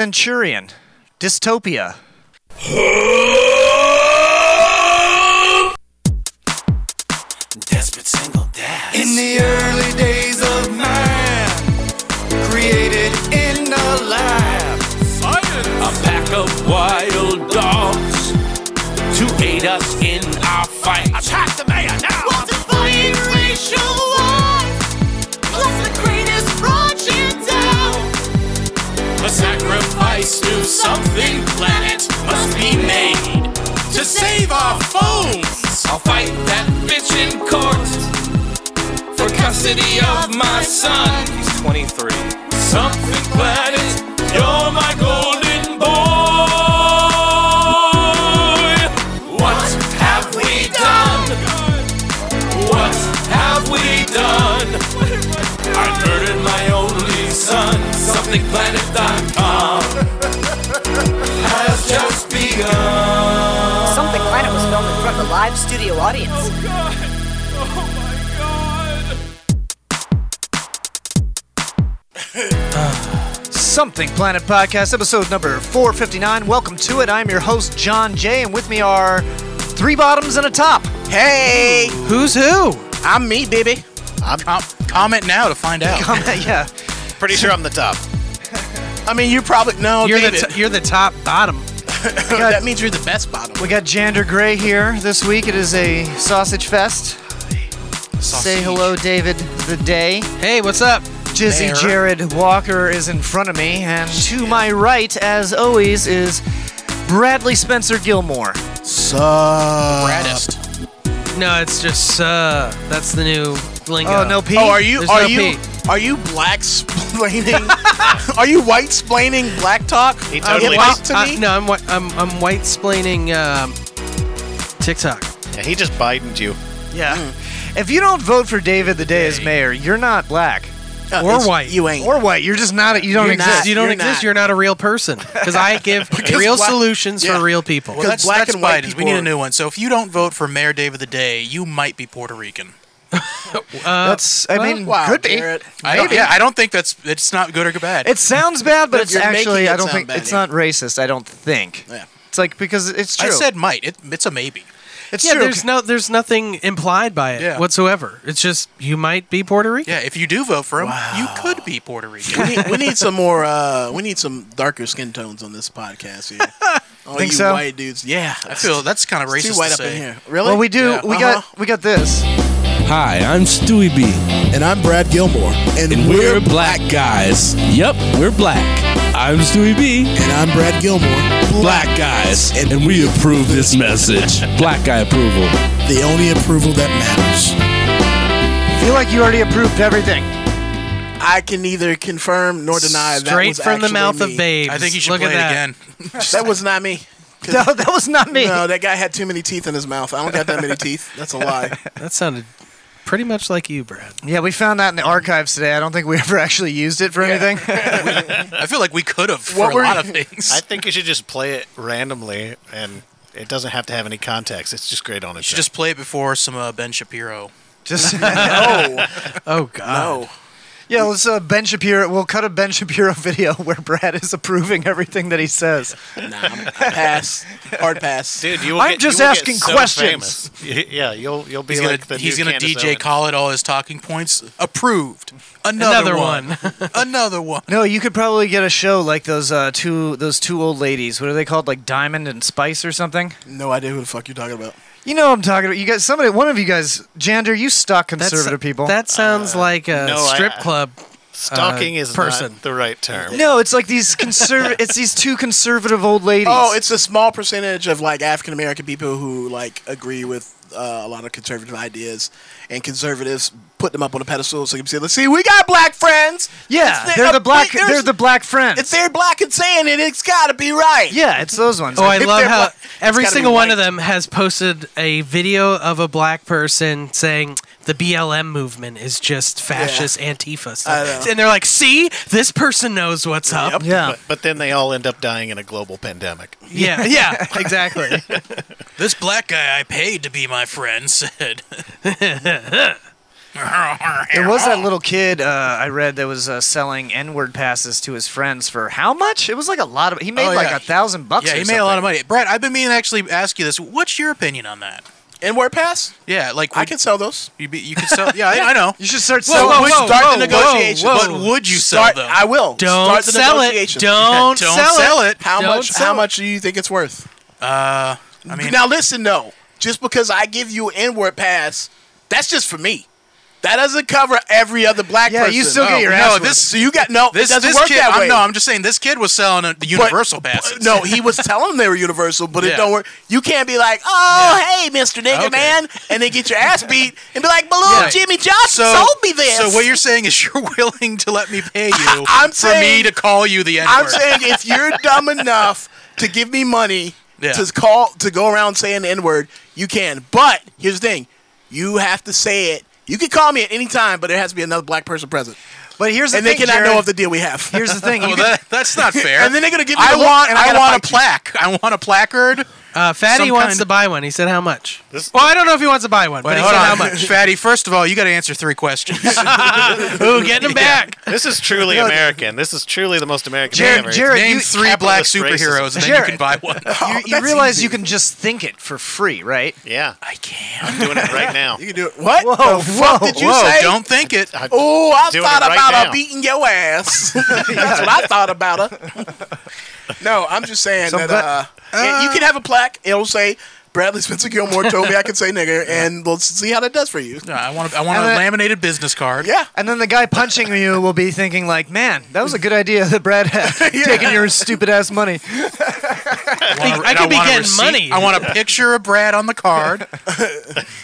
Centurion, Dystopia. Desperate single dad. In the early days of man, created in the lab. A pack of wild dogs to aid us in our fight. Attack the mayor now! was defying racial odds. Plus the greatest project out. A sacrifice to something planet must be made to save our phones. I'll fight that bitch in court for custody of my son. He's 23. Something planet, you're my golden boy. What have we done? What have we done? I murdered my only son. SomethingPlanet.com has just begun. Something Planet was filmed in front of a live studio audience. Something Planet Podcast, episode number 459. Welcome to it. I'm your host, John Jay, and with me are three bottoms and a top. Hey, Who's who? I'm me, baby. I'm, comment now to find out. Um, yeah. Pretty sure I'm the top. I mean, you probably no. You're the beat t- you're the top bottom. it. that means you're the best bottom. We got Jander Gray here this week. It is a sausage fest. Say hello, David the Day. Hey, what's up? Jizzy Mayor. Jared Walker is in front of me, and to my right, as always, is Bradley Spencer Gilmore. Braddest. Braddest. No, it's just uh, that's the new lingo. Oh, no P. Oh, are you There's are no you P. are you black splaining? are you white splaining black talk? He I'm hip hop white, to uh, me. no, I'm white. I'm I'm white splaining um, TikTok. Yeah, he just Bidened you. Yeah. If you don't vote for David the Day as mayor, you're not black Uh, Or it's- white. You ain't. or white. You're just not. You don't You're exist. not. you don't you're exist. not. You're not a real person because I give real black- solutions yeah. for real people. Because that's, black that's and white Biden's. people We need are- a new one. So if you don't vote for Mayor Dave of the Day, you might be Puerto Rican. Uh, That's. I mean, wow, could be. Garrett. I don't, yeah, I don't think that's it's not good or bad. It sounds bad, but, But it's you're making actually. it I don't sound think bad, it's yeah. not racist. I don't think. Yeah. It's like because it's true. I said might. It, it's a maybe. it's yeah, true. there's no there's nothing implied by it Yeah. whatsoever. It's just you might be Puerto Rican. Yeah, if you do vote for him, you could be Puerto we, Rican. need, we need some more. Uh, we need some darker skin tones on this podcast here. All Think you so? white dudes. Yeah, I feel that's kind of It's racist too white to up in say. here. Really? Well, we do. Yeah. We Uh-huh. got. We got this. Hi, I'm Stewie B, And I'm Brad Gilmore. and, we're, black guys. Yep, we're black. I'm Stewie B, And I'm Brad Gilmore. black guys, and, we approve this message. black guy approval. The only approval that matters. I feel like you already approved everything. I can neither confirm nor deny that Straight was from the actually mouth me. of babes. I think you should Look play at it that. again. That was not me. 'Cause- No, that was not me. No, that guy had too many teeth in his mouth. I don't got that many teeth. That's a lie. That sounded pretty much like you, Brad. Yeah, we found that in the archives today. I don't think we ever actually used it for anything. I feel like we could have for What a were lot you- of things. I think you should just play it randomly, and it doesn't have to have any context. It's just great on you its should own. just play it before some uh, Ben Shapiro. Just No, Oh God. no. yeah, let's uh, Ben Shapiro. We'll cut a Ben Shapiro video where Brad is approving everything that he says. Nah, I'm pass. Hard pass. dude. You will I'm get- just you will get asking so questions. famous. Y- Yeah, you'll you'll be He's like gonna the he's new gonna Candace DJ Owens. Khaled all his talking points. Approved. Another Another, one. Another one. No, you could probably get a show like those uh, two those two old ladies. What are they called? Like Diamond and Spice or something? No idea who the fuck you're talking about. You know what I'm talking about. You guys, somebody, one of you guys, Jander, you stalk conservative people. That sounds like a no, I- strip club. Stalking uh, is person. not the right term. no, it's like these conservative. it's these two conservative old ladies. Oh, it's a small percentage of like African American people who like agree with uh, a lot of conservative ideas, and conservatives put them up on a pedestal so you can see. Let's see, we got black friends. yeah. It's the- they're uh, the black. there's- They're the black friends. If they're black and saying it, it's got to be right. yeah, it's those ones. Oh, I If love they're how black- it's every gotta be single one white. of them has posted a video of a black person saying the BLM movement is just fascist Antifa stuff. And they're like, see, this person knows what's up. yeah. But, but then they all end up dying in a global pandemic. Yeah, yeah, exactly. This black guy I paid to be my friend said, There was that little kid uh, I read that was uh, selling N-word passes to his friends for how much? It was like a lot of. He made Oh, like yeah. a thousand bucks. Yeah, or he made a lot of something. money. Brett, I've been meaning to actually ask you this. What's your opinion on that? And word pass? Yeah, like I can sell those. You be, you could sell. Yeah, I, I know. You should start Whoa, selling. whoa, them. whoa, Start whoa, the negotiation. whoa. But would you sell Start- them? I will. Don't Start the sell it. negotiation. Don't Don't sell it. sell it. How Don't much? sell How it. much do you think it's worth? Uh, I mean, now listen, no. Just because I give you an inward pass, that's just for me. That doesn't cover every other black Yeah, person. you still get your no, ass. this- whipped. So you got no. this it doesn't this work kid. that way. I'm, no, I'm just saying this kid was selling a, the But- universal passes. but- No, he was telling them they were universal, but it Yeah. don't work. You can't be like, oh, hey, Mister Nigga Okay. Man, and then get your ass beat and be like, but look, Yeah. Jimmy Johnson So, sold me this. so what you're saying is you're willing to let me pay you I'm for saying- me to call you the N I'm saying if you're dumb enough to give me money Yeah. to call to go around saying the N word, you can. But here's the thing: you have to say it. You can call me at any time, but there has to be another black person present, But here's the and they thing. cannot Jared. know of the deal we have. Here's the thing. You Well, could- that, that's not fair. and then they're gonna give me. I the look, want and I, I, gotta want a fight you. plaque. I want a placard. Uh, Fatty Some wants kind- to buy one. He said how much? This- well, I don't know if he wants to buy one, but he hold said on. how much. Fatty, first of all, you got to answer three questions. Ooh, getting him back. This is truly American. This is truly the most American Jared- thing ever. Jared- Name you- three black Capitalist superheroes, and then you Jared. can buy one. Oh, you, you realize you can just think it for free, right? Yeah, I can't. doing it right now. You can do it. What? Whoa, the fuck whoa, did you Whoa, say? don't think it. I- Oh, I Doing thought it right about her now. beating your ass. That's what I thought about her. no, I'm just saying Some that uh, yeah, you can have a plaque. It'll say Bradley Spencer Gilmore told me I could say nigger, and we'll see how that does for you. No, I want. A, I want a And then- laminated business card. Yeah. And then the guy punching you will be thinking like, "Man, that was a good idea that Brad had taking your stupid ass money." I, want a- I and could be want a getting receipt. money. I want a picture of Brad on the card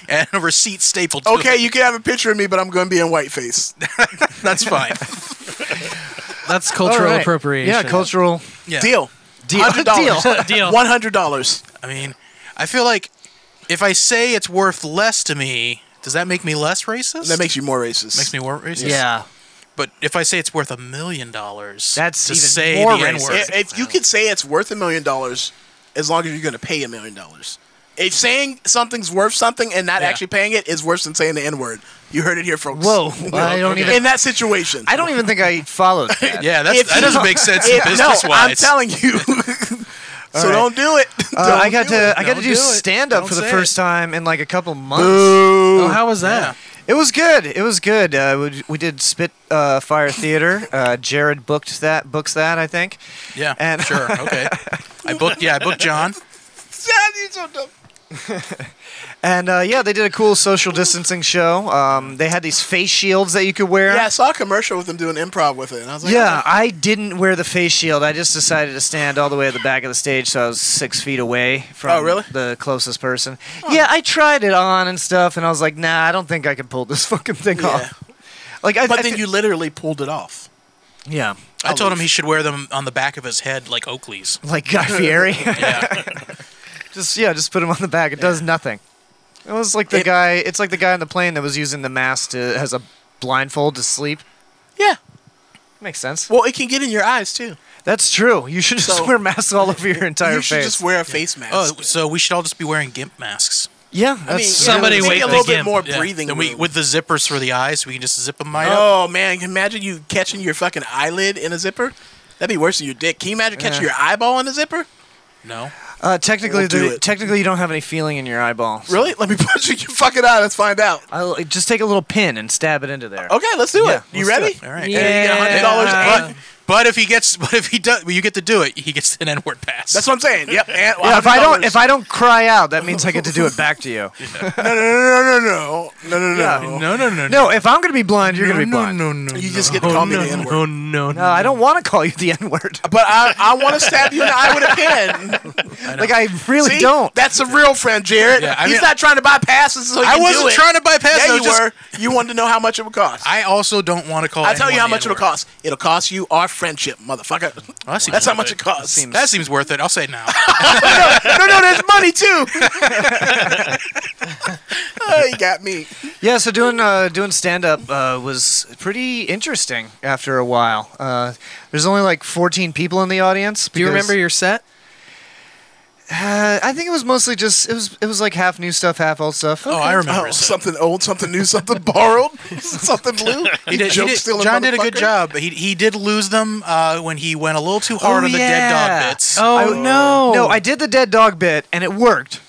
and a receipt stapled. To Okay, it. you can have a picture of me, but I'm going to be in whiteface. that's fine. That's cultural All right. appropriation. Yeah, cultural Yeah. Deal. deal. $100. Deal. deal. One hundred dollars. I mean, I feel like if I say it's worth less to me, does that make me less racist? That makes you more racist. makes me more racist. Yeah. But if I say it's worth a million dollars, That's to even say more the racist. N-word. I- If you could say it's worth a million dollars, as long as you're going to pay a million dollars. If saying something's worth something and not Yeah. actually paying it is worse than saying the N word. You heard it here, folks. Whoa, I don't even- In that situation. I don't even think I followed that. yeah, that's, If that you- doesn't make sense If- business no, I'm wise. telling you. so don't do it. Uh, Don't I got do to it. I got to Don't do, do it. stand up Don't for the say first it. time in like a couple months. Oh, how was that? It was good. It was good. Uh, we, we did Spit uh, Fire Theater. Uh, Jared booked that. Books that I think. yeah, And- sure, okay. I booked. Yeah, I booked John. And uh, yeah, they did a cool social distancing show. Um, they had these face shields that you could wear. Yeah, I saw a commercial with them doing improv with it, and I was like, "Oh." Yeah, I didn't wear the face shield. I just decided to stand all the way at the back of the stage, so I was six feet away from Oh, really? the closest person. Yeah, I tried it on and stuff, and I was like, nah, I don't think I can pull this fucking thing Yeah. off. Like, I, But I then thi- you literally pulled it off. yeah, I told him he should wear them on the back of his head like Oakley's. like Guy Fieri. Yeah, just yeah, just put him on the back. It does nothing. It was like the It- guy. It's like the guy on the plane that was using the mask to as a blindfold to sleep. Yeah. Makes sense. Well, it can get in your eyes too. That's true. You should just So- wear masks all over your entire you should face. just wear a face mask. Oh, so we should all just be wearing gimp masks. yeah, that's I mean, somebody you know, wait maybe a for little the bit gimp. more Yeah. breathing. Then we room. with the zippers for the eyes, we can just zip them right up. Oh man, can you imagine you catching your fucking eyelid in a zipper. That'd be worse than your dick. Can you imagine catching Yeah. your eyeball in a zipper? No, Uh, technically, We'll do the, it. technically, you don't have any feeling in your eyeball. so- Really? Let me punch you in your fucking eye. Let's find out. I'll, just take a little pin and stab it into there. Okay, let's do Yeah, it. You let's do ready? it. all right. And you get hundred dollars. But, but if he gets, but if he does, well, you get to do it. He gets an N-word pass. That's what I'm saying. Yep. And Yeah, if I don't, $100. if I don't cry out, that means I get to do it back to you. no, no, no, no, no, no, no, no, no. no, no, no, No, if I'm gonna be blind, you're gonna be blind. no, no. You just get to call me no, the N word. no, no, No, I don't want to call you the N word. But I, I want to stab you in the eye with a pen. Like I really See? don't. That's a real friend, Jared. Yeah, I He's mean- not trying to bypass us. So he I can do wasn't it. trying to bypass. Yeah, I you was just, were. You wanted to know how much it would cost. I also don't want to call. I'll tell you how anyone much the it'll N-word. cost. It'll cost you our friendship, motherfucker. Well, that seems That's how worth much it costs. That seems worth it. I'll say it now. no, no, there's money too. oh, you got me. Yeah, so doing uh, doing stand up uh, was pretty interesting after a while. Uh, there's only like 14 people in the audience. Do you because- remember your set? Uh, I think it was mostly just it was it was like half new stuff, half old stuff. Oh, I remember. Oh, something old, something new, something borrowed, something blue. He did, he Joke did- stealing John did a good motherfucker. job. but He, he did lose them uh, when he went a little too hard Oh, on the dead yeah. dog bits. Oh no! No, I did the dead dog bit and it worked.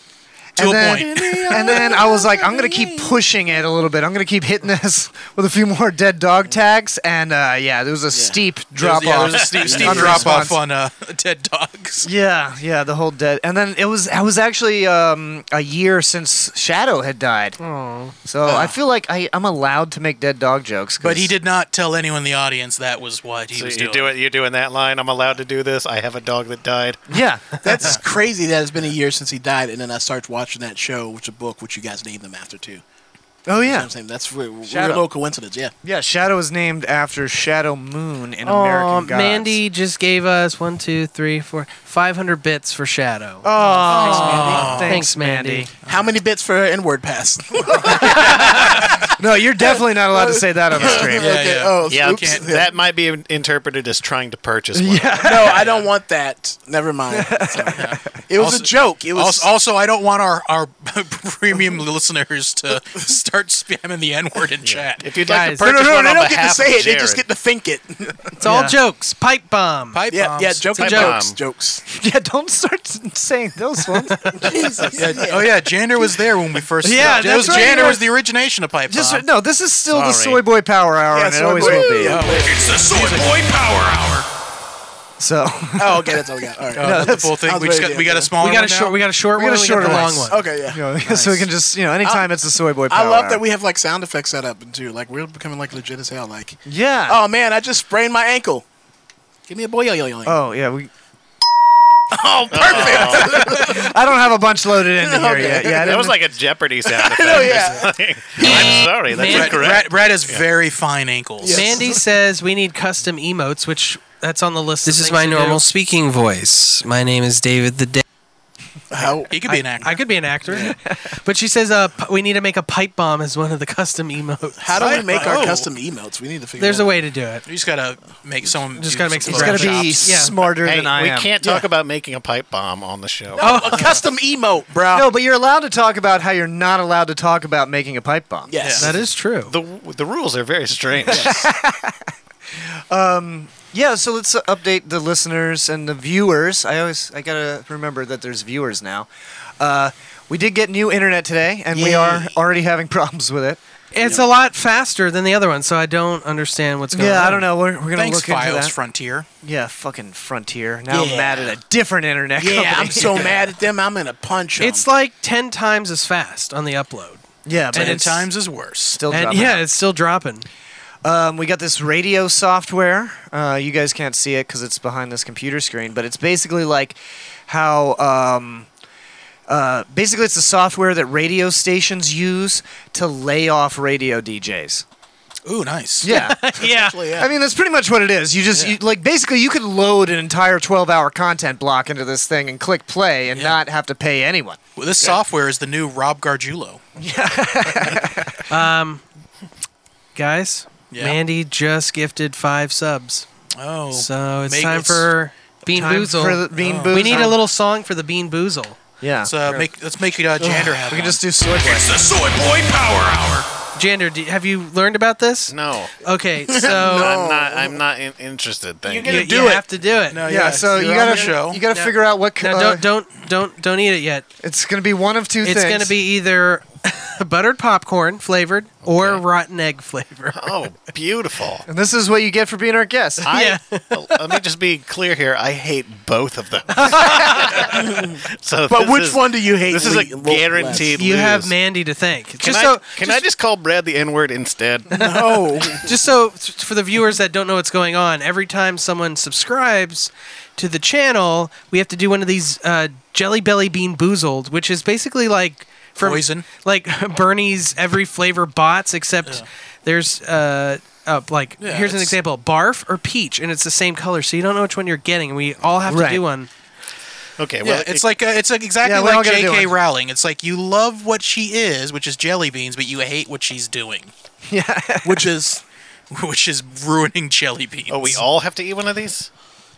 To and a then, point. and then I was like, I'm gonna keep pushing it a little bit. I'm gonna keep hitting this with a few more dead dog tags, and uh, yeah, there was a steep drop yeah, off. There's a steep, steep on drop off response. on uh, dead dogs. Yeah, yeah, the whole dead. And then it was I was actually um, a year since Shadow had died. So I feel like I, I'm allowed to make dead dog jokes. 'cause- But he did not tell anyone in the audience that was what he So was you doing. do it. You're doing that line. I'm allowed to do this. I have a dog that died. Yeah, That's crazy that it's been a year since he died, and then I started watching that show, which a book, which you guys named him after too. Oh You know what yeah, I'm saying that's real, Shadow. real coincidence. Yeah, yeah. Shadow is named after Shadow Moon in Oh, American Gods. Mandy just gave us one, two, three, four, 500 bits for Shadow. Oh, Thanks, Mandy. How many bits for an N-word pass? No, you're definitely not allowed to say that on the stream. Yeah, yeah. Oh, Yeah, oops. can't- that might be interpreted as trying to purchase one. no, I don't want that. Never mind. Sorry. It was Also- a joke. It was Also, also, I don't want our, our premium listeners to start spamming the N word in chat. If you'd Guys. like to purchase no, no, one they on don't get to behalf say of it. They just Jared, get to think it. It's all Yeah. jokes. Pipe bomb. Pipe yeah, bombs. yeah, joke Pipe jokes, bomb. jokes. Yeah, don't start saying those ones. Jesus. Yeah, Oh yeah, Jander was there when we first. Yeah, started. that's It was right, Jander yeah. was the origination of pipe Just bomb. no, this is still the Sorry. Soy Boy Power Hour, and it always will be. It's the Soy Boy Power Hour. So Oh, okay, that's all we got. All right. Uh, the full thing. Sounds We, just very got, we got a good. small. we got a one now. short. We got a short We one. got a we shorter got a long one. one. Okay, yeah. you know, so we can just you know anytime it's the Soy Boy Power. I love Hour. that we have like sound effects set up and too. Like we're becoming like legit as hell. Like, Yeah. oh man, I just sprained my ankle. Give me a boy yo yo yo. Oh yeah, we. oh, perfect. I don't have a bunch loaded into here Okay. yet. Yeah, I that didn't- was like a Jeopardy sound. effect. Oh yeah. I'm sorry, that's Man- incorrect. Brad, Brad has very fine ankles. Mandy says we need custom emotes, which that's on the list. of This is things my to do. normal speaking voice. My name is David the Day. How- He could be an actor. I could be an actor, but she says uh, p- we need to make a pipe bomb as one of the custom emotes. How do we make our Oh. custom emotes? We need to figure. There's out. a way to do it. you just gotta make someone. Just do gotta make some it's gonna graphic be ops. Yeah. smarter Hey, than I we am. can't talk about making a pipe bomb on the show. Oh, a custom emote, bro. No, but you're allowed to talk about how you're not allowed to talk about making a pipe bomb. Yes. That is true. The the rules are very strange. Yeah, so let's uh, update the listeners and the viewers. I always I gotta remember that there's viewers now. Uh, we did get new internet today, and we are already having problems with it. It's a lot faster than the other one, so I don't understand what's going on. Yeah, I don't know. We're, we're gonna Thanks, look into Files that. Frontier. yeah, fucking Frontier. Now I'm Yeah. mad at a different internet Yeah, company. I'm so mad at them. I'm gonna punch them. It's like ten times as fast on the upload, yeah, but Ten it's times is worse. still and dropping yeah, out. it's still dropping. Um, we got this radio software. Uh, you guys can't see it because it's behind this computer screen, but it's basically like how. Um, uh, basically, it's the software that radio stations use to lay off radio DJs. Ooh, nice. Yeah. Yeah, I mean, that's pretty much what it is. You just, you, like, basically, you could load an entire 12 hour content block into this thing and click play and not have to pay anyone. Well, this software is the new Rob Gargiulo. Um, guys. Yeah. Mandy just gifted five subs, Oh, so it's Make- time let's- for Bean Time Boozle. for the Oh. Bean We need a Boozle. little song for the Bean Boozle. Yeah. Let's, uh, make, let's make uh, Jander have. we can one. just do sword play. It's the Soy Boy Power Hour. Jander, do, have you learned about this? no, Okay, so I'm not. I'm not in- interested. Thank you, you. you have to do it. No, Yeah, so you you're on gotta the show. you gotta No. figure out what co- Now, uh, don't don't don't don't eat it yet. it's gonna be one of two It's things. going to be either buttered popcorn flavored or rotten egg flavored. Oh, beautiful. And this is what you get for being our guest. I, let me just be clear here. I hate both of those. so, but this which is- one do you hate? This is a le- le- guaranteed. You lose. have Mandy to thank. Can just I, so can I just call Brad the N word instead? less? No. just so for the viewers that don't know what's going on, every time someone subscribes to the channel, we have to do one of these uh, Jelly Belly Bean Boozled, which is basically like from Poison. like Bernie's every flavor bots, except there's uh, uh like Yeah, here's an it's- example: barf or peach, and it's the same color, so you don't know which one you're getting. We all have Right. to do one. Okay, Yeah, well, it's like uh it's like exactly Yeah, we all like gotta do J.K. it. Rowling. It's like you love what she is, which is jelly beans, but you hate what she's doing, yeah. which is which is ruining jelly beans. Oh, we all have to eat one of these.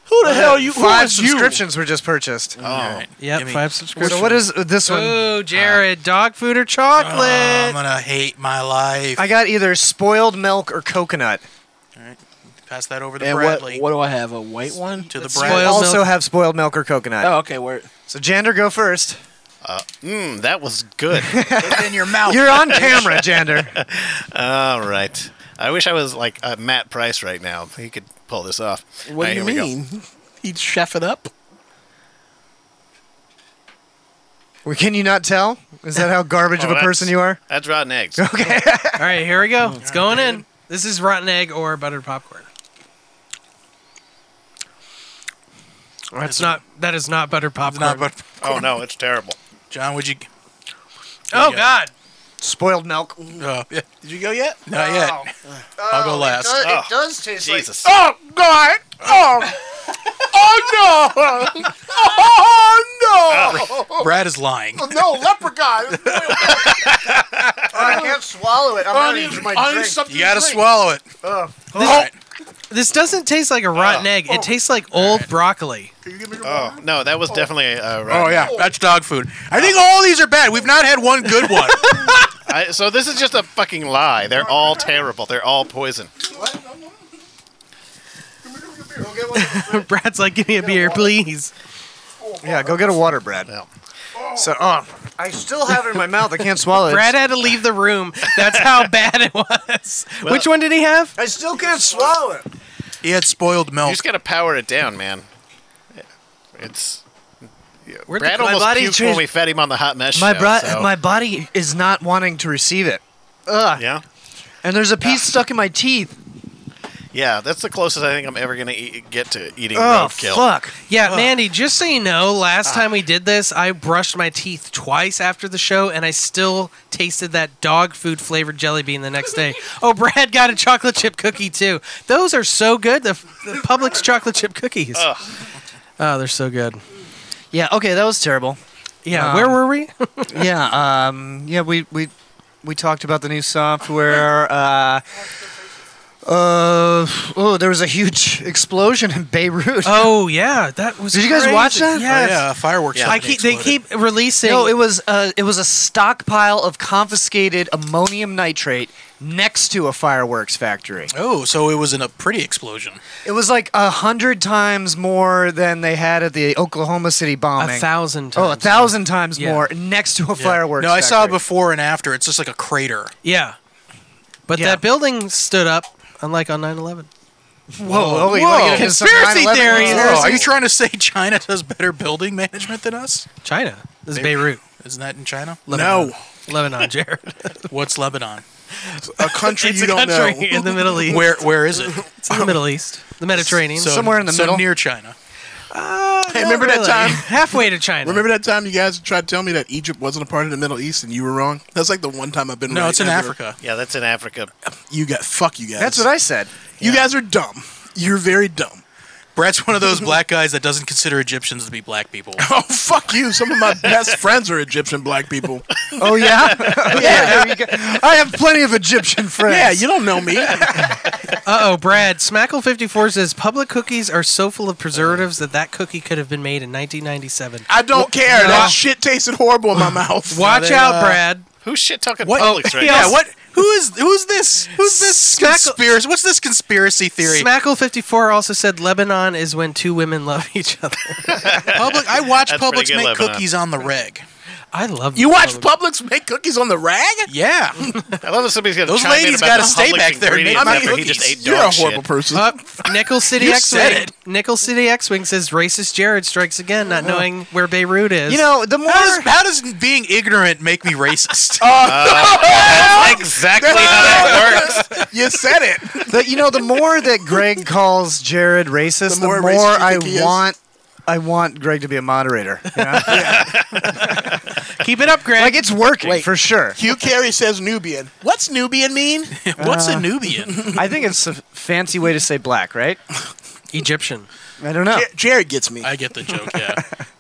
Who the hell you? who Five is you? subscriptions were just purchased. Uh, Oh, Yep, five subscriptions. So what is this one? Oh, Oh, Jared, dog food or chocolate? I'm Oh, gonna hate my life. I got either spoiled milk or coconut. Pass that over to And what, Bradley. what do I have? A white one to the I also have spoiled milk or coconut. Oh, okay. Where? So Jander, go first. Mmm, that was good. It's in your mouth. You're on camera, Jander. All right. I wish I was like uh, Matt Price right now. He could pull this off. What All right, do you here we go. mean? He'd chef it up. Well, Can you not tell? Is that how garbage Oh, of a that's- person you are? That's rotten eggs. Okay. All right, here we Oh, go. It's going in. This is rotten egg or buttered popcorn. That's not. That is not buttered popcorn. not buttered Oh no, it's terrible. John, would you? Oh God. Spoiled milk. Oh, yeah. Did you go yet? Not yet. I'll go last. Oh, does taste Jesus. Oh God! Oh, oh no! Oh no! Brad is lying. no, leprechaun! Oh, I can't swallow it. I'm I need- I need something You gotta to drink. swallow it. This, this doesn't taste like a rotten egg. It tastes like old broccoli. Oh no, that was definitely a. a rotten Oh yeah, that's dog food. I think all these are bad. We've not had one good one. I, so this is just a fucking lie. They're all terrible. They're all poison. Brad's like, give me a beer, please. Yeah, go get a water, Brad. So, oh, I still have it in my mouth. I can't swallow it. Brad had to leave the room. That's how bad it was. Which one did he have? I still can't swallow it. He had spoiled You milk. just gotta power it down, man. It's. yeah, Where'd Brad the- my almost body puked changed- when we fed him on the hot mess My show. bro- so- my body is not wanting to receive it. Ugh. yeah, And there's a piece stuck in my teeth. yeah, that's the closest I think I'm ever gonna eat, get to eating Oh, roadkill. fuck. Yeah, Mandy, just so you know, last time we did this, I brushed my teeth twice after the show and I still tasted that dog food flavored jelly bean the next day. Oh, Brad got a chocolate chip cookie too. Those are so good. The, the Publix chocolate chip cookies. Ugh. Oh, they're so good. Yeah, okay, that was terrible. Um, Yeah, where were we? yeah, um, yeah, we, we we talked about the new software. Uh, uh, oh, there was a huge explosion in Beirut. Oh, yeah, that was Did you guys watch crazy. that? Yes. Oh, Yeah, fireworks. I keep, they keep releasing. No, it was uh, it was a stockpile of confiscated ammonium nitrate next to a fireworks factory. Oh, so it was in a pretty explosion. It was like a hundred times more than they had at the Oklahoma City bombing. a thousand times. Oh, a thousand times Yeah. more next to a fireworks. No, I saw factory. before and after. It's just like a crater. Yeah. But Yeah. that building stood up, unlike on 9 11. Whoa, oh, you wanna get into some Conspiracy 9/11 theories. conspiracy? Oh, are you trying to say China does better building management than us? China. This is Maybe- Beirut. Isn't that in China? Lebanon. Lebanon, Jared. What's Lebanon? A country it's you a don't country know. in the Middle East. Where Where is it? It's in the Middle East. The Mediterranean. So, Somewhere in the so middle. near China. Hey, remember that time? Halfway to China. Remember that time you guys tried to tell me that Egypt wasn't a part of the Middle East and you were wrong? That's like the one time I've been No, right it's in ever. Africa. Yeah, that's in Africa. You got fuck you guys. That's what I said. You guys are dumb. You're very dumb. Brad's one of those black guys that doesn't consider Egyptians to be black people. Oh fuck you! Some of my best friends are Egyptian black people. Oh yeah, oh, yeah. there you go. I have plenty of Egyptian friends. Yeah, you don't know me. Uh oh, Brad. Smackle54 says public cookies are so full of preservatives that that cookie could have been made in 1997. I don't care. No. That shit tasted horrible in my mouth. Watch they, out, uh, Brad. Who's shit talking What? Publix Oh, right yeah, now? what? Who is who's this? Who's this Smackle- conspiracy? What's this conspiracy theory? Smackle54 also said Lebanon is when two women love each other. Public. I watch That's pretty Publix good make Lebanon. cookies on the reg. I love You watch public- Publix make cookies on the rag? Yeah. I love that somebody's got Those ladies got gotta to stay back there and make I my After he cookies. just ate You're a dog shit. horrible person. Up, Nickel City You X said Wing. it. Nickel City X Wing says racist Jared strikes again, not knowing where Beirut is. You know, the more How does, how does being ignorant make me racist? That's exactly how that works. you said it. the, you know the more that Greg calls Jared racist, The the more more, racist you I think he is. want. I want Greg to be a moderator. you know? Keep it up, Greg. like it's working for sure. Hugh Carey says Nubian. What's Nubian mean? What's a Nubian? I think it's a fancy way to say black, right? Egyptian. I don't know. Jared gets me. I get the joke. Yeah,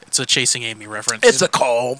it's a chasing Amy reference. It's a call.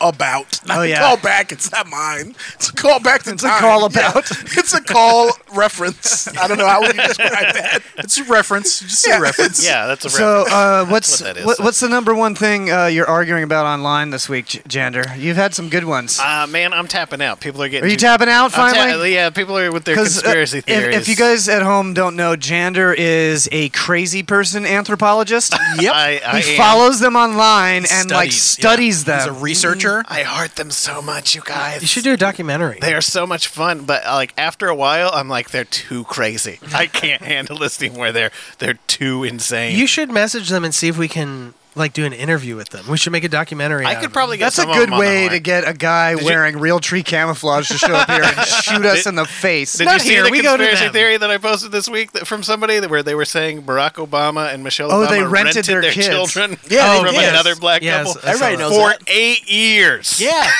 about. Not Oh, a yeah. call back. It's not mine. It's a call back to It's a time. call Yeah. about. It's a call reference. I don't know how would you describe that. It's a reference. Just say reference. Yeah, that's a So, reference. uh, what's That's what that is. what, what's the number one thing uh, you're arguing about online this week, J- Jander? You've had some good ones. Uh, man, I'm tapping out. People are getting. Are you too- tapping out I'm ta- finally? yeah, people are with their 'Cause, uh, conspiracy if- theories. If, you guys at home don't know, Jander is a crazy person anthropologist. Yep. I- I he am. follows them online and like studies them. researcher. I heart them so much, you guys. You should do a documentary. They are so much fun, but uh, like after a while, I'm like they're too crazy. I can't handle this thing where they're they're too insane. You should message them and see if we can like do an interview with them. We should make a documentary. I out could of it. probably get That's a some of good them on the way horn. to get a guy Did you- wearing real tree camouflage to show up here and shoot us Did- in the face. Did Not you see here. the we go to conspiracy them. theory that I posted this week that, from somebody that, where they were saying Barack Obama and Michelle Oh, Obama they rented their kids. children Yeah, from they did. another black Yes, couple. I saw Everybody that. knows for that. eight years. Yeah,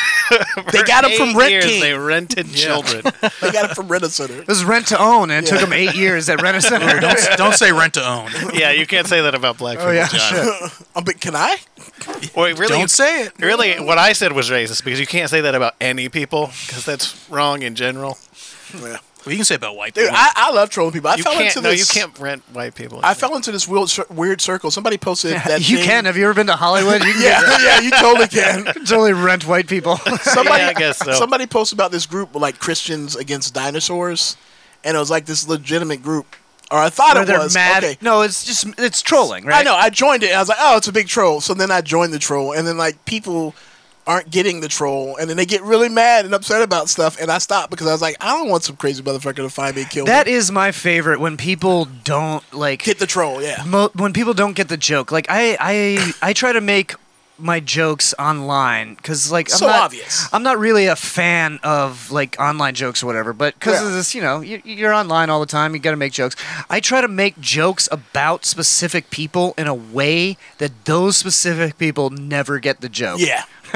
For They got 'em from eight Rent years, King. They rented children. they got it from Rent a Center. It was rent to own, and it took him eight years at Rent a Center. don't say rent to own. yeah, you can't say that about Oh, black people, John. Um, but can I? Wait, really, Don't say it. Really, what I said was racist because you can't say that about any people because that's wrong in general. Yeah. Well, you can say about white Dude, people. I, I love trolling people. I you fell can't, into no, this. you can't rent white people. I fell into this weird, cir- weird circle. Somebody posted that. you thing- can. Have you ever been to Hollywood? You can Yeah, get- yeah, you totally can. You can totally rent white people. Somebody, Yeah, I guess so. somebody posted about this group like Christians against dinosaurs, and it was like this legitimate group, or I thought Where it they're was. mad. Okay. No, it's just it's trolling, right? I know. I joined it. And I was like, oh, it's a big troll. So then I joined the troll, and then like people aren't getting the troll, and then they get really mad and upset about stuff, and I stopped because I was like, I don't want some crazy motherfucker to find me and kill That me. is my favorite when people don't like Get the troll, yeah. mo- when people don't get the joke. Like I I I try to make my jokes online because like I'm So not, obvious. I'm not really a fan of like online jokes or whatever, but because of Yeah. this, you know, you, you're online all the time. You got to make jokes. I try to make jokes about specific people in a way that those specific people never get the joke. Yeah.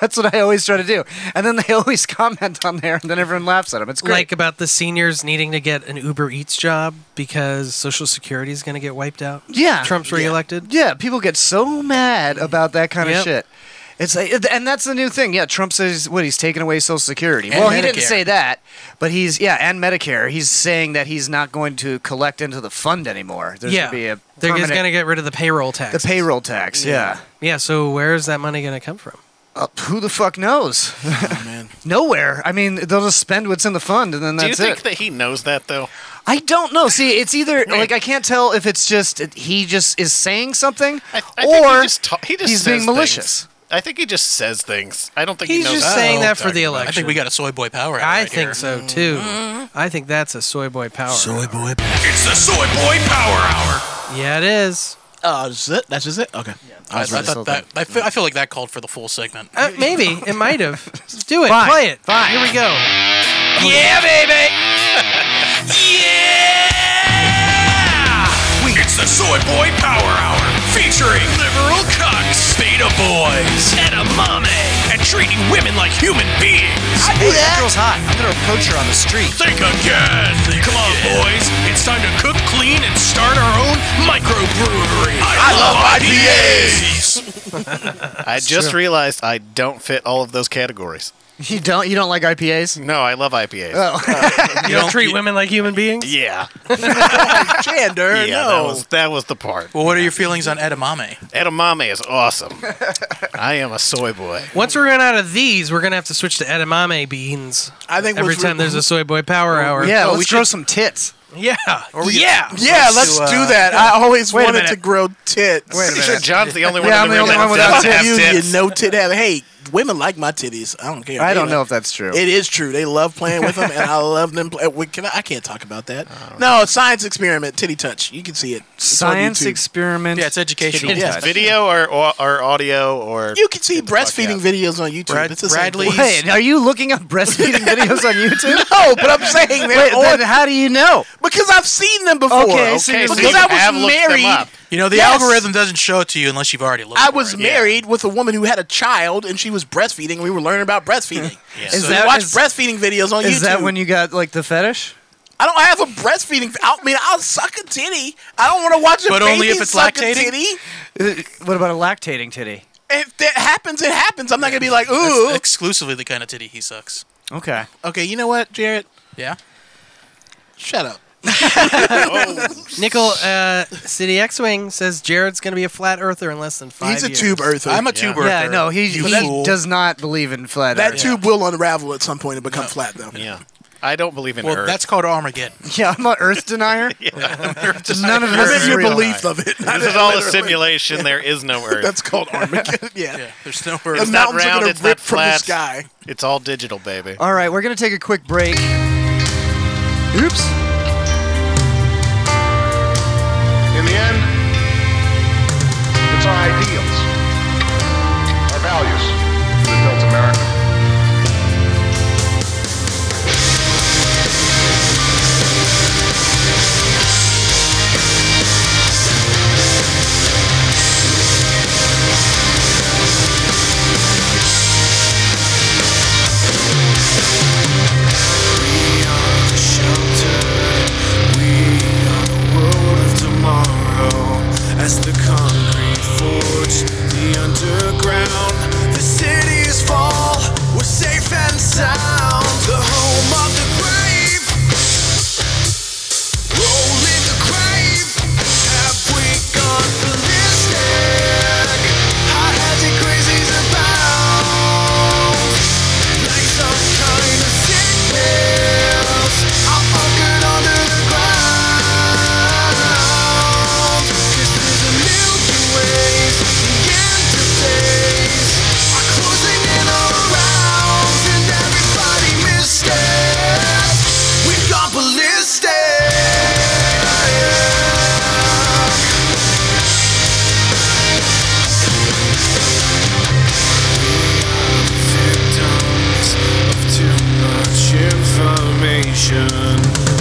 that's what I always try to do. And then they always comment on there, and then everyone laughs at them. It's great. like about the seniors needing to get an Uber Eats job because Social Security is going to get wiped out. Yeah. Trump's reelected. Yeah, people get so mad about that kind Yep. of shit. It's like, and that's the new thing. Yeah, Trump says what he's taking away Social Security. And well, he didn't Medicare. say that, but he's yeah, and Medicare. He's saying that he's not going to collect into the fund anymore. There's yeah, gonna be a they're permanent- just going to get rid of the payroll the tax. payroll tax. Yeah, yeah. So where is that money going to come from? Uh, who the fuck knows? Nowhere. I mean, they'll just spend what's in the fund, and then Do that's you think it. that he knows that though? I don't know. See, it's either like I can't tell if it's just he just is saying something, I, I think or he just ta- he just he's says being things. malicious. I think he just says things. I don't think he He's knows. just what saying I'm that for the talking about. election. I think we got a soy boy power. I right think here. so too. Mm-hmm. I think that's a soy boy power. Soy boy. It's the Soy Boy Power Hour. yeah, it is. Oh, that's it. That's just it. Okay. I, I That's what I thought that. thought. I feel, I feel like that called for the full segment. Uh, maybe it might have. Do it. Fine. Play it. Fine. Here we go. Yeah, baby. yeah. It's the Soy Boy Power Hour featuring liberal cucks, beta boys, edamame, and treating women like human beings. I do that. girl's hot. I'm gonna approach her on the street. Think again. Come on, boys. It's time to cook clean and start our own microbrewery. I, love, IPAs. I just realized I don't fit all of those categories. You don't. You don't like IPAs? No, I love IPAs. You don't treat women like human beings. yeah, Jander, yeah, that no. was that was the part. Well, what are your feelings on edamame? Edamame is awesome. I am a soy boy. Once we run out of these, we're gonna have to switch to edamame beans. I think every what's time re- there's a soy boy power hour. Yeah, Oh, let's we grow some tits. yeah, yeah. yeah, let's do, uh, do that. I always Wait a wanted minute. to grow tits. Wait a Pretty sure minute. John's the only one. Yeah, in I'm the only room one that without doesn't tits. have you, tits. you know tit have. Hey, women like my titties. I don't care. I They don't like- know if that's true. It is true. They love playing with them, and I love them. Play- we can I, I can't talk about that. No, science experiment, titty touch. You can see it. It's on Science YouTube. experiment. Yeah, it's educational. Titty Yeah. touch. Video or, or or audio or You can see breastfeeding out. videos on YouTube. Brad- it's the same Bradley- thing. Wait, are you looking up breastfeeding videos on YouTube? No, but I'm saying Wait, they're then on- how do you know? because I've seen them before. Okay, so Okay, you- so because you I was have looked them married. up. You know, the Yes. algorithm doesn't show it to you unless you've already looked. I for was it. married with a woman who had a child, and she was breastfeeding. We were learning about breastfeeding. Is So that- we watched is- breastfeeding videos on YouTube. Is that when you got like the fetish? I don't have a breastfeeding. I mean, I'll suck a titty. I don't want to watch a But baby only if it's suck a lactating? titty. Uh, What about a lactating titty? if that happens, it happens. I'm not gonna be like, ooh. That's exclusively the kind of titty he sucks. Okay. Okay, you know what, Jarrett? Yeah. Shut up. Nickel uh, City X Wing says Jared's going to be a flat earther in less than five. He's a years. tube earther. I'm a tube earther. Yeah, no, he, You he fool. does not believe in flat That Earth. tube will unravel at some point and become flat, though. Yeah. I don't believe in Well, Earth. that's called Armageddon. Yeah, I'm an Earth denier. None of this is your real. belief of it. This is all a simulation. There is no Earth. That's called Armageddon. yeah. There's no The It's not mountains are round. gonna It's not rip from the flat. sky. Oh, It's all digital, baby. All right, we're going to take a quick break. Oops. In the end, it's our ideals, our values that built America. As the concrete forged the underground, the cities fall. We're safe and sound. The home of the brave. Roll in the grave. Have we gone ballistic? High headed crazies abound. Like some kind of sickness. I'm fucking under the ground. We've gone ballistic. Victims of too much information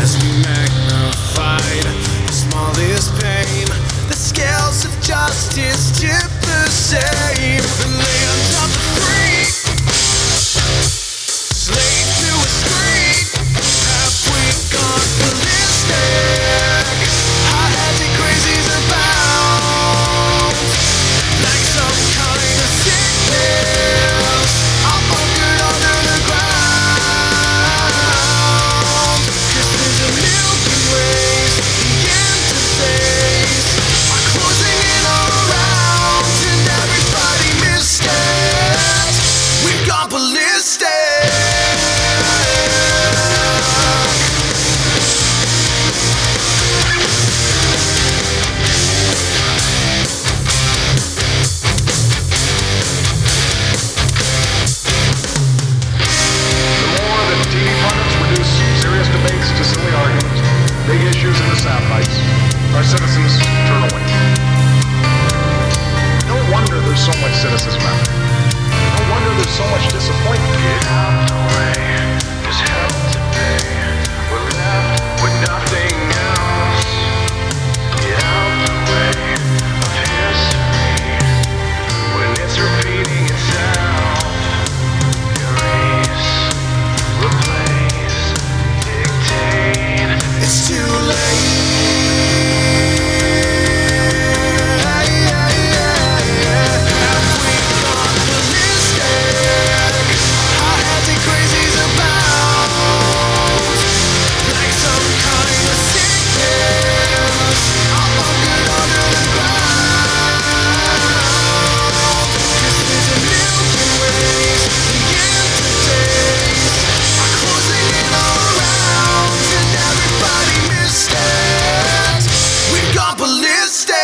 as we magnified the smallest pain. The scales of justice tip the same. The land of the free, slave to a screen. Have we gone ballistic? High-handed crazies abound, like some kind of sickness. I'm bunkered under the ground. 'Cause there's a Milky Ways, the end of days are closing in around, and everybody missed it. We've gone ballistic. The more that TV pundits reduce serious debates to silly arguments, big issues into soundbites, our citizens turn away. No wonder there's so much cynicism out there. No wonder there's so much disappointment. Get out the way. There's hell to pay. We're left with nothing else. Get out the way of history when it's repeating itself. Erase. It's too late. We've gone ballistic.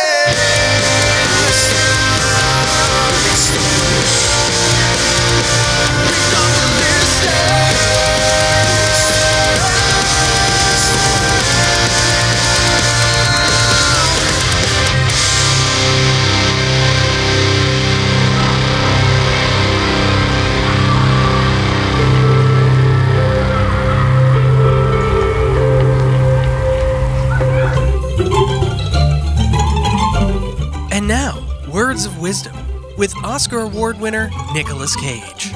We've gone And now, words of wisdom with Oscar Award winner Nicolas Cage.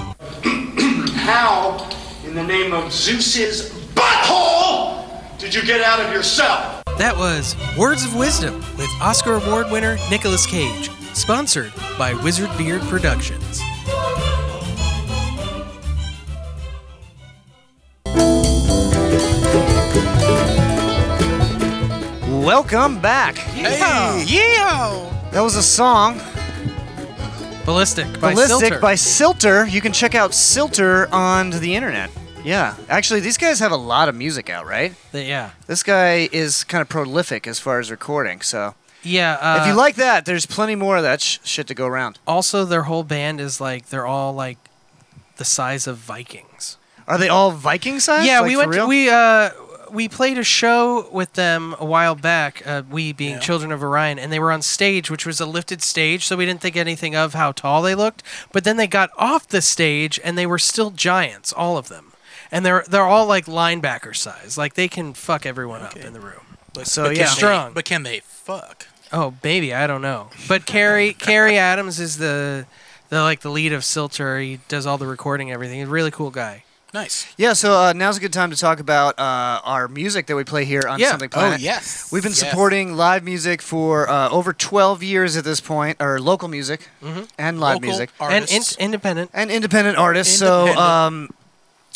How, in the name of Zeus's butthole, did you get out of yourself? That was Words of Wisdom with Oscar Award winner Nicolas Cage. Sponsored by Wizard Beard Productions. Welcome back. Hey. yeah. That was a song. Ballistic by Ballistic Silter. by Silter. You can check out Silter on the internet. Yeah. Actually, these guys have a lot of music out, right? They- yeah. This guy is kind of prolific as far as recording, so. Yeah. Uh, if you like that, there's plenty more of that sh- shit to go around. Also, their whole band is like they're all like the size of Vikings. Are they all Viking size? Yeah, Like, we for went. to- real? we uh, we played a show with them a while back. Uh, we being Children of Orion, and they were on stage, which was a lifted stage, so we didn't think anything of how tall they looked. But then they got off the stage, and they were still giants, all of them, and they're they're all like linebacker size. Like they can fuck everyone up in the room. but they're can they- strong. but can they fuck? Oh, baby, I don't know. But Carrie Carrie Adams is the the like the lead of Silter. He does all the recording, and everything. He's a really cool guy. Nice. Yeah, so uh, now's a good time to talk about uh, our music that we play here on Yeah. Something Oh, Planet. yes. We've been Yes. supporting live music for uh, over 12 years at this point, or local music Mhm. and live Local music. And artists. independent. And independent artists. So um,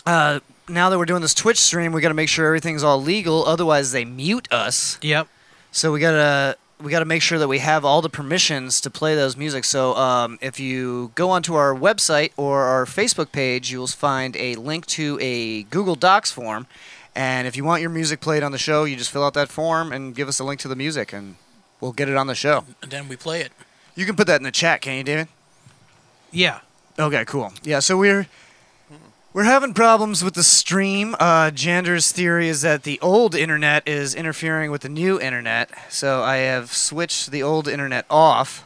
uh, now that we're doing this Twitch stream, we got to make sure everything's all legal. Otherwise, they mute us. Yep. So we got to. We got to make sure that we have all the permissions to play those music. So um, if you go onto our website or our Facebook page, you will find a link to a Google Docs form. And if you want your music played on the show, you just fill out that form and give us a link to the music, and we'll get it on the show. And then we play it. You can put that in the chat, can you, David? Yeah. Okay, cool. Yeah, so we're we're having problems with the stream. Uh, Jander's theory is that the old internet is interfering with the new internet, so I have switched the old internet off,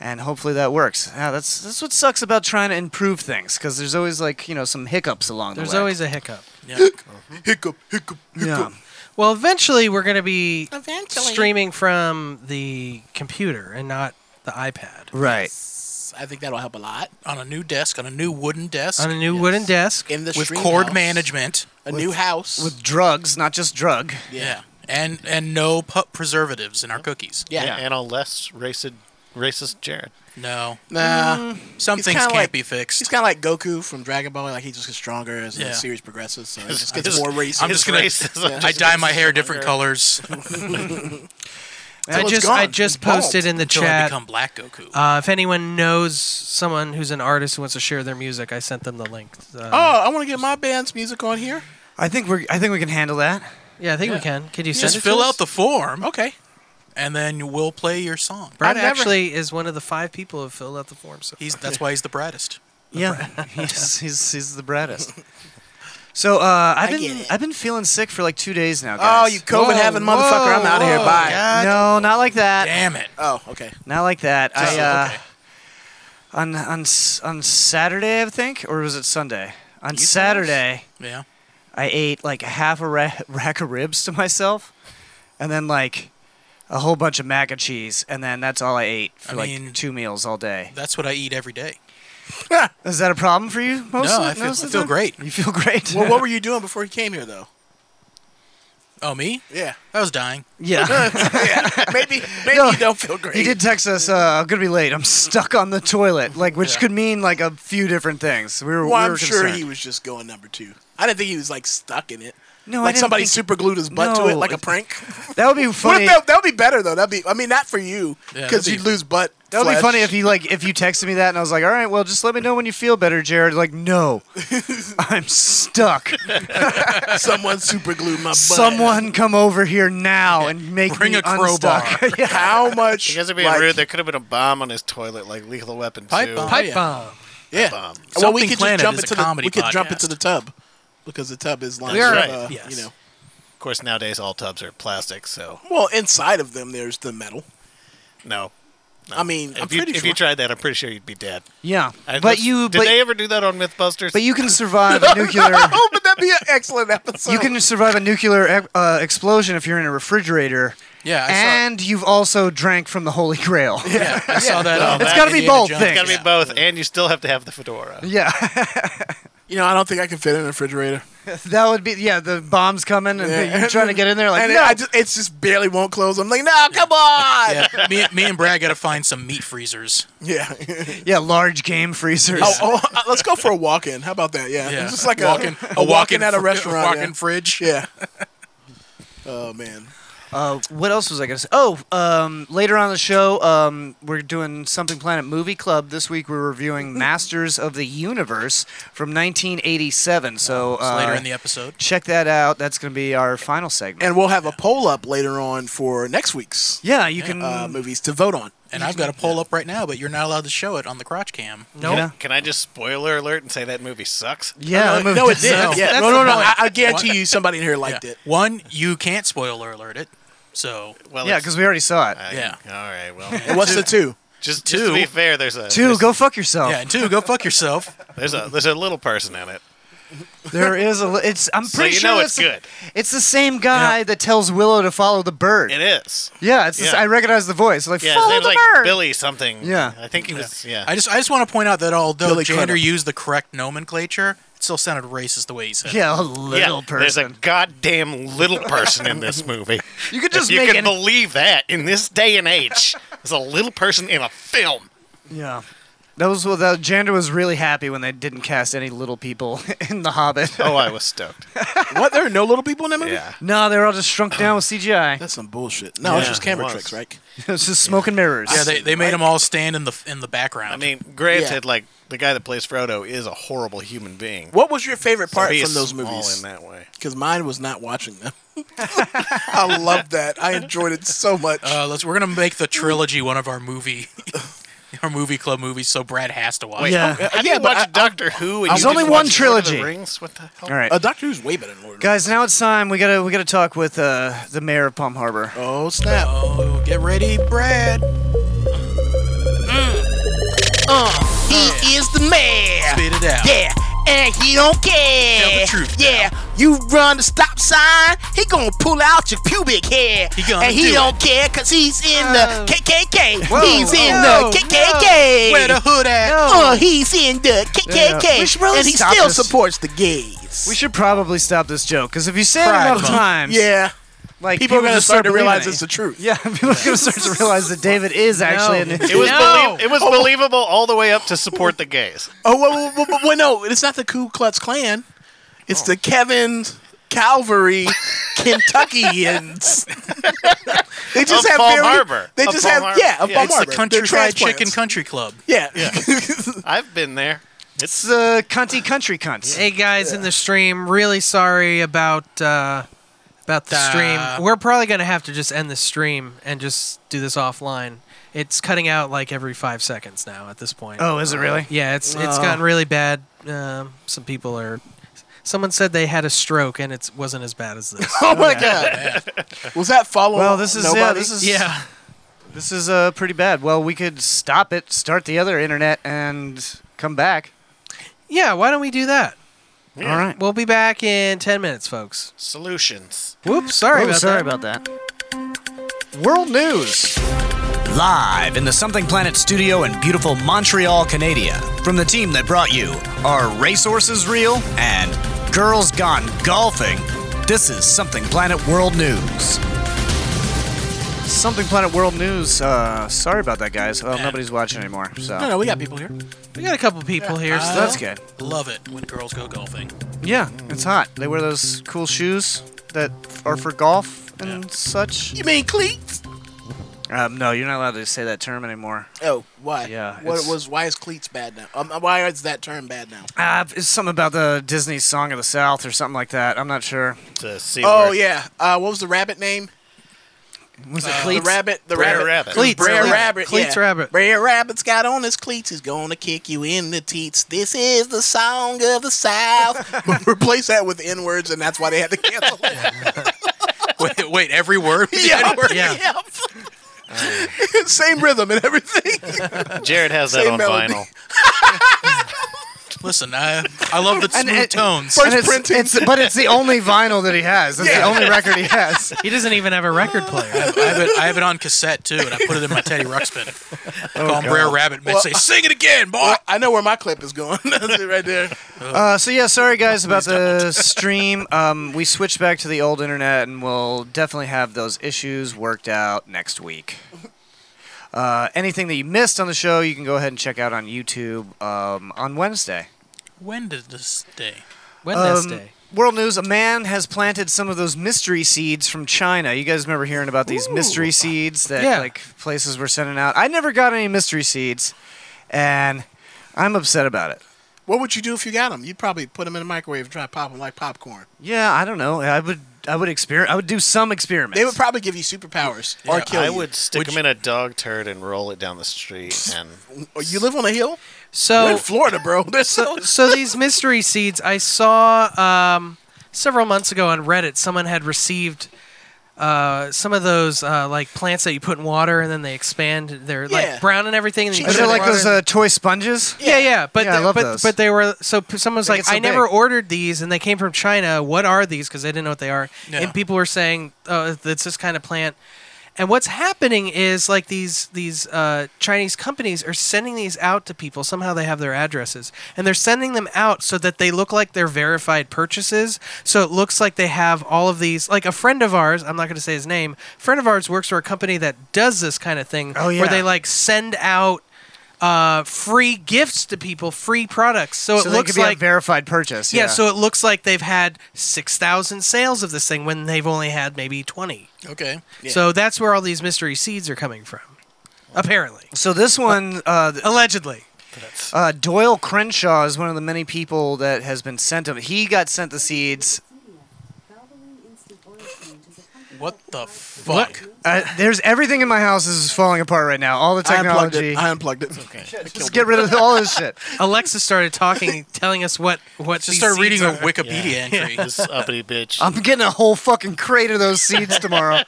and hopefully that works. Yeah, that's that's what sucks about trying to improve things, because there's always like you know some hiccups along There's the way. always a hiccup. hiccup, hiccup, hiccup. Well, eventually we're going to be Eventually. streaming from the computer and not the iPad. Right. I think that'll help a lot. On a new desk, on a new wooden desk, On a new wooden desk. in the with stream cord house. management, a new house with drugs, not just drug. Yeah, and and no pu- preservatives in our cookies. Yeah. and a less racist, racist Jared. No. Nah. Mm. Some He's things kinda can't like- be fixed. He's kind of like Goku from Dragon Ball. Like he just gets stronger as Yeah. the series progresses, so it His- just gets his- more racist. I'm just gonna- Yeah. I dye my hair different colors. I just I just posted in the Until chat. I become Black Goku. Uh, if anyone knows someone who's an artist who wants to share their music, I sent them the link. Uh, oh, I want to get my band's music on here. I think we're I think we can handle that. yeah, I think we can. Could you send just it to fill us? out the form? Okay. And then we'll play your song. Brad actually is one of the five people who filled out the form. So He's that's why he's the brightest. Yeah, he's, he's, he's the braddest. So uh, I've been I've been feeling sick for like two days now. Guys. Oh, you COVID having motherfucker! I'm out of here. Bye. No, not like that. Damn it. Oh, okay. Not like that. I So, uh, okay. on on s- on Saturday, I think, or was it Sunday? On Saturday, Yeah. I ate like a half a ra- rack of ribs to myself, and then like a whole bunch of mac and cheese, and then that's all I ate for I like mean- two meals all day. That's what I eat every day. Is that a problem for you? Most no, of, I feel, I most of feel the- great. You feel great. Well, what were you doing before you came here, though? Oh, me? Yeah. I was dying. Yeah. Maybe maybe No, you don't feel great. He did text us, uh, I'm going to be late. I'm stuck on the toilet, like which Yeah. could mean like a few different things. We were, Well, we I'm were sure concerned. he was just going number two. I didn't think he was like stuck in it. No, I like didn't somebody think- super glued his butt to it, No, like a it- prank. That would be funny. that, that would be better though. That'd be. I mean, not for you Yeah, because that'd you'd lose butt. That would be flesh. funny if he like if you texted me that and I was like, "All right, well, just let me know when you feel better, Jared." Like, no, I'm stuck. Someone super glued my butt. Someone come over here now and make me unstuck. How much? You guys are being like- rude. There could have been a bomb on his toilet, like Lethal Weapon Pipe 2. bomb, Pipe yeah. bomb. Yeah. Oh, bomb. well, we Something could just Planet jump is a into the comedy we could jump podcast. into the tub because the tub is lined. We are- with, Right, uh, yes. You know. Of course, nowadays all tubs are plastic, so Well, inside of them, there's the metal. no. no. I mean, if I'm you, pretty if sure. you tried that, I'm pretty sure you'd be dead. Yeah, I- but let's- you did but, they ever do that on MythBusters? but you can survive a nuclear. Oh, but that'd be an excellent episode. You can survive a nuclear e- uh, explosion if you're in a refrigerator. Yeah, I saw- and you've also drank from the Holy Grail. Yeah, I saw that. it's got to be both It's got things. to be both, and you still have to have the fedora. Yeah. You know, I don't think I can fit in a refrigerator. that would be yeah. The bombs coming and you're trying to get in there like and no. I just, it's just barely won't close. I'm like, no, come on. Yeah, me, me and Brad got to find some meat freezers. Yeah. yeah, large game freezers. Oh, oh, uh, let's go for a walk-in. How about that? Yeah, Yeah. It's just like a Walk-in- walk-in, a a walk-in walk-in at a fri- restaurant. walk-in yeah. fridge. Yeah. oh man. Uh, what else was I gonna say? Oh, um, later on in the show, um, we're doing something Planet Movie Club this week. We're reviewing Masters of the Universe from 1987. So It's later uh, in the episode. check that out. That's gonna be our final segment. And we'll have a poll up later on for next week's. Yeah, you can- uh, movies to vote on. And I've got a poll up right now, but you're not allowed to show it on the crotch cam. Nope. Yeah. Can I just spoiler alert and say that movie sucks? Uh, no, no, it did. Yeah. no, no, no. I, I guarantee you, somebody in here liked it. One, you can't spoiler alert it. So Well, yeah, because we already saw Uh, it. yeah. All right. Well, And what's the two? Just, Two. just to be fair, there's a Two, there's- go fuck yourself. Yeah, two, go fuck yourself. There's a there's a little person in it. There is a. li- It's. I'm So pretty you sure know it's the- good. It's the same guy that tells Willow to follow the bird. It is. Yeah, it's. the s- Yeah. I recognize the voice. Like Yeah, his follow name's the like bird. Billy something. Yeah. I think he was. Yeah. I just I just want to point out that although Billy Jander Crudup. used the correct nomenclature, it still sounded racist the way he said it. Yeah, a Yeah, There's a goddamn little person in this movie. You could If just you make can any- believe that in this day and age. There's a little person in a film. Yeah. That was well. That Jander was really happy when they didn't cast any little people in The Hobbit. Oh, I was stoked. what? There are no little people in that movie? Yeah. No, they were all just shrunk down with CGI. That's some bullshit. No, it's Yeah, just camera it was. tricks, right? it was just smoke and mirrors. Yeah, they, they made them all stand in the in the background. I mean, granted, like the guy that plays Frodo is a horrible human being. What was your favorite part he from is those small movies? in that way. Because mine was not watching them. I love that. I enjoyed it so much. Uh, let's we're gonna make the trilogy one of our movie our movie club movies, so Brad has to watch. Wait, oh, oh, it. Uh, Have you watched Doctor Who? And There's you only didn't one watch Lord of the trilogy. Rings? What the All hell? right. Uh, Doctor Who's way better than Lord. Guys, now it's time. We gotta we gotta talk with uh, the mayor of Palm Harbor. Oh snap! Oh, get ready, Brad. Uh, he is the man. Spit it out. Yeah, and he don't care. Tell the truth Yeah, you run the stop sign, he gonna pull out your pubic hair. He gonna and he do not care cause he's in the KKK. Whoa, he's in whoa, the KKK. no. Where the hood at? Oh, he's in the KKK. Yeah. We should really and he stop still this. supports the gays. We should probably stop this joke because if you say it Pride enough month. times, Yeah. like People are gonna just start to believing realize it. it's the truth. Yeah, people are gonna start to realize that David is actually an. It was No. belie- it was believable all the way up to support the gays. Oh well, well, well, well, well, no, it's not the Ku Klux Klan. It's Oh. the Kevin Calvary Kentuckians. they just Of have Palm very, Harbor. They Of just Palm have Harbor. yeah, of Yeah, Palm it's the Harbor. They're country fried transplants. chicken country club. Yeah. I've been there. It's the uh, cunty country cunts. Hey guys in the stream, really sorry about uh, about the stream. We're probably gonna have to just end the stream and just do this offline. It's cutting out like every five seconds now at this point. Oh, is it really? Yeah, it's it's Oh. gotten really bad. Um, some people are. Someone said they had a stroke and it wasn't as bad as this. Oh my god. Was that follow? Well, this is yeah, nobody? this is this is uh, pretty bad. Well, we could stop it, start the other internet, and come back. Yeah, why don't we do that? Yeah. All right. We'll be back in 10 minutes, folks. Solutions. Whoops, sorry Oh, about sorry that. about that. World news. Live in the Something Planet studio in beautiful Montreal, Canada, from the team that brought you Are Racehorses Real? and Girls Gone Golfing, this is Something Planet World News. Something Planet World News. Uh, sorry about that, guys. Well, nobody's watching anymore. So No, no, we got people here. We got a couple people here. So so that's good. Love it when girls go golfing. Yeah, it's hot. They wear those cool shoes that are for golf and such. You mean cleats? Um, no, you're not allowed to say that term anymore. Oh, why? Yeah, What it's- was? Why is cleats bad now? Um, why is that term bad now? Uh, it's something about the Disney Song of the South or something like that. I'm not sure. oh yeah. Uh, what was the rabbit name? Was it Uh, Cleats? The rabbit. The Brer rabbit. Rabbit. Cleats. Cleats, Brer yeah. rabbit. Cleats yeah. rabbit. Brer rabbit's got on his cleats. He's gonna kick you in the teats. This is the song of the South. Replace that with N words, and that's why they had to cancel it. wait, wait, every word? yeah. yeah. Same rhythm and everything. Jared has that Same on melody. vinyl. Listen, I I love the smooth tones. And it's- it's- but it's the only vinyl that he has. That's the only record he has. He doesn't even have a record player. I have, I have it, I have it on cassette too, and I put it in my Teddy Ruxpin. I call him Brer Rabbit, and Well, say, "Sing it again, boy." Oh, I know where my clip is going. That's it right there. Uh, so yeah, sorry guys about the stream. Um, we switched back to the old internet, and we'll definitely have those issues worked out next week. Uh, anything that you missed on the show, you can go ahead and check out on YouTube um, on Wednesday. When did this day? Um, World news: A man has planted some of those mystery seeds from China. You guys remember hearing about these mystery seeds that Yeah. like places were sending out? I never got any mystery seeds, and I'm upset about it. What would you do if you got them? You'd probably put them in the microwave and try to pop them like popcorn. Yeah, I don't know. I would, I would experiment. I would do some experiments. They would probably give you superpowers or kill I you. would stick them in a dog turd and roll it down the street. And Oh, You live on a hill? So We're in Florida, bro. There's so, so these mystery seeds I saw um, several months ago on Reddit. Someone had received uh, some of those uh, like plants that you put in water and then they expand. They're Yeah. like brown and everything. And then you Is put it in like water those and- uh, toy sponges? Yeah, yeah, but I the- love but those. but they were so p- someone was They like, get so I never big." ordered these, and they came from China. What are these? Because I didn't know what they are, Yeah. and people were saying, oh, it's this kind of plant. And what's happening is like these these uh, Chinese companies are sending these out to people. Somehow they have their addresses, and they're sending them out so that they look like they're verified purchases. So it looks like they have all of these. Like a friend of ours, I'm not going to say his name. a Friend of ours works for a company that does this kind of thing, Oh, yeah. where they like send out uh, free gifts to people, free products. So it so they looks could be like a verified purchase. yeah, so it looks like they've had six thousand sales of this thing when they've only had maybe twenty. Okay. So that's where all these mystery seeds are coming from, apparently. So this one, uh, allegedly, uh, Doyle Crenshaw is one of the many people that has been sent him. He got sent the seeds. What the fuck? Uh, there's everything in my house is falling apart right now. All the I unplugged technology. it. I unplugged it. okay. Just get rid of all this shit. Alexa started talking, telling us what what. Just these start reading seeds a are. Wikipedia entry. This uppity bitch. Oh, I'm getting a whole fucking crate of those seeds tomorrow.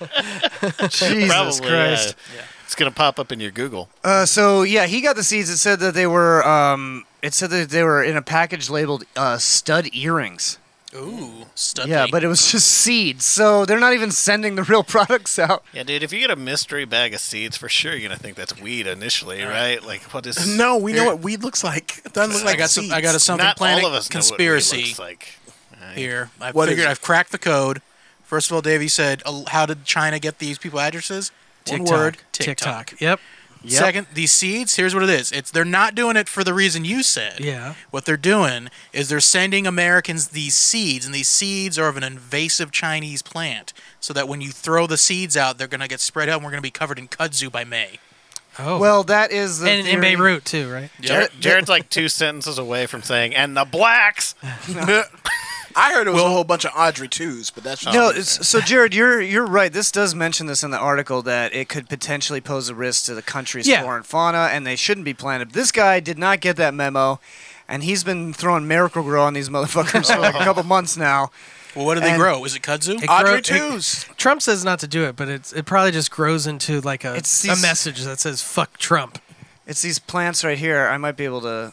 Jesus Probably, yeah. Christ. It's gonna pop up in your Google. Uh, so yeah, he got the seeds. It said that they were. Um, it said that they were in a package labeled uh, stud earrings. Ooh, studly. Yeah, but it was just seeds. So they're not even sending the real products out. Yeah, dude, if you get a mystery bag of seeds, for sure you're gonna think that's weed initially, right? Like, what is? No, we know what weed looks like. It doesn't look like I got seeds. some. I got a something Not all planet of us know what weed conspiracy looks like. here. I What is figured it? I've cracked the code. First of all, Davey said, "Uh, "How did China get these people addresses?" One TikTok. word: TikTok. TikTok. Yep. Yep. Second, these seeds. Here's what it is. It's they're not doing it for the reason you said. Yeah. What they're doing is they're sending Americans these seeds, and these seeds are of an invasive Chinese plant, so that when you throw the seeds out, they're going to get spread out, and we're going to be covered in kudzu by May. Oh. Well, that is the and in theory. Beirut too, right? Jared, Jared's like two sentences away from saying, "And the blacks." I heard it was a whole bunch of Audrey twos, but that's No, it's, so Jared, you're you're right. This does mention this in the article that it could potentially pose a risk to the country's Yeah. flora and fauna, and they shouldn't be planted. This guy did not get that memo, and he's been throwing Miracle Grow on these motherfuckers for like a couple months now. Well, what do they And- grow? Is it kudzu? It grow- it- Trump says not to do it, but it's it probably just grows into like a, It's a these- message that says "fuck Trump." It's these plants right here. I might be able to.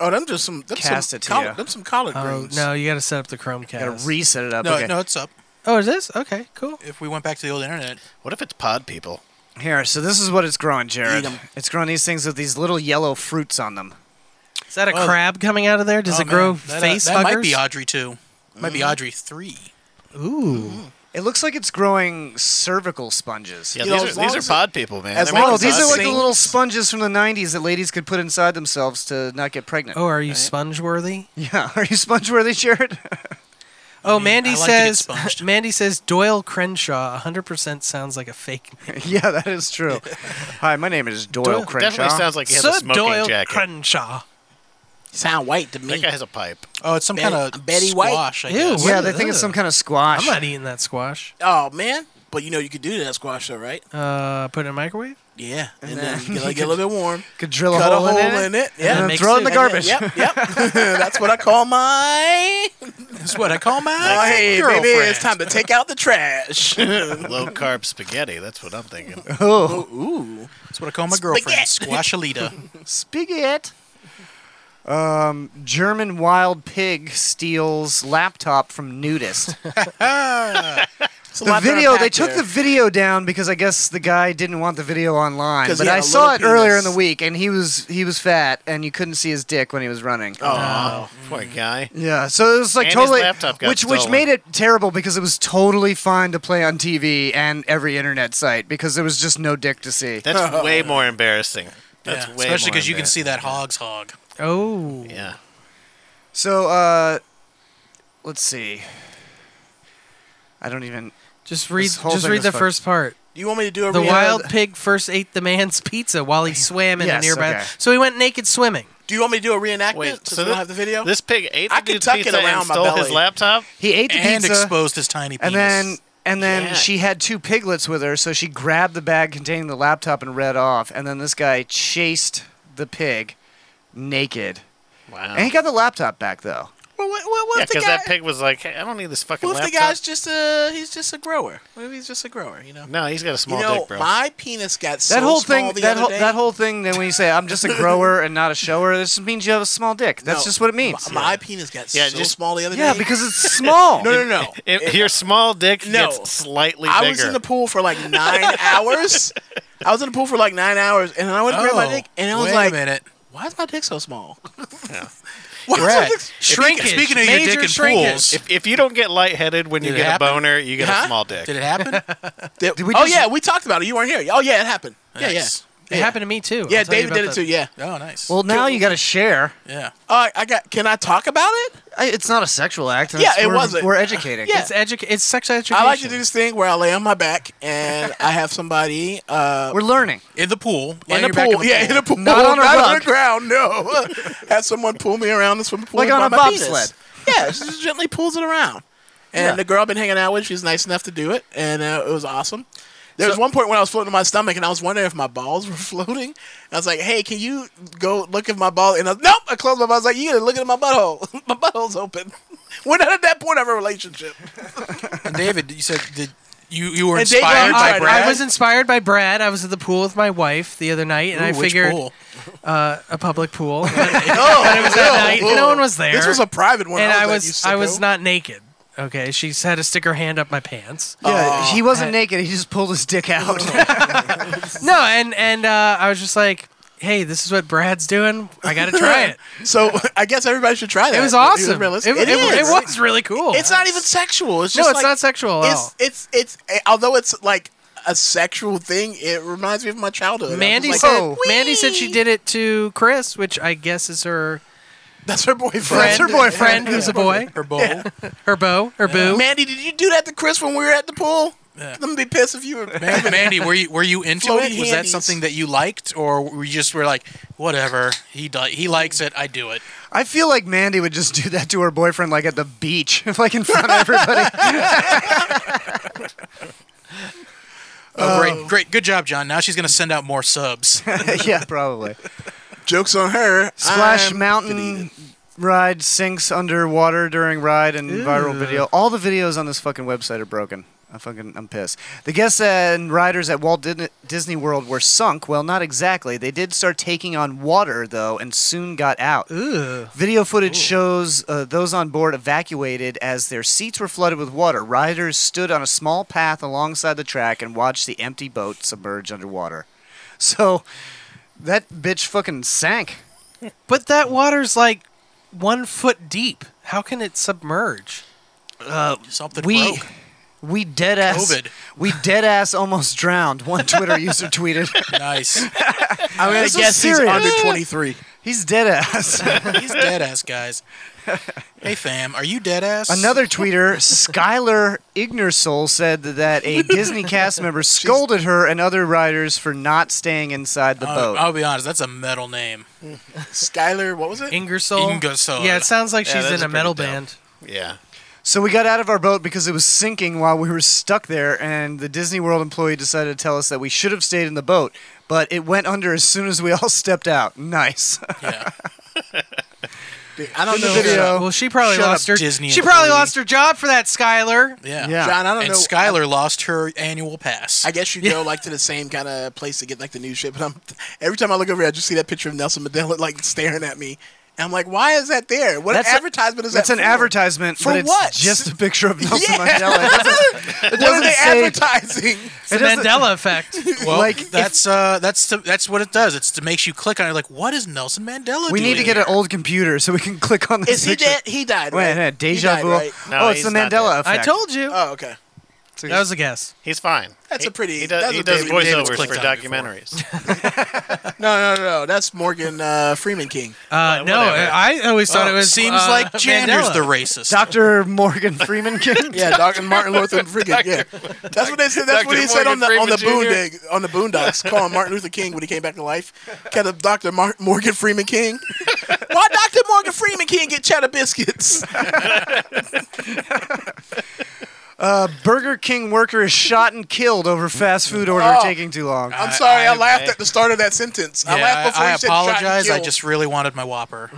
Oh, them just some them cast some it to col- you. them some collard Oh, greens. no, you got to set up the Chromecast. Gotta reset it up. No, okay. no, it's up. Oh, is this okay? Cool. If we went back to the old internet, what if it's pod people? Here, so this is what it's growing, Jared. Eat 'em. It's growing these things with these little yellow fruits on them. Is that a Oh. crab coming out of there? Does Oh, it grow man. That, uh, face That might huggers? be Audrey two. Might be Mhm. Audrey three. Ooh. It looks like it's growing cervical sponges. Yeah, these, are, these are pod people, man. They're no, making these pod are like the people. little sponges from the '90s that ladies could put inside themselves to not get pregnant. Oh, are you sponge worthy? Yeah, are you sponge worthy, Jared? Oh, Mandy I like to get says. Mandy says Doyle Crenshaw 100% sounds like a fake name. yeah, that is true. Hi, my name is Doyle, Doyle- Crenshaw. Definitely sounds like he has a Sir smoking Doyle jacket. Crenshaw. Sound white to me. That guy has a pipe. Oh, it's some Betty- kind of Betty White. squash. I Ew, guess. what Yeah, they think it's some kind of squash. I'm not eating that squash. Oh man, but you know you could do that squash though, right? Uh, put it in a microwave. Yeah, and then then you you get, get a little bit warm. Could drill a cut hole in it, in it. and then Yeah, And throw it in mix the it. garbage. And then- Yep, yep. That's what I call my. That's what I call my. Oh, hey, girlfriend. baby, it's time to take out the trash. Low carb spaghetti. That's what I'm thinking. Oh, ooh, that's what I call my girlfriend. Spaghetti. Squashalita. Spigot. Um, German wild pig steals laptop from nudist. a the lot to video they unpack took there. the video down because I guess the guy didn't want the video online. 'Cause he But had I a saw it little earlier in penis. the week, and he was he was fat, and you couldn't see his dick when he was running. Oh, poor guy. Yeah, so it was like And his totally laptop got which which stolen. made it terrible because it was totally fine to play on TV and every internet site because there was just no dick to see. That's way more embarrassing. That's Yeah, way especially more because you can see that hog's hog. Oh. Yeah. So uh let's see. I don't even Just read. this whole Just thing read is the fucked. first part. You want me to do a The read? wild pig first ate the man's pizza while he swam in Yes, the nearby. okay. So he went naked swimming. Do you want me to do a reenactment? Wait, since so we don't thi- have the video. This pig ate I could tuck it around my belly. He ate the and pizza exposed his tiny penis. And then and then Yeah. she had two piglets with her, so she grabbed the bag containing the laptop and read off, and then this guy chased the pig naked. Wow. Oh. And he got the laptop back though. Well, what, what, what yeah, if the because guy? that pig was like, "Hey, I don't need this fucking What if the laptop." guy's just a he's just a grower? What if he's just a grower? You know. no, he's got a small you know, dick, bro. my penis got so That whole small thing, the that other whole, day. that whole thing, then when you say I'm just a grower and not a shower, this just means you have a small dick. That's No, just what it means. My, my penis got Yeah, so just- small the other day. yeah, because it's small. no, no, no. If your small dick No. gets slightly I bigger. was in the pool for like nine hours. I was in the pool for like nine hours, and I went to grab my Oh, dick, and I was wait a like, minute. "Why is my dick so small?" Why is my Brad, dick- Shrinkage. Speaking of your Major dick in shrinkage. pools- if, if you don't get lightheaded when you Did it get happen? a boner, you get Huh? a small dick. Did it happen? Did- we oh just- yeah, we talked about it. You weren't here. Oh yeah, it happened. Yeah, yeah. Nice. yeah. It happened to me too. Yeah, I'll tell you David did it about too. Yeah. that. Oh, nice. Well, now you got to share. Yeah. Uh, I got. Can I talk about it? I, it's not a sexual act. Yeah, It's- it we're, wasn't. We're educating. Yeah. It's edu- It's sexual education. I like to do this thing where I lay on my back and I have somebody. Uh, We're learning in the pool. In Laying the your back pool, in the yeah, pool. in the pool, Not on a rug. the ground. No, have someone pull me around the swimming pool, Like and on by a my penis. bobsled. Yeah, she just gently pulls it around. And Yeah. the girl I've been hanging out with, she's nice enough to do it, and uh, it was awesome. There was one point when I was floating on my stomach, and I was wondering if my balls were floating. And I was like, "Hey, can you go look at my ball?" And I was, nope, I closed my. Ball. I was like, "You gotta look at my butthole. my butthole's open." We're not at that point of a relationship. And David, you said did you you were And David inspired by I, Brad? I was inspired by Brad. I was at the pool with my wife the other night, and Ooh, I which figured pool? Uh, a public pool. but it was at night. oh. No one was there. This was a private one. and I I was was at, you I was sicko. not naked. Okay, she had to stick her hand up my pants. Yeah, he wasn't And- naked. He just pulled his dick out. No, and and uh, I was just like, hey, this is what Brad's doing. I got to try it. so I guess everybody should try that. It was It was awesome. It, realistic. It it- it is. was really cool. It's not even sexual. It's No, just it's like- not sexual at it's, all. It's it's eh, although it's like a sexual thing. It reminds me of my childhood. Mandy I was like, said. "Wee!" Mandy said she did it to Chris, which I guess is her. That's her boyfriend. Friend, her boyfriend, who's a boy. Her beau. Her beau. Her boo. Mandy, did you do that to Chris when we were at the pool? Yeah. I'm gonna be pissed if you were. Man- Mandy, were you were you into Floaty it? Was that handies. something that you liked, or were you just were like, whatever he di- he likes it, I do it. I feel like Mandy would just do that to her boyfriend, like at the beach, like in front of everybody. Oh, Um, great, great, good job, John. Now she's gonna send out more subs. yeah, probably. Jokes on her. Splash I'm- Mountain ride sinks underwater during ride and viral video. All the videos on this fucking website are broken. I fucking I'm pissed. The guests and riders at Walt Dis- Disney World were sunk. Well, not exactly. They did start taking on water though, and soon got out. Video footage shows uh, those on board evacuated as their seats were flooded with water. Riders stood on a small path alongside the track and watched the empty boat submerge underwater. So that bitch fucking sank. But that water's like one foot deep. How can it submerge? Uh, Something we we dead ass COVID. we dead ass almost drowned. One Twitter user tweeted. nice. I'm gonna This is guess he's serious. under 23. He's dead ass. He's dead ass, guys. Hey, fam, are you dead ass? Another tweeter, Skylar Ignersoll, said that a Disney cast member scolded her and other riders for not staying inside the Uh, I'll, boat. Uh, I'll be honest, that's a metal name. Skylar, what was it? Ingersoll. Ingersoll. Yeah, it sounds like Yeah, she's that's in a pretty metal dope. band. Yeah. So we got out of our boat because it was sinking while we were stuck there, and the Disney World employee decided to tell us that we should have stayed in the boat, but it went under as soon as we all stepped out. Nice. Yeah. I don't In the know. video. Well, she probably Shut up, lost her. Disney she probably employee. lost her job for that, Skylar. Yeah. Yeah. John, I don't and know- Skylar lost her annual pass. I guess you go like to the same kind of place to get like the new shit. But I'm every time I look over, here, I just see that picture of Nelson Mandela like staring at me. And And I'm like, why is that there? What That's a- advertisement is that's an that? for? advertisement, For but it's what? just a picture of Nelson Yeah. Mandela. It doesn't, it what are doesn't they say- advertising? It doesn't- effect. Well, Like, like that's uh, that's the, that's what it does. It's to makes you click on it. Like, what is Nelson Mandela? We need doing to get here? an old computer so we can click on this. Is he picture. dead? He died. Wait, Right? yeah, deja He died, vu. right? oh, it's the Mandela effect. you. Oh, okay. That was a guess. He's fine. That's He- a pretty. He does, that's he a does David David's voiceovers clicked for on before. documentaries. No, no, no, no. That's Morgan uh, Freeman King. Uh, no, I always thought it was. Seems uh, like Jander's Mandela. the racist. Dr. Morgan Freeman King. yeah, Dr. Martin Luther Freaking. Yeah, that's what they said. That's what Dr. he said on the Morgan on the Freeman Jr.. boondig on the boondocks, calling Martin Luther King when he came back to life. Kind of Dr. Mar- Morgan Freeman King. Why Dr. Morgan Freeman King get cheddar biscuits? Uh, Burger King worker is shot and killed over fast food order Oh. taking too long. I'm sorry, I, laughed at the start of that sentence. I Yeah, laughed before I, you said shot and apologize. I killed. just really wanted my Whopper.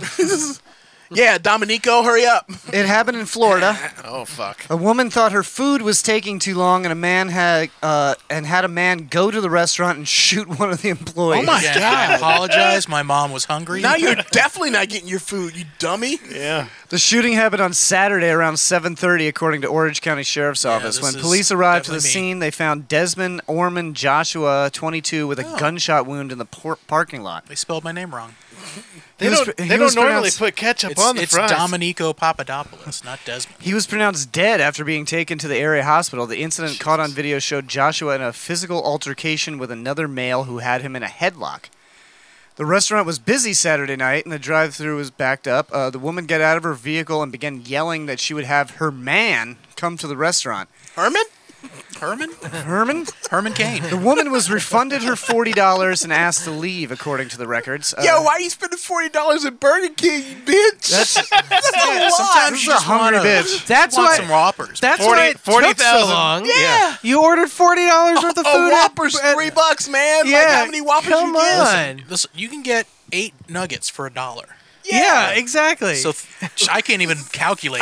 yeah, Dominico, hurry up. It happened in Florida. oh fuck. A woman thought her food was taking too long, and a man had uh, and had a man go to the restaurant and shoot one of the employees. Oh Again, I apologize. My mom was hungry. Now you're definitely not getting your food, you dummy. Yeah. The shooting happened on Saturday around 7:30, according to Orange County Sheriff's Office. this When is police arrived to the definitely me. scene, they found Desmond Orman Joshua, 22, with a gunshot wound in the por- parking lot. They spelled my name wrong. They He was don't- pr- he they don't was normally pronounced- put ketchup It's- on the it's fries. Dominico Papadopoulos, not Desmond. He was pronounced dead after being taken to the area hospital. The incident caught on video showed Joshua in a physical altercation with another male who had him in a headlock. The restaurant was busy Saturday night, and the drive-through was backed up. Uh, the woman got out of her vehicle and began yelling that she would have her man come to the restaurant. Herman? Herman? Herman? Herman Kane. The woman was refunded her forty dollars and asked to leave, according to the records. Uh, Yo, why are you spending forty dollars at Burger King, you bitch? That's- a Yeah, lot. sometimes you This is a just hungry wanna- bitch. That's want why some Whoppers. That's 40 why it took so 40,000. long. Yeah. Yeah. you ordered forty dollars worth of A food. at- Whopper's three bucks, man. like, Yeah, how many Whoppers come you get? on. Listen, listen, you can get eight nuggets for a dollar. yeah, exactly. So th- I can't even calculate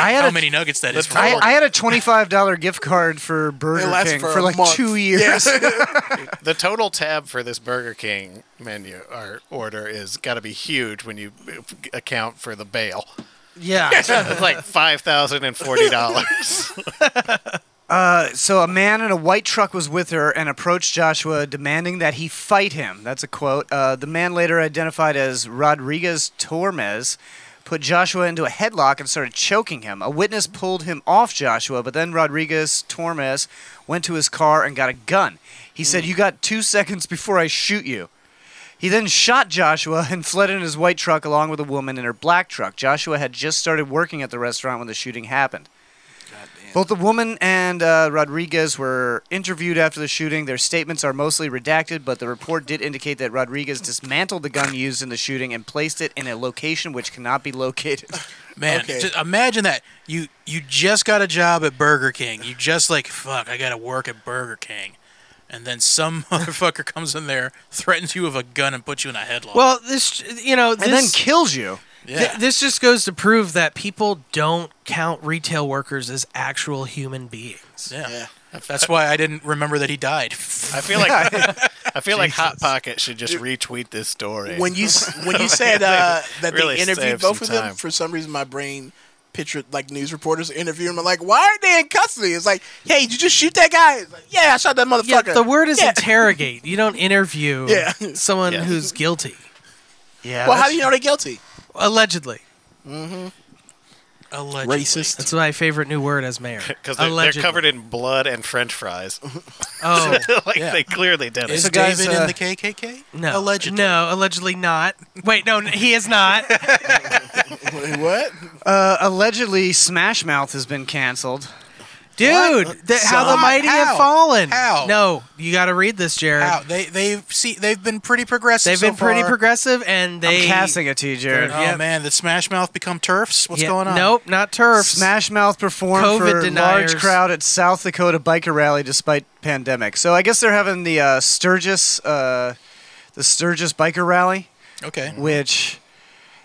I had how a- many nuggets that is. for I, a I had a twenty-five dollar gift card for Burger lasts King for for, a like month. two years. the total tab for this Burger King menu or order is got to be huge when you uh, account for the bail. Yeah. it's like five thousand and forty dollars. Uh, so a man in a white truck was with her and approached Joshua, demanding that he fight him. That's a quote. Uh, the man later identified as Rodriguez Tormes. Put Joshua into a headlock and started choking him. A witness pulled him off Joshua, but then Rodriguez Tormes went to his car and got a gun. He said, You got two seconds before I shoot you. He then shot Joshua and fled in his white truck along with a woman in her black truck. Joshua had just started working at the restaurant when the shooting happened. Both the woman and uh, Rodriguez were interviewed after the shooting. Their statements are mostly redacted, but the report did indicate that Rodriguez dismantled the gun used in the shooting and placed it in a location which cannot be located. Man, just imagine that. You you just got a job at Burger King. You just like, fuck, I gotta work at Burger King. And then some motherfucker comes in there, threatens you with a gun and puts you in a headlock. Well, this you know, this, then kills you. Yeah. Th- this just goes to prove that people don't count retail workers as actual human beings. yeah. That's why I didn't remember that he died. I feel like I feel like Hot Pocket should just retweet this story. When you s- when you said uh, that they interviewed both of them, for some reason my brain pictured like news reporters interviewing them. Like, why aren't they in custody? It's like, hey, did you just shoot that guy? It's like, yeah, I shot that Yeah, motherfucker. the word is Yeah. interrogate. You don't interview Yeah. someone Yeah. who's guilty. Yeah. well, how do you know they're guilty? Allegedly. Mm-hmm. Allegedly. Racist. That's my favorite new word as mayor. because they're, they're Allegedly. covered in blood and French fries. Oh, like yeah. they clearly did it. Is So guys, David in uh, the KKK? No. Allegedly. No, allegedly not. Wait, no, n- he is not. what? Uh, allegedly, Smash Mouth has been canceled. Dude, the, how the Son. mighty have How? fallen. How? No, you got to read this, Jared. Wow, they they've see they've been pretty progressive. They've so been pretty far. progressive, and they it to you, Jared. Oh Yep. man, did Smash Mouth become turfs? What's Yeah, going on? Nope, not turfs. Smash Mouth performed COVID for deniers. large crowd at South Dakota biker rally despite pandemic. So I guess they're having the uh, Sturgis, uh, the Sturgis biker rally, Okay. which.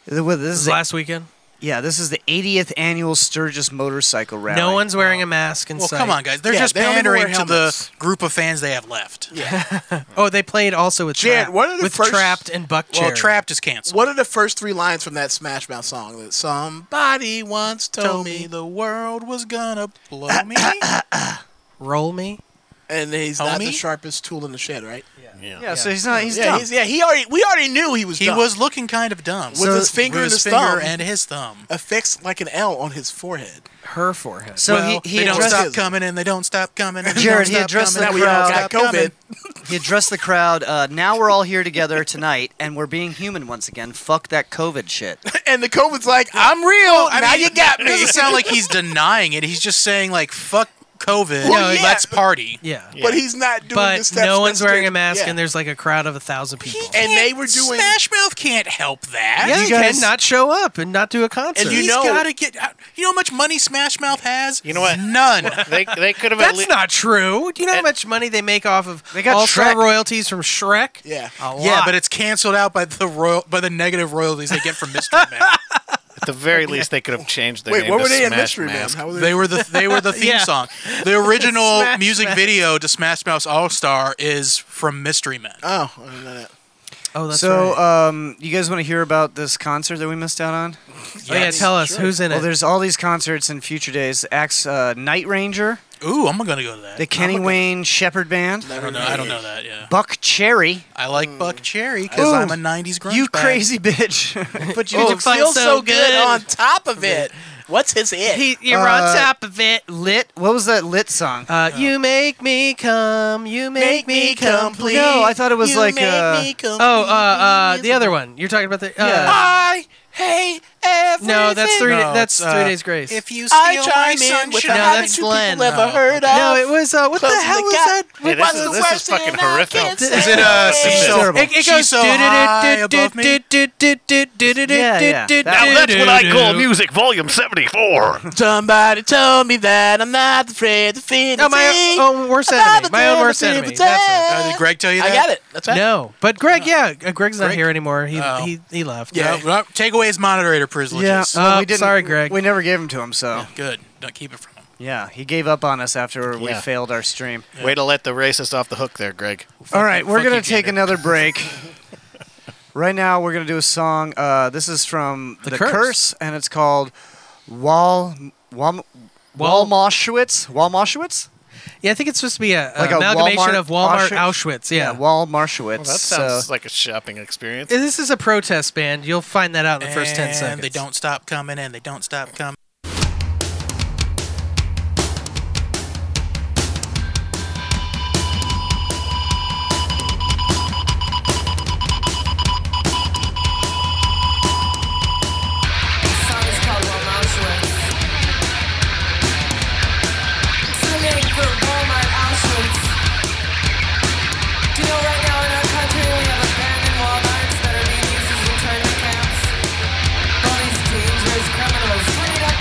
This This is is last weekend. Yeah, this is the 80th annual Sturgis Motorcycle Rally. No one's wearing a mask in Well, sight. come on, guys. They're just pandering to the group of fans they have left. Oh, they played also with Jan, Trap- what are the with first- Trapped and Buck Well, Cherry. Trapped is canceled. What are the first three lines from that Smash Mouth song? That somebody once told, Told me, me the world was gonna blow me. Roll me. And he's not the Homie? sharpest tool in the shed, right? Yeah. Yeah. so he's not- he's yeah, dumb. yeah, he already. We already knew he was. He dumb. was looking kind of dumb. with his finger With and his his finger thumb and his thumb. affixed like an L on his forehead. Her forehead. So Well, he, he they don't addressed- stop coming and they don't stop coming. And they Jared, don't he stop addressed the coming. crowd. Now we all got Got COVID. he addressed the crowd. Uh, now we're all here together tonight, and we're being human once again. Fuck that COVID shit. and the COVID's like, "Ah, I'm real. now you got me. It doesn't sound like he's denying it. He's just saying like, "Fuck COVID. Well, yeah. Let's party." Yeah. But he's not doing But the steps no one's wearing necessary- a mask, Yeah. and there's like a crowd of a thousand people. and they were doing Smash Mouth can't help that. yeah, you can not show up and not do a concert. And you know, gotta get. You know how much money Smash Mouth has? You know what? None. they they could That's not true. Do you know how much money they make off of got All Star Shrek. royalties from Shrek? Yeah, a lot. Yeah, but it's canceled out by the royal by the negative royalties they get from Mystery Man. At the very least, they could have changed their Wait, name what to were they in Smash Mystery Man? Mask. How were they- They were the- they were the theme Yeah. song. The original Smash music Mouth. video to Smash Mouth All Star is from Mystery Man. Oh, I didn't know that. Oh, that's so, um, you guys want to hear about this concert that we missed out on? Oh, yeah, tell us. Who's in well, it? there's all these concerts in future days. Axe uh, Night Ranger, Ooh, I'm gonna go to that. the Kenny Wayne Shepherd Band, I don't know. I don't know that. Yeah. Buck Cherry. I like Buck Cherry because Ooh, I'm a '90s grunge. You bag. crazy bitch. But Oh, you it feel feels so, so good. good. on top of it. What's his it? Uh, Lit. What was that lit song? Uh, You make me come. You Make make, me complete. No, Oh, I thought it was You like. make uh, me complete. Oh, uh, uh, the other one. You're talking about the. Uh, I hate everything. No, that's three. No, that's it's, uh, three days grace. If you I steal chime my in sunshine, with no, the that's attitude Glenn. Oh, people ever heard No, of. it was. Uh, what the Closing hell the was gap. that? Yeah, this is- this is fucking horrific. Is it uh, she's so, It, it she's goes. so high above me? Now that's what I call music, volume seventy-four. Somebody told me that I'm not afraid to feel No, Oh, my own worst enemy. My own worst enemy. That's Uh, did Greg tell you I that? got it. That's it. right. No, but Greg, yeah, uh, Greg's not Greg? here anymore. He Oh. he he left. Yeah, well, take away his moderator yeah. privileges. well, Oh, we didn't- sorry, Greg. We never gave him to him, so. Good. Don't keep it from him. Yeah, he gave up on us after we Yeah. failed our stream. Way to let the racist off the hook there, Greg. All right, we're fuck going you, to take Gator. another break. right now, we're going to do a song. Uh, this is from The, Curse. Curse. and it's called Wal, Wal, Wal- Walmoshewitz? Walmoshewitz? Yeah, I think it's supposed to be a, a amalgamation of Walmart Auschwitz. Yeah. Walmarshewitz. Well, that sounds like a shopping experience. This is a protest band. You'll find that out in the first ten And seconds. they don't stop coming, and they don't stop coming. song is called Walmart Auschwitz. It's a lyric for Walmart Auschwitz. Do you know right now in our country we have abandoned Walmarts that are being used as internment camps? All these dangerous criminals cleaning up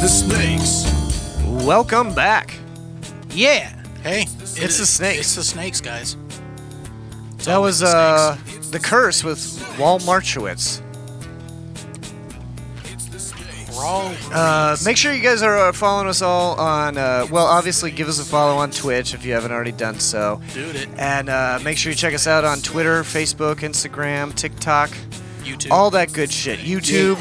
the snakes. Welcome back. Yeah. Hey, it's the snakes. It's the snakes, guys. That was uh, the curse with Wal Marchowitz. Uh, make sure you guys are uh, following us all on. Uh, well, obviously, give us a follow on Twitch if you haven't already done so. Dude it. And uh, make sure you check us out on Twitter, Facebook, Instagram, TikTok, YouTube, all that good shit. YouTube.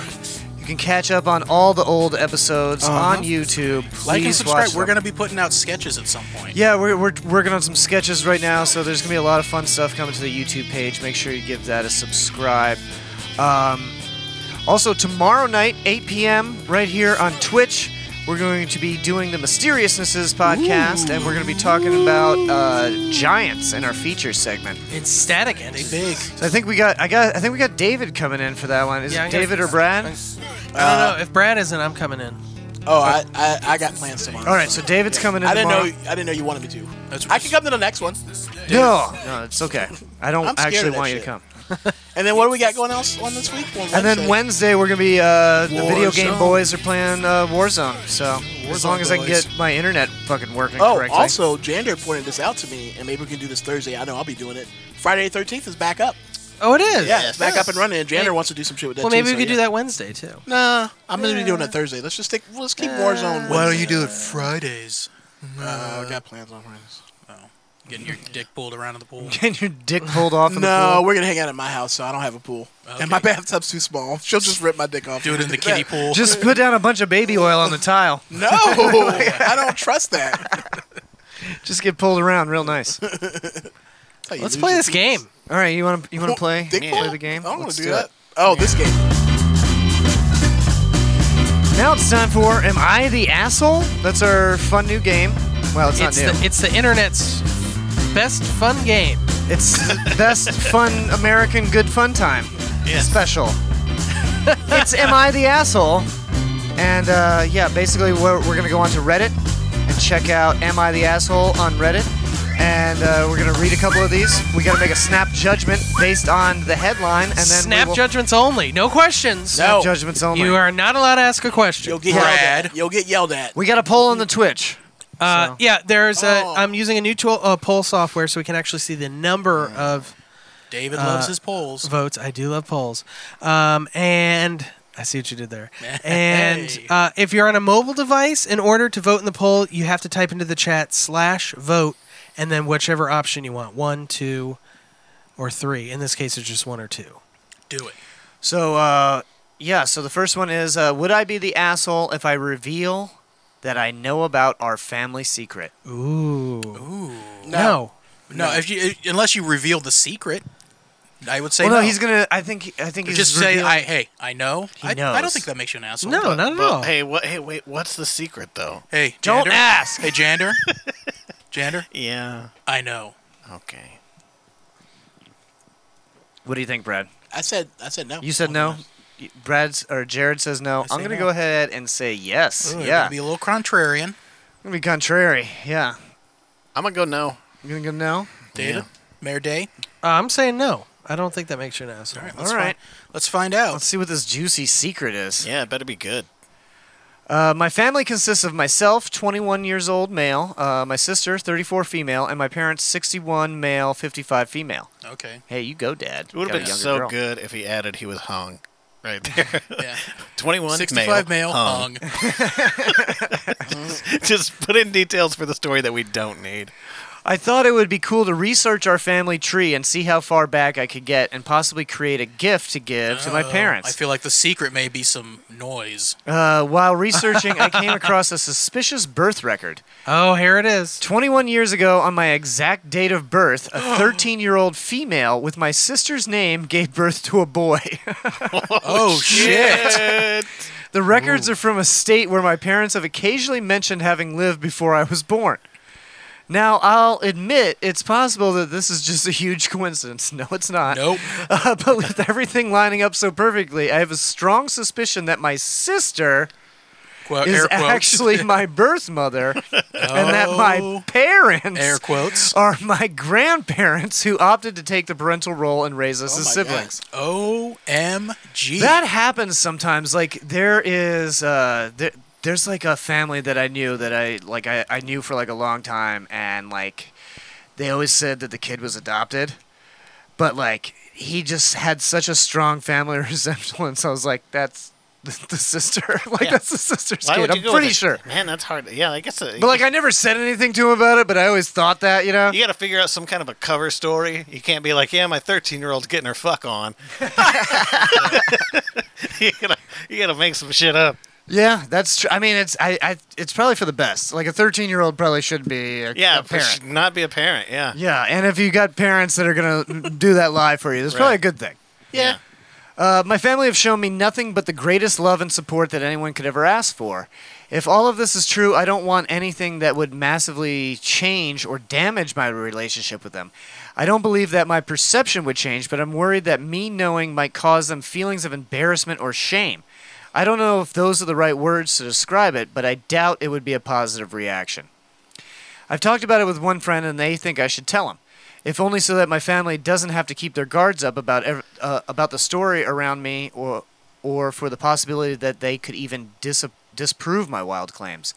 You can catch up on all the old episodes Uh-huh. on YouTube. Please Like and subscribe. watch We're them. gonna be putting out sketches at some point. Yeah, we're, we're working on some sketches right now, so there's gonna be a lot of fun stuff coming to the YouTube page. Make sure you give that a subscribe. Um, also, tomorrow night, 8 p.m., right here on Twitch, we're going to be doing the Mysteriousnesses podcast, and we're gonna be talking about uh, giants in our feature segment. It's static and big. So I think we got I got I think we got David coming in for that one. Is Yeah, I'm it gonna- David or Brad? I don't know. If Brad isn't, I'm coming in. Oh, I, I, I got plans tomorrow. All right, so David's coming in I didn't tomorrow. know. I didn't know you wanted me to. I can come to the next one. No, no, it's okay. I I'm don't scared of actually that want you shit. to come. And then what do we got going else on this week? Well, And then Wednesday Wednesday. we're gonna be uh, the video game Warzone. boys are playing uh, Warzone. So as Warzone long as I can boys. get my internet fucking working Oh, correctly. also, Jander pointed this out to me, and maybe we can do this Thursday. I know I'll be doing it. Friday the 13th is back up. Oh, it is. Yeah, it's back up and running. And Jander wants to do some shit with that. Well, maybe too, we could so do yeah. that Wednesday too. Nah, I'm gonna be doing it Thursday. Let's just stick. Let's keep Warzone. Why don't Wednesday. you do it Fridays? Uh, I got plans on Fridays. Getting your dick pulled around in the pool. Getting your dick pulled off. No, In the pool. we're gonna hang out at my house, so I don't have a pool, Okay. and my bathtub's too small. She'll just rip my dick off. Do it in the kiddie pool. Just put down a bunch of baby oil on the tile. No, I don't trust that. Just get pulled around real nice. how you Let's lose play your this game. All right, you want to you want to play? Dick play pull? the game. I don't wanna Let's do, do that. it. Oh, this game. Now it's time for Am I the Asshole? That's our fun new game. Well, it's, It's not new. the, it's the internet's best fun game. It's the best fun American good fun time special. it's Am I the Asshole? And uh, yeah, basically, we're, we're going to go onto Reddit and check out Am I the Asshole on Reddit. And uh, we're going to read a couple of these. We got to make a snap judgment based on the headline. And then we Snap will- judgments only. No questions. Snap No. Oh judgments only. You are not allowed to ask a question. You'll get yelled at. You'll get yelled at. We got a poll on the Twitch. Uh, Yeah, there's a. Oh. I'm using a new tool, uh, poll software, so we can actually see the number Mm. of. David loves uh, his polls. Votes. I do love polls. Um, and I see what you did there. And uh, if you're on a mobile device, in order to vote in the poll, you have to type into the chat slash vote, and then whichever option you want one, two, or three. In this case, it's just one or two. Do it. So, uh, yeah, so the first one is uh, Would I be the asshole if I reveal that I know about our family secret? Ooh. Ooh. No. No, if you if- unless you reveal the secret, I would say well, no. no, he's gonna. I think. I think he's just say, revealing- I, "Hey, I know." He I, I don't knows. think that makes you an asshole. No, but- not at but- all. Hey, what? Hey, wait. What's the secret though? Hey, Don't Jander? ask. Hey, Jander. Jander. Yeah. I know. Okay. What do you think, Brad? I said. I said no. You said no. Y- Brad's or Jared says no. I'm say gonna no. go ahead and say yes. Ooh, you're yeah, gonna Be a little contrarian. I'm gonna be contrary. Yeah, I'm gonna go no. you gonna go no? David. Mayor Day. Uh, I'm saying no. I don't think that makes you an asshole. All right. All Let's right. Find, let's find out. Let's see what this juicy secret is. Yeah, it better be good. Uh, my family consists of myself, 21 years old male, uh, my sister, 34 female, and my parents, 61 male, 55 female. Okay. Hey, you go, Dad. It would Got a have been younger so girl. good if he added he was hung right there. yeah. 21 65 male, hung. just, just put in details for the story that we don't need. I thought it would be cool to research our family tree and see how far back I could get and possibly create a gift to give to my Oh, parents. I feel like the secret may be some noise. Uh, while researching, I came across a suspicious birth record. Oh, here it is. 21 years ago, on my exact date of birth, a 13 year old female with my sister's name gave birth to a boy. Oh, shit. the records are from a state where my parents have occasionally mentioned having lived before I was born. Now, I'll admit it's possible that this is just a huge coincidence. No, it's not. Nope. Uh, but with everything lining up so perfectly, I have a strong suspicion that my sister Quote, is air quotes. actually my birth mother, and that my Oh. parents Air quotes. are my grandparents who opted to take the parental role and raise us Oh as my siblings. O M G. That happens sometimes. Like there is, uh, there, there's like a family that I knew that I like I, I knew for like a long time and like they always said that the kid was adopted. But like he just had such a strong family resemblance. I was like, that's the, the sister. like Yeah. that's the sister's Why kid. would you I'm go pretty with it? sure. Man, that's hard. Yeah, I guess. uh, But like I never said anything to him about it, but I always thought that, you know. you got to figure out some kind of a cover story. You can't be like, yeah, my 13 year old's getting her fuck on. you gotta, you gotta make some shit up. Yeah, that's true. I mean, it's I, I it's probably for the best. Like a 13 year old probably should be a, Yeah, a but parent. should not be a parent. Yeah. Yeah, and if you got parents that are gonna do that live for you, that's probably a Right. good thing. Yeah. Uh, my family have shown me nothing but the greatest love and support that anyone could ever ask for. If all of this is true, I don't want anything that would massively change or damage my relationship with them. I don't believe that my perception would change, but I'm worried that me knowing might cause them feelings of embarrassment or shame. I don't know if those are the right words to describe it, but I doubt it would be a positive reaction. I've talked about it with one friend, and they think I should tell him, if only so that my family doesn't have to keep their guards up about ev- uh, about the story around me, or or for the possibility that they could even dis- disprove my wild claims.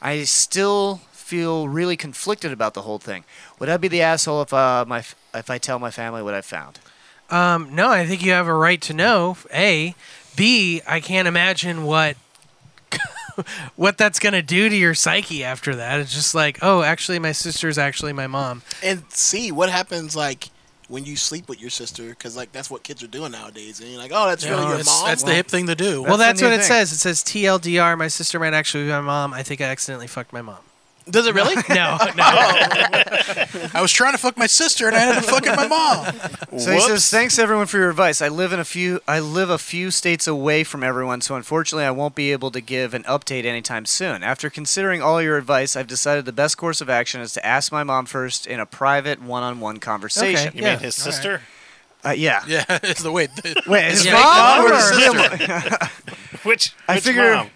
I still feel really conflicted about the whole thing. Would I be the asshole if uh, my f- if I tell my family what I found? Um, no, I think you have a right to know. A, B. I can't imagine what what that's gonna do to your psyche after that. It's just like, oh, actually, my sister's actually my mom. and see what happens like when you sleep with your sister because like that's what kids are doing nowadays and you're like oh that's Yeah, really your it's- mom that's the hip thing to do. well, that's what it says. says. It says TLDR. My sister might actually be my mom. I think I accidentally fucked my mom. Does it really? no, no. I was trying to fuck my sister and I ended up fucking my mom. So he says, "Thanks everyone for your advice. I live in a few I live a few states away from everyone, so unfortunately I won't be able to give an update anytime soon. After considering all your advice, I've decided the best course of action is to ask my mom first in a private one-on-one conversation. You mean his sister? Uh, yeah. Yeah, it's the way. The, Wait, his Yeah. mom or his Sister. sister? which I which figure mom?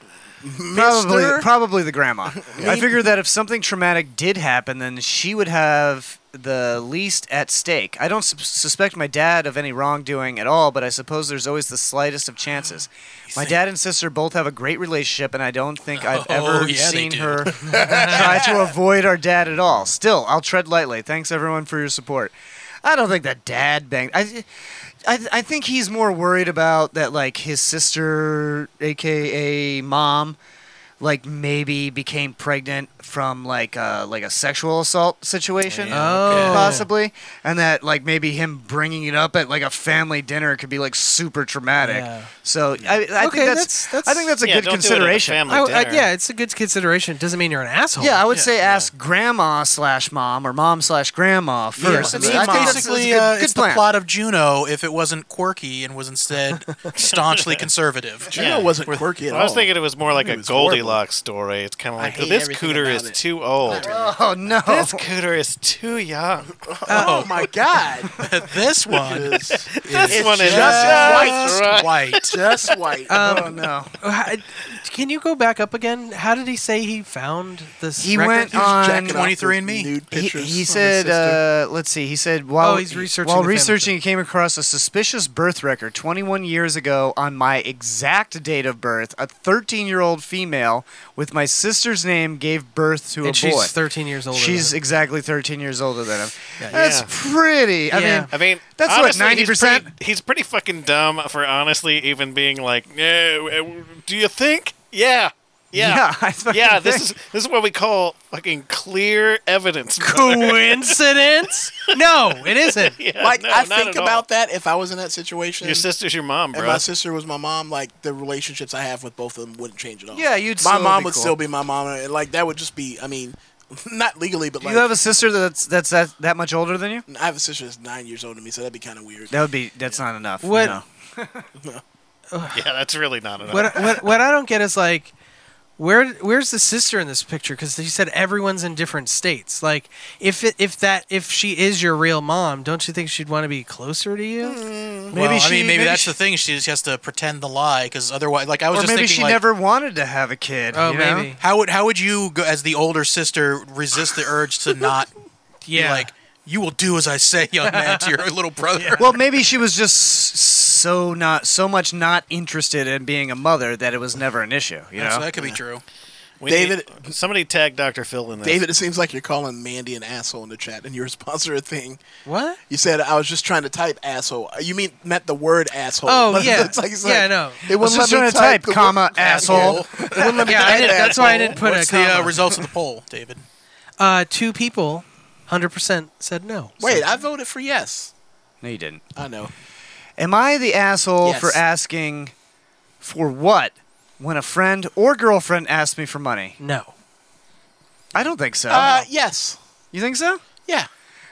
probably Mister? probably the grandma. I Me- figure that if something traumatic did happen, then she would have the least at stake. I don't sus- suspect my dad of any wrongdoing at all, but I suppose there's always the slightest of chances. My dad and sister both have a great relationship, and I don't think I've Oh, ever yeah, they seen do. her try to avoid our dad at all. Still, I'll tread lightly. Thanks everyone for your support. I don't think that dad banged. I, I, I think he's more worried about that, like his sister, aka mom, like maybe became pregnant from like uh, like a sexual assault situation, okay. Oh. possibly, and that like maybe him bringing it up at like a family dinner could be like super traumatic. So I, I think Okay, that's, I think that's a good consideration. I- I- yeah, it's a good consideration. It doesn't mean you're an asshole. Yeah, I would say ask grandma slash mom or mom slash grandma first. First, it's, I think that's- that's a basically good- uh, good it's the plan. plot of Juno if it wasn't quirky and was instead staunchly conservative. Yeah. I was thinking it was more like It a was horrible. Goldilocks story. It's kind of like hate this everything cooter is about it. too old. Oh no! This cooter is too young. Oh, my God! this one, This is one is just right. white. Just white. Oh, Um, no. Can you go back up again? How did he say he found this? He record? went on Nude He, pictures he of his said, sister. uh, "Let's see." He said, "While Oh, he's researching while the family researching, he came across a suspicious birth record 21 years ago on my exact date of birth. A 13-year-old female with my sister's name gave birth to And a she's boy. 13 years older She's than him. exactly 13 years older than him. Yeah. That's pretty. I mean, I mean, that's honestly, what 90 he's percent. pretty- He's pretty fucking dumb for honestly even being like, eh, w- do you think? Yeah. Yeah, Yeah, I yeah. fucking think. this is this is what we call fucking clear evidence. brother. Coincidence? no, it isn't. Yeah, like no, I not think at all. about that if I was in that situation. Your sister's your mom, If bro. my sister was my mom, like the relationships I have with both of them wouldn't change at all. Yeah, you'd My still mom be would cool. still be my mom, and like that would just be. I mean, not legally, but Do like you have a sister that's that's that, that much older than you? I have a sister that's nine years older than me, so that'd be kind of weird. That would be that's not enough. What- no. yeah, that's really not enough. What, what what I don't get is like, where where's the sister in this picture? Because he said everyone's in different states. Like, if it, if that if she is your real mom, don't you think she'd want to be closer to you? Mm-hmm. Maybe well, I mean, maybe, that's the thing. She just has to pretend the lie because otherwise, like I was or just maybe thinking, she like, never wanted to have a kid. Oh, you know? maybe. How would how would you, go, as the older sister, resist the urge to not? yeah. Be like you will do as I say, young man, to your little brother. Well, maybe she was just s- so not so much not interested in being a mother that it was never an issue. You know, true. We David, somebody tag Dr. Phil in this. David, it seems like you're calling Mandy an asshole in the chat, and you responded to a thing. What? You said I was just trying to type asshole. Uh, You mean meant the word asshole? Oh yeah, It's like- it's yeah, I like, know. It wouldn't let me type, the word- It wouldn't let me yeah, I type did, that's why I asshole. didn't put What's a the, uh, comma. results of the poll, David? Uh, two people, hundred percent said no. Wait, I voted for yes. No, you didn't. I know. Am I the asshole Yes. for asking for what when a friend or girlfriend asked me for money? No. I don't think so. Uh, yes. You think so? Yeah.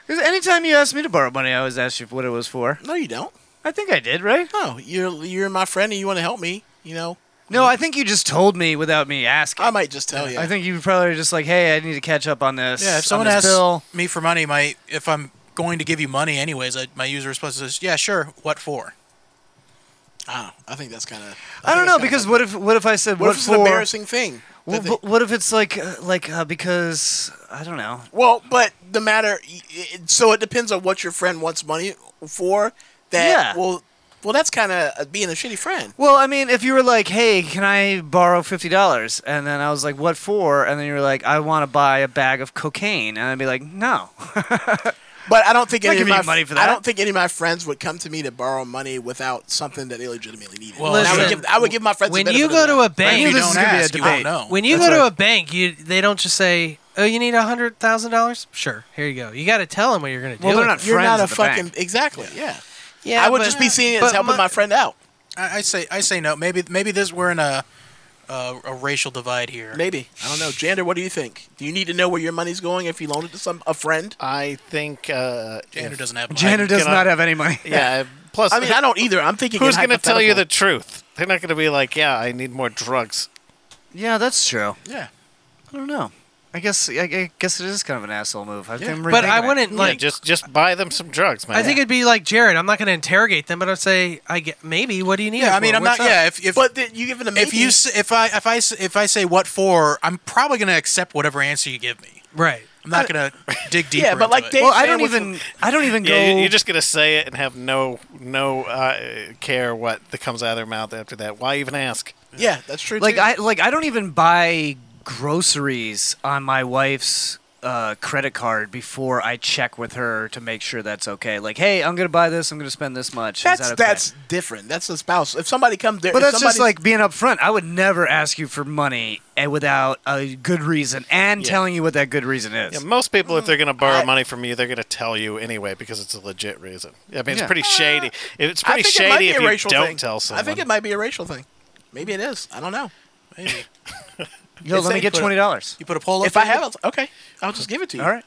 Because anytime you ask me to borrow money, I always ask you what it was for. No, you don't. I think I did, right? No, you're you're my friend, and you want to help me. You know. No, I think you just told me without me asking. I might just tell you. I think you probably were just like, hey, I need to catch up on this. Yeah, if someone on this asks bill. me for money, my if I'm going to give you money anyways, I, my user response is, "Yeah, sure. What for?" Ah, I think that's kind of. I don't know because what if what if I said What, what, if it's for? an embarrassing thing? Well, but what if it's like uh, like uh, because I don't know. Well, but the matter. y- y- So it depends on what your friend wants money for. That Yeah. well, well, that's kind of being a shitty friend. Well, I mean, if you were like, "Hey, can I borrow fifty dollars?" and then I was like, "What for?" and then you were like, "I want to buy a bag of cocaine," and I'd be like, "No." But I don't think I'm not any of giving my you money for I that. don't think any of my friends would come to me to borrow money without something that they legitimately needed. Well, And I would listen, give I would give my friends the when benefit you of go the to a doubt. bank, When you go to a bank, you they don't just say, "Oh, you need a hundred thousand dollars? Sure, here you go." You got to tell them what you're going to do. with it. You're not a fucking exactly. Yeah. Yeah, I would but- just be seeing it but as helping my- my, friend out. I, I say I say no. Maybe maybe this we're in a a, a racial divide here. Maybe I don't know, Jander. What do you think? Do you need to know where your money's going if you loan it to some a friend? I think uh, Jander doesn't have. Janet does Can I- not have any money. Yeah. Plus, I mean, I don't either. I'm thinking Who's in going to tell you the hypothetical. truth? They're not going to be like, "Yeah, I need more drugs." Yeah, that's true. Yeah. I don't know. I guess I, I guess it is kind of an asshole move. I think But I wouldn't, like- just just buy them some drugs, man. I think it'd be like Jared. I'm not going to interrogate them, but I'd say, "I get maybe. What do you need?" it Yeah, I for? mean, I'm What's not. up?" Yeah, if if but you give it a if you s- if I if I s- if I say what for, I'm probably gonna accept whatever answer you give me. Right. I'm not gonna dig deeper. into it. well, I don't even I don't even go. Yeah, you- you're just gonna say it and have no no uh, care what that comes out of their mouth after that. Why even ask? Yeah, that's true. like too. I like I don't even buy groceries on my wife's uh, credit card before I check with her to make sure that's okay. Like, hey, I'm gonna buy this. I'm gonna spend this much. Is that's that okay? that's different. That's a spouse. If somebody comes there, But if that's just somebody's- like being upfront. I would never ask you for money and without a good reason and telling you what that good reason is. Yeah, most people, if they're going to borrow money from you, they're going to tell you anyway because it's a legit reason. I mean, it's Yeah. Uh, pretty shady. It's I pretty think it might shady be if a you racial don't thing. tell I someone. think it might be a racial thing. Maybe it is. I don't know. Maybe. Yo, It's let me safe, get but- twenty dollars. You put a poll up If I there? have, it, okay, I'll just give it to you. All right.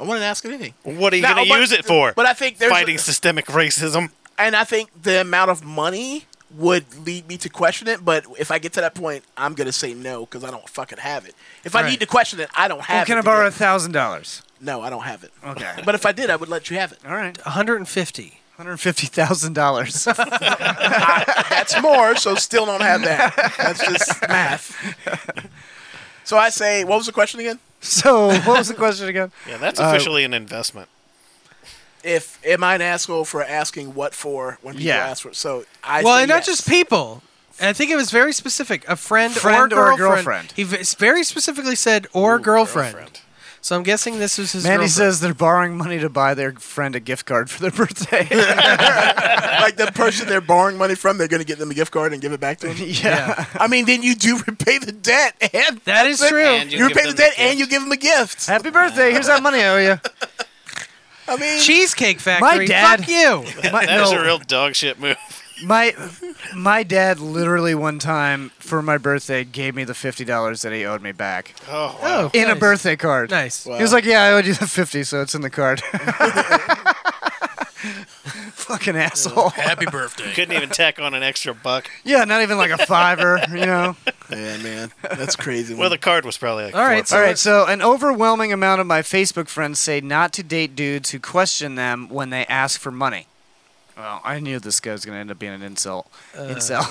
I wouldn't ask anything. What are you Now, going to but- use it for? But I think there's fighting systemic racism. and I think the amount of money would lead me to question it. But if I get to that point, I'm gonna say no because I don't fucking have it. If I Right. need to question it, I don't have Well, it. can I to borrow get a thousand dollars? it. No, I don't have it. Okay. But if I did, I would let you have it. All right. One hundred and fifty. One hundred fifty thousand dollars. That's more, so still don't have that. That's just math. So I say, what was the question again? So what was the question again? Yeah, that's Uh, officially an investment. If am I an asshole for asking what for when people Yeah. ask for? So I well, say and not yes. just people. I think it was very specific. A friend, Friend or, or girlfriend. girlfriend. He v- very specifically said or girlfriend. So I'm guessing this was his. Mandy girlfriend. says they're borrowing money to buy their friend a gift card for their birthday. like the person they're borrowing money from, they're going to get them a gift card and give it back to them. Yeah. I mean, then you do repay the debt, and That is true. And you you give repay Oh, the them debt, and you give them a gift. Happy birthday! Here's that money I owe you. I mean, Cheesecake Factory. My dad. Fuck you. That, My- that was no. a real dog shit move. My my dad literally one time for my birthday gave me the fifty dollars that he owed me back Oh, wow. in a nice. birthday card. Nice. He was like, "Yeah, I owed you the fifty, so it's in the card." Fucking asshole. Happy birthday. Couldn't even tack on an extra buck. Yeah, not even like a fiver, you know. Yeah, man, that's crazy. Well, the card was probably like. four all right. bucks. So, an overwhelming amount of my Facebook friends say not to date dudes who question them when they ask for money. Well, I knew this guy was going to end up being an insult. Incel.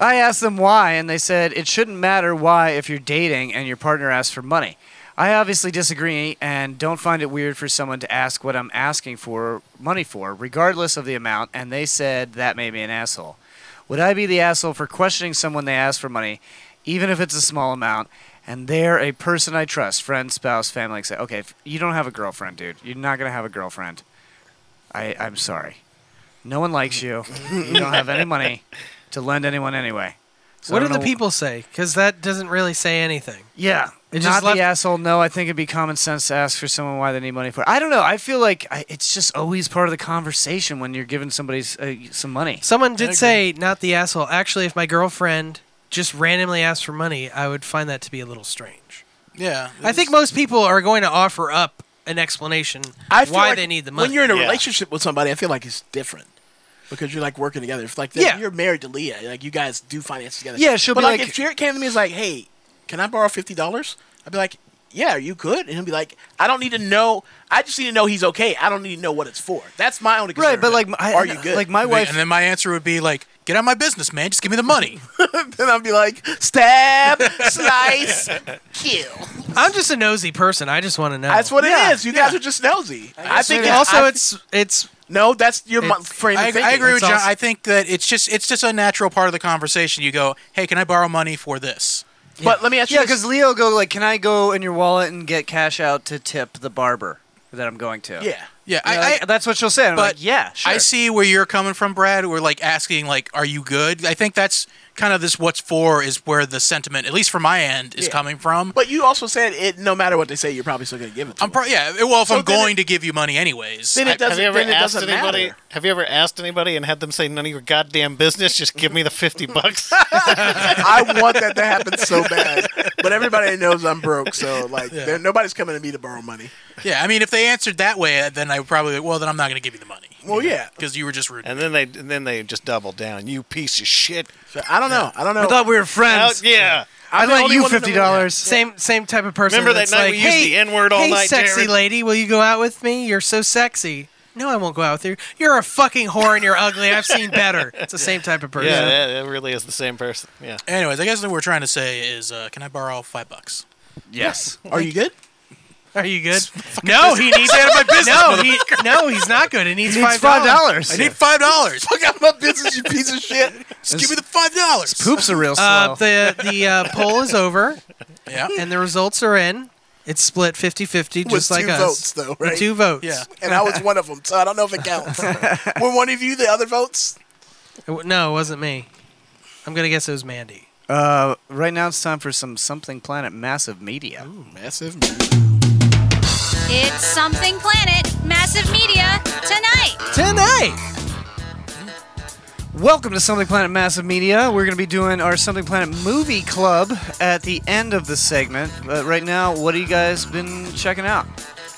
I asked them why, and they said it shouldn't matter why if you're dating and your partner asks for money. I obviously disagree and don't find it weird for someone to ask what I'm asking for money for, regardless of the amount, and they said that made me an asshole. Would I be the asshole for questioning someone they ask for money, even if it's a small amount, and they're a person I trust, friend, spouse, family, etc.? Okay, if you don't have a girlfriend, dude. You're not going to have a girlfriend. I, I'm sorry. No one likes you. you don't have any money to lend anyone anyway. So I what do don't the know- people say? Because that doesn't really say anything. Yeah. It not just left- the asshole. No, I think it'd be common sense to ask for someone why they need money for. it. I don't know. I feel like I, it's just always part of the conversation when you're giving somebody s- uh, some money. Someone did say, not the asshole. Actually, if my girlfriend just randomly asked for money, I would find that to be a little strange. Yeah. I think most people are going to offer up an explanation I feel why like they need the money. When you're in a relationship with somebody, I feel like it's different because you're like working together. If like Yeah. you're married to Leah, like you guys do finance together. Yeah, she'll but be like, like- if Jared came to me and was like, "Hey, can I borrow fifty dollars?" I'd be like, "Yeah, you could," and he'll be like, "I don't need to know. I just need to know he's okay. I don't need to know what it's for. That's my only concern." Right, but like, are you good? Like my And then- wife- and then my answer would be like, "Get out of my business, man. Just give me the money." then I'd be like, "Stab, slice, kill." I'm just a nosy person. I just want to know. That's what it is. You guys are just nosy. I, think it's- also I- it's it's no. That's your mo- frame. of I, I thinking. agree with It's John. awesome. I think that it's just it's just a natural part of the conversation. You go, "Hey, can I borrow money for this?" But let me ask yeah, because Leo go like, can I go in your wallet and get cash out to tip the barber that I'm going to? Yeah. Yeah, You know, I- like, I- that's what she'll say. And I'm but like, yeah, sure. I see where you're coming from, Brad. We're like asking, like, "Are you good?" I think that's kind of this. What's for is where the sentiment, at least from my end, is Yeah. coming from. But you also said it. No matter what they say, you're probably still going to give it. To I'm pro- yeah. Well, if So I'm then going to give you money anyways, Then it I- doesn't- Have you ever then it asked doesn't anybody? matter. Have you ever asked anybody and had them say none of your goddamn business? Just give me the fifty bucks. I want that to happen so bad, but everybody knows I'm broke, so like, Yeah. there- nobody's coming to me to borrow money. yeah. I mean, if they answered that way, uh, then I would probably like, well, then I'm not going to give you the money. Well, yeah. because you were just rude. And then they and then they just double down. You piece of shit. I don't know. I don't know. I thought we were friends. Out- Oh, yeah. I I'm the lent only you one in the fifty room. dollars. Same same type of person. Remember that that's night like, we used hey, the N-word all hey, night, sexy Jared?" lady, will you go out with me? You're so sexy. No, I won't go out with you. You're a fucking whore and you're ugly. I've seen better. It's the same type of person. Yeah, that, that really is the same person. Yeah. Anyways, I guess what we're trying to say is, uh, can I borrow five bucks? Yes. Are you good? Are you good? No, he business. needs Stay out of my business, No, he, no, he's not good. He needs, He needs five $5. I need $5. Fuck out my business, you piece of shit. Just give me the five dollars. Poops are real slow. Uh, the the uh, poll is over. Yeah. And the results are in. It's split 50-50, just With like two us. votes, though, With right? Two votes. and I was one of them, so I don't know if it counts. Were one of you the other votes? It w- No, it wasn't me. I'm gonna guess it was Mandy. Uh, right now it's time for some something planet massive media. massive. It's Something Planet, Massive Media, tonight. Tonight. Welcome to Something Planet Massive Media. We're going to be doing our Something Planet Movie Club at the end of the segment. But right now, what have you guys been checking out?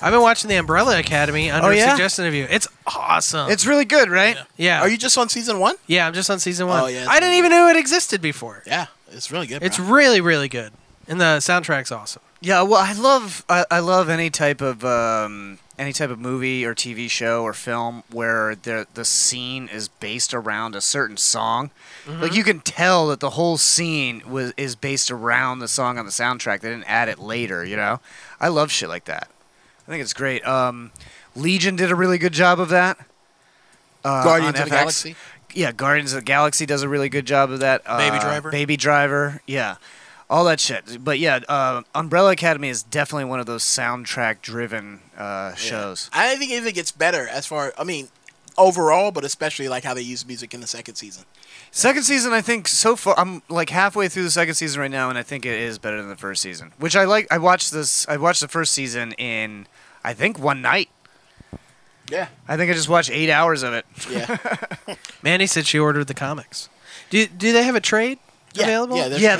I've been watching The Umbrella Academy under Oh, yeah? suggestion of you. It's awesome. It's really good, right? yeah. Are you just on season one? yeah, I'm just on season one. Oh, yeah, it's I didn't even know it existed before. Yeah, it's really good. It's really really good, and the soundtrack's awesome. Yeah, well, I love I, I love any type of um, any type of movie or TV show or film where the the scene is based around a certain song. Like Mm-hmm. Mhm. you can tell that the whole scene was is based around the song on the soundtrack. They didn't add it later, you know. I love shit like that. I think it's great. Um, Legion did a really good job of that. Uh, Guardians on of the FX. Galaxy? Yeah, Guardians of the Galaxy does a really good job of that. Uh, Baby Driver? Baby Driver. Yeah. All that shit. But yeah, uh, Umbrella Academy is definitely one of those soundtrack driven uh, shows. I think it even gets better as far. I mean, overall, but especially like how they use music in the second season. Second season, I think so far, I'm like halfway through the second season right now, and I think it is better than the first season, which I like. I watched this, I watched the first season in, I think, one night. Yeah. I think I just watched eight hours of it. Yeah. Mandy said she ordered the comics. Do do they have a trade available? Uh, So you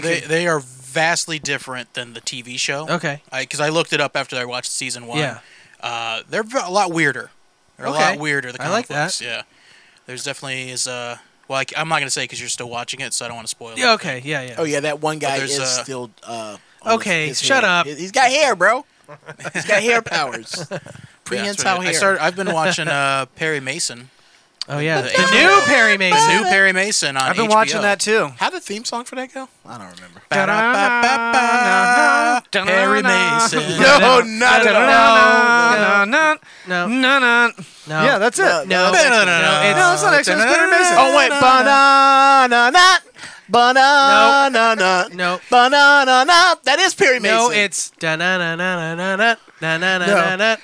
they, could- they are vastly different than the TV show. Okay. Because I, looked it up after I watched season one. Yeah. Uh, they're v- a lot weirder. They're Okay. a lot weirder. The I comic like that. books. Yeah. There's definitely is uh well I, am not gonna say because you're still watching it, so I don't want to spoil. Yeah, it. okay, yeah, yeah. Oh yeah, that one But guy there's, is uh, still. Uh, on Okay, his- his shut hair. up. He- He's got hair, bro. He's got hair powers. Yeah, that's Prehensile right. I hair. started. I've been watching uh, Perry Mason. Oh yeah, the, The new new Perry Mason. The new Perry Mason on I've been watching that too. How did the theme song for that go? I don't remember. Perry Mason. No, not at No, all. no, no, no, no. Yeah, that's it. No, no, no, it's- no, it's not actually it's Perry Mason. Oh wait, banana, na, banana, na, no, banana, na. That is Perry Mason. No, it's da na na na na na na na na na.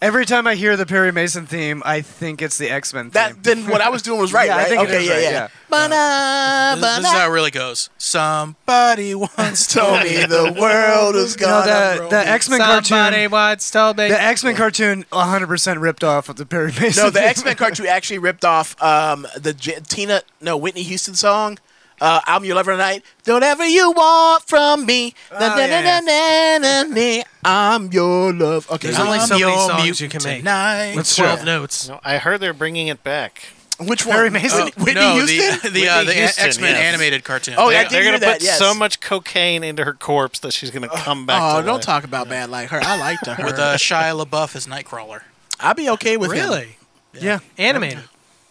Every time I hear the Perry Mason theme, I think it's the X Men theme. That then what I was doing was right. Yeah, I right? think it okay, is yeah, right, yeah. yeah. Banana, This, this is banana. how it really goes. Somebody once told me the world is No, gone. the, the X Men cartoon. Somebody once told me. The X Men cartoon 100% ripped off of the Perry Mason. No, the theme. X Men cartoon actually ripped off um, the J- Tina, no Whitney Houston song. Uh, I'm your lover tonight. Don't ever you want from me. Na- na- yeah, na- na- na- na- na. I'm your love. Okay, There's only I'm so many your songs mute you can make tonight. with 12 notes. No, Oh, I heard they're bringing it back. Which one? Perry Mason? Whitney Oh, no, Houston? The, the, uh, Whitney the Houston, X Men yes. animated cartoon. Oh, they're, yeah, I did they're gonna hear that, put yes. so much cocaine into her corpse that she's gonna come back. oh, to don't life. talk about bad like her. I liked her. With uh, Shia LaBeouf as Nightcrawler. I'd be okay with him. Really? Yeah. Animated.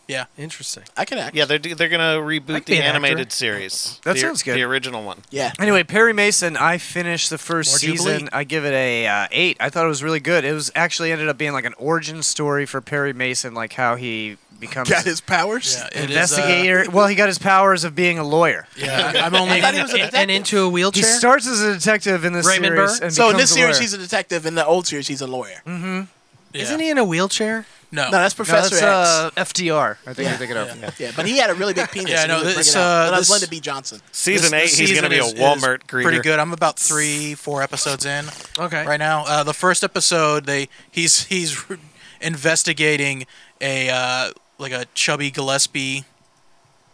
Yeah. Interesting. I can act. Yeah, they're do- they're gonna I could reboot be the an actor. animated series. That the, sounds good. The original one. Anyway, Perry Mason, I finished the first More Jubilee. season. I give it a uh, eight. I thought it was really good. It was actually ended up being like an origin story for Perry Mason, like how he becomes Got his uh, powers. an investigator. well, he got his powers of being a lawyer. Yeah, I'm only- I thought he was a and into a wheelchair. He starts as a detective in this Raymond series. Burr? And so in this becomes a series, lawyer. he's a detective. In the old series, he's a lawyer. Mm-hmm. Isn't he in a wheelchair? No, that's Professor that's, X. uh, FDR. I think Yeah. you're thinking of. Yeah. yeah, but he had a really big penis. Yeah, and no, he would this, bring it out. uh, But I this- Linda B. Johnson. Season This- eight, this he's season gonna be a is- is Walmart greeter. Pretty good. I'm about three, four episodes in. Okay. Right now, uh, the first episode, they he's he's investigating a uh, like a chubby Gillespie,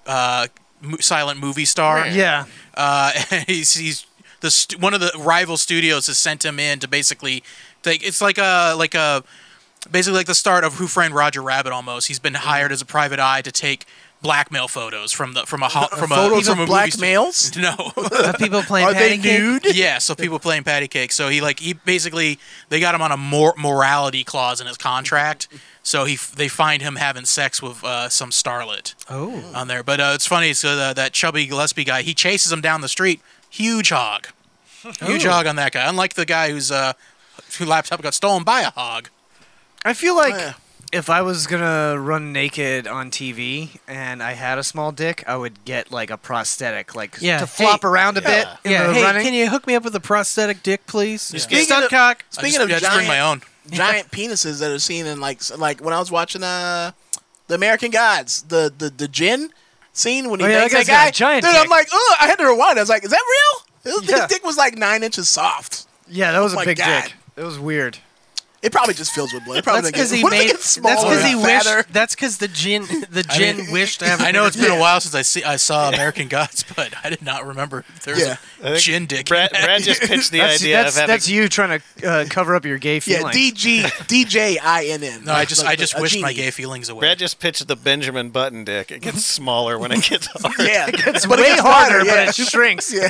uh, mo- silent movie star. Yeah. Uh, and he's he's the st- one of the rival studios has sent him in to basically, take, it's like a like a basically like the start of Who Framed Roger Rabbit. Almost, he's been hired as a private eye to take blackmail photos from the from a ho- from a uh, Photos from of a movie black stu- males? No. Of people playing Are patty they cake? nude? Yeah, so people playing patty cake. So he like he basically they got him on a mor- morality clause in his contract. So he f- they find him having sex with uh, some starlet Oh. on there. But uh, it's funny. So the, that chubby Gillespie guy, he chases him down the street. Huge hog, huge Oh. hog on that guy. Unlike the guy whose uh, whose laptop got stolen by a hog. I feel like yeah. if I was gonna run naked on TV and I had a small dick, I would get like a prosthetic, like Yeah. to flop Hey. around a bit. In Yeah. the Hey, running. can you hook me up with a prosthetic dick, please? Just Yeah. get- Stunt Speaking of- cock. I just- I just bring my own. giant penises that are seen in like s- like when I was watching uh the American Gods, the the the gin scene when he Oh, yeah, that guy's makes that got a guy. giant dude, I'm dick. like, oh, I had to rewind. I was like, is that real? His, his Yeah. dick was like nine inches soft. Yeah, that was Oh a my big God. dick. It was weird. It probably just fills with blood. It probably That's doesn't because get- what if it he made. gets That's smaller because he and fatter? wished. That's because the gin. The I gin mean, wished to have. a I know bigger it's been dick. a while since I see I saw American Gods, but I did not remember if there was Yeah. a gin dick. Brad, Brad just pitched the that's, idea that's, of having that's you trying to uh, cover up your gay Yeah, feelings. DG DJINN. no, I just I just A wished my genie. gay feelings away. Brad just pitched the Benjamin Button dick. It gets smaller when it gets hard. Yeah, it's but it way gets harder, wider, but yeah. it shrinks. yeah.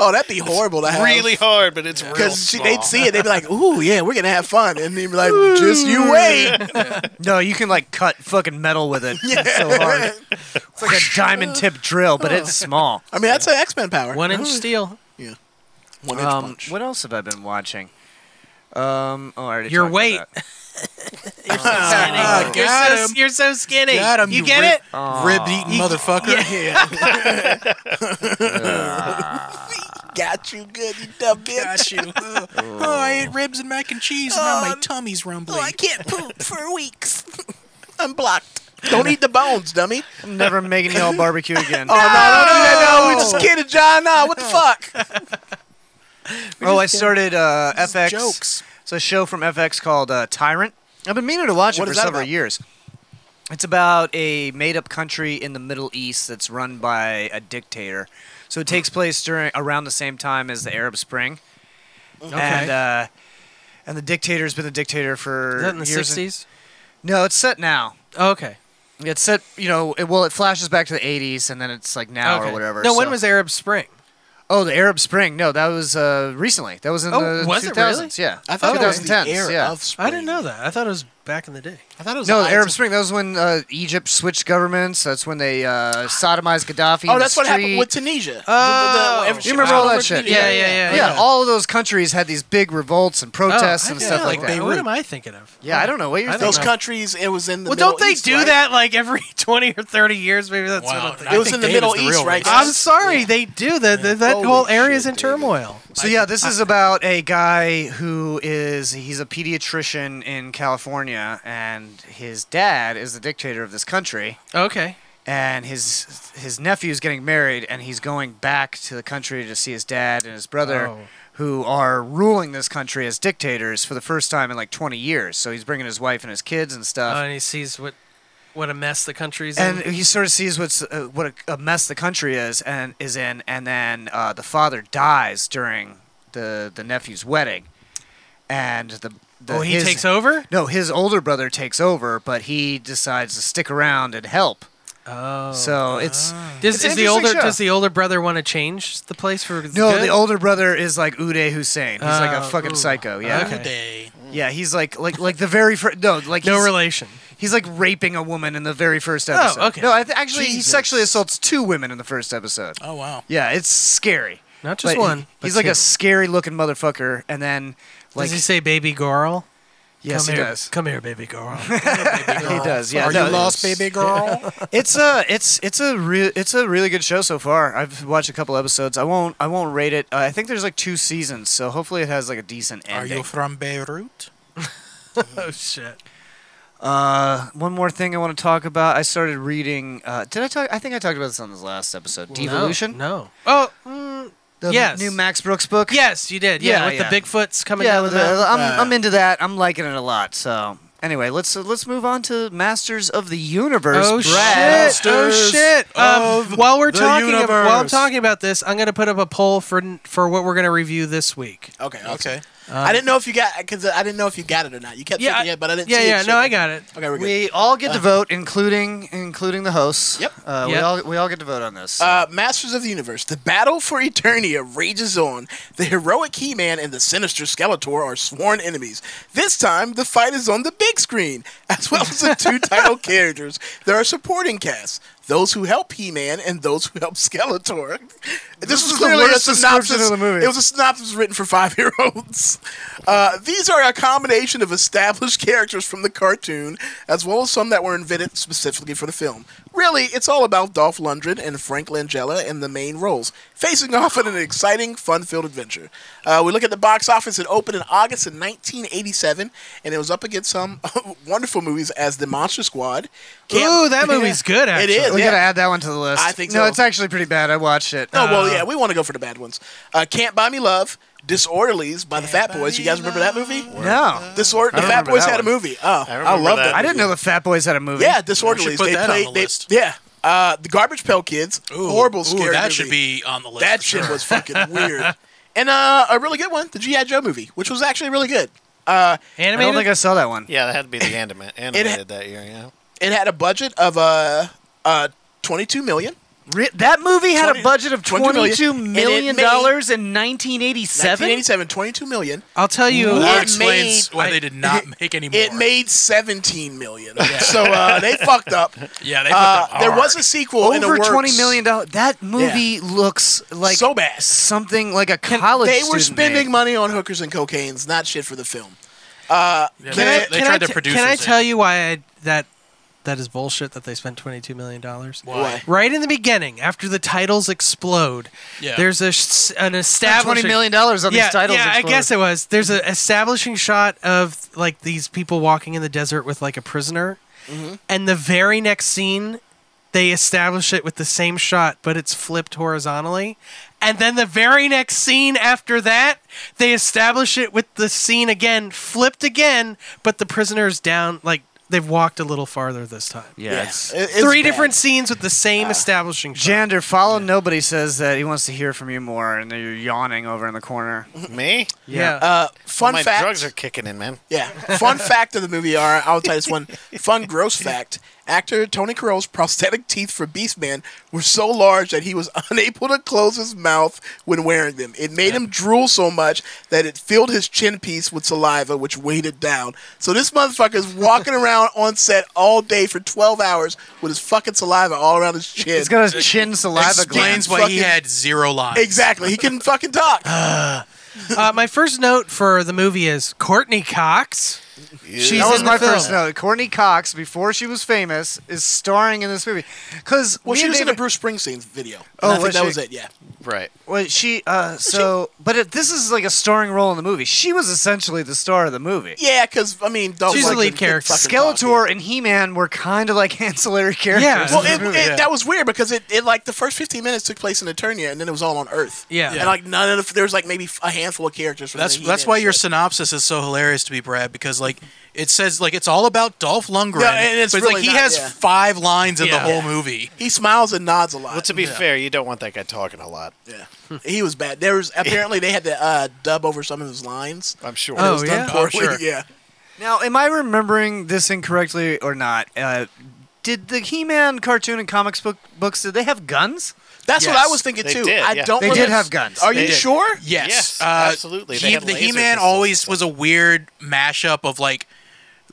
Oh, that'd be horrible to have. really hard, but it's real Because small. they'd see it, they'd be like, "Ooh, yeah, we're gonna have fun," and they'd be like, "Just you wait." No, you can like cut fucking metal with it. It's so hard. It's like a diamond tip drill, but it's small. I mean, that's an X Men power. One inch steel. Yeah. One inch Um, punch. what else have I been watching? Um, oh, I already Your talked about weight. that. You're so skinny. you're, got so, him. you're so skinny. Got him, you, you get rib- it? Aw. rib-eating motherfucker. Got you good, you dumb bitch. Got you. Oh, I ate ribs and mac and cheese, and now my tummy's rumbling. I can't poop for weeks. I'm blocked. Don't eat the bones, dummy. I'm never making y'all barbecue again. Oh no, don't do that. No, we just kidding, John. No, what the fuck? Oh, I started uh, FX. jokes. It's a show from FX called uh, Tyrant. I've been meaning to watch What it for is that several about? years. It's about a made-up country in the Middle East that's run by a dictator. So it takes place during around the same time as the Arab Spring. And uh, and the dictator's been the dictator for Is that in the years and- sixties? no, it's set now. Oh, okay. It's set, you know, it, well, it flashes back to the 80s and then it's like now okay. or whatever. No, when so- was Arab Spring? Oh, the Arab Spring. No, that was uh, recently. That was in Oh, the was it 2000s. really? Yeah. I thought it was the 2010s. era yeah. of I didn't know that. I thought it was back in the day. I thought no, the Arab Spring. That was when uh, Egypt switched governments. That's when they uh, sodomized Gaddafi. in Oh, the that's what happened street. with Tunisia. Oh. The- the- the- You remember all that Tunisia. shit? Yeah, all of those countries had these big revolts and protests Oh, I and didn't stuff know. like that. What am I thinking of? Yeah, I don't know what you're I don't thinking. know. of. countries, it was in the well, Middle don't they East, do right? that like every twenty or thirty years? Maybe that's Wow, what I'm I thinking. It was think in the David's Middle the real East, right, racist. guys? I'm sorry, they do. That that- that whole area is in turmoil. So yeah, this is about a guy who is he's a pediatrician in California and his dad is the dictator of this country Okay. and his his nephew's getting married and he's going back to the country to see his dad and his brother Oh. who are ruling this country as dictators for the first time in like 20 years. So he's bringing his wife and his kids and stuff. Oh, and he sees what what a mess the country's and in. he sort of sees what's uh, what a, a mess the country is and is in, and then uh, the father dies during the the nephew's wedding, and the, the Oh, he takes over. No, his older brother takes over, but he decides to stick around and help. Oh, so it's Does, it's an is the interesting older show. does the older brother want to change the place for no good? the older brother is like Uday Hussein. He's like a Oh, fucking ooh. psycho. Ah, Yeah, Okay. yeah, he's like like like the very first no like No he's- relation. He's like raping a woman in the very first Oh, episode. okay. No, I th- actually he Jesus. sexually assaults two women in the first episode. Oh wow. Yeah, it's scary. Not just But one, he- but he's like two. a scary looking motherfucker, and then like does he say baby girl? Yes, come he here, does. Come here, baby girl. he does. Yeah, Are no, you lost, baby girl? it's a it's it's a real it's a really good show so far. I've watched a couple episodes. I won't I won't rate it. Uh, I think there's like two seasons, so hopefully it has like a decent Are ending. you from Beirut? oh shit. Uh, one more thing I want to talk about. I started reading. Uh, did I talk? I think I talked about this on this last episode. Well, no, Devolution. No. Oh, mm, The yes. new Max Brooks book. Yes, you did. Yeah, with the Bigfoots coming Yeah, down with the mountain. I'm, Uh, I'm into that. I'm liking it a lot. So anyway, let's uh, let's move on to Masters of the Universe. Oh Brad. shit! Oh shit! Um, while we're talking, ab- while I'm talking about this, I'm gonna put up a poll for for what we're gonna review this week. Okay. Okay. Um, I didn't know if you got because I didn't know if you got it or not. You kept Yeah, saying it, but I didn't. yeah, see yeah, It, no, so- I got it. Okay, we're good. We all get to Uh, vote, including including the hosts. Yep. Uh, We Yep. all we all get to vote on this. Uh, Masters of the Universe. The battle for Eternia rages on. The heroic He-Man and the sinister Skeletor are sworn enemies. This time, the fight is on the big screen, as well as the two title characters. There are supporting casts. Those who help He-Man and those who help Skeletor. This, This was is the clearly worst a description of synopsis. the movie. It was a synopsis written for five-year-olds. Uh, these are a combination of established characters from the cartoon, as well as some that were invented specifically for the film. Really, it's all about Dolph Lundgren and Frank Langella in the main roles, facing off in an exciting, fun-filled adventure. Uh, we look at the box office. It opened in August of 1987, and it was up against some wonderful movies as The Monster Squad. Ooh, that movie's good, actually. It is. we yeah. gotta add that one to the list. I think no, so. it's actually pretty bad. I watched it. Uh, No, Uh, well, yeah, we want to go for the bad ones. Uh, Can't Buy Me Love, Disorderlies by the Fat Boys. You guys remember that movie? No. Disorder. The I Fat remember Boys that had a one. movie. Oh, I, remember love that that. I didn't know the Fat Boys had a movie. Yeah, Disorderlies. put they that on played. the they- list. yeah. Uh, the Garbage Pail Kids. horrible, scary. Ooh, that movie. should be on the list. That for shit sure. was fucking weird. And uh, a really good one, the G.I. Joe movie, which was actually really good. Uh, Animated? I don't think I saw that one. Yeah, that had to be the anima- animated that year. Yeah. It had a budget of uh, uh, 22 million. that movie had a budget of $22 million, million and it made- dollars in 1987? 1987, 22 million. I'll tell you. Well, that It explains made- why they did not make any more. It made 17 million. So uh, they fucked up. Yeah, they fucked Uh, up there hard. was a sequel in the Over works. $20 million. That movie looks like so bad. something like a college They were student spending made. money on hookers and cocaines, not shit for the film. Uh, Can I, can I t- produce Can I tell you why I, that that is bullshit that they spent twenty two million dollars? Why? Right in the beginning, after the titles explode, Yeah. there's a s- an establishing $20 million on these yeah, titles Yeah, explode. I guess it was. There's an establishing shot of like these people walking in the desert with like a prisoner, Mm-hmm. and the very next scene. They establish it with the same shot, but it's flipped horizontally. And then the very next scene after that, they establish it with the scene again, flipped again, but the prisoner's down, like they've walked a little farther this time. Yeah, Yeah, it's- it- it's three bad. different scenes with the same establishing shot. Jander, follow nobody says that he wants to hear from you more, and then you're yawning over in the corner. Me? Yeah. Uh, fun Oh, my fact- drugs are kicking in, man. Yeah. Fun fact of the movie, are I'll tell you this one. Fun gross fact. Actor Tony Carell's prosthetic teeth for Beastman were so large that he was unable to close his mouth when wearing them. It made him drool so much that it filled his chin piece with saliva, which weighed it down. So this motherfucker's walking around on set all day for 12 hours with his fucking saliva all around his chin. He's got his chin saliva Explains why he had zero lines. Exactly. He couldn't fucking talk. uh, my first note for the movie is Courtney Cox. She's that was my first note. Courtney Cox, before she was famous, is starring in this movie. Because Well, she was in a Bruce Springsteen video. And Oh, I think was that she? was it. Yeah. Right. Well, she. Uh, so, but it, this is like a starring role in the movie. She was essentially the star of the movie. Yeah, because I mean, don't She's the like lead the- character. fucking talk. Skeletor and He-Man were kind of like ancillary characters. Well, in it, the movie. it, that was weird because it, it like the first 15 minutes took place in Eternia, and then it was all on Earth. Yeah. And like none of the there was like maybe a handful of characters. From That's the that's He-Man why shit. your synopsis is so hilarious to me, Brad, because like it says like it's all about Dolph Lundgren, Yeah, and it's but really like he not, has yeah. five lines in Yeah. the whole movie. He smiles and nods a lot. Well, to be fair, you don't want that guy talking a lot. Yeah. he was bad. There was apparently they had to uh, dub over some of his lines. I'm sure. And it was Oh, done yeah? poorly. Oh, sure. Yeah. Now, am I remembering this incorrectly or not? Uh, did the He-Man cartoon and comics book books did they have guns? That's what Yes, I was thinking, they too. did, I yeah. don't They did remember- have guns. Are you sure? Yes, Yes, Uh, absolutely. They he- had the laser He Man pistols always was a weird mashup of like,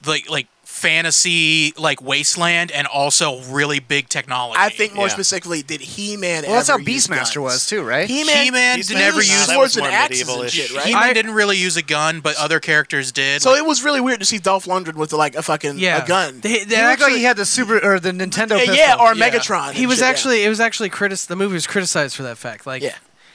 like like fantasy, like wasteland, and also really big technology. I think more Yeah. specifically, did He-Man? Well, that's ever how use Beastmaster guns? was, too, right? He-Man, He-Man used did never use swords and axes and shit, right? He-Man didn't really use a gun, but other characters did. So it was really weird to see Dolph Lundgren with like a fucking Yeah. a gun. They- He looked like he had the super or the Nintendo. Yeah, Pistol. yeah, or Megatron. He was actually it was actually critic. The movie was criticized for that fact. Like,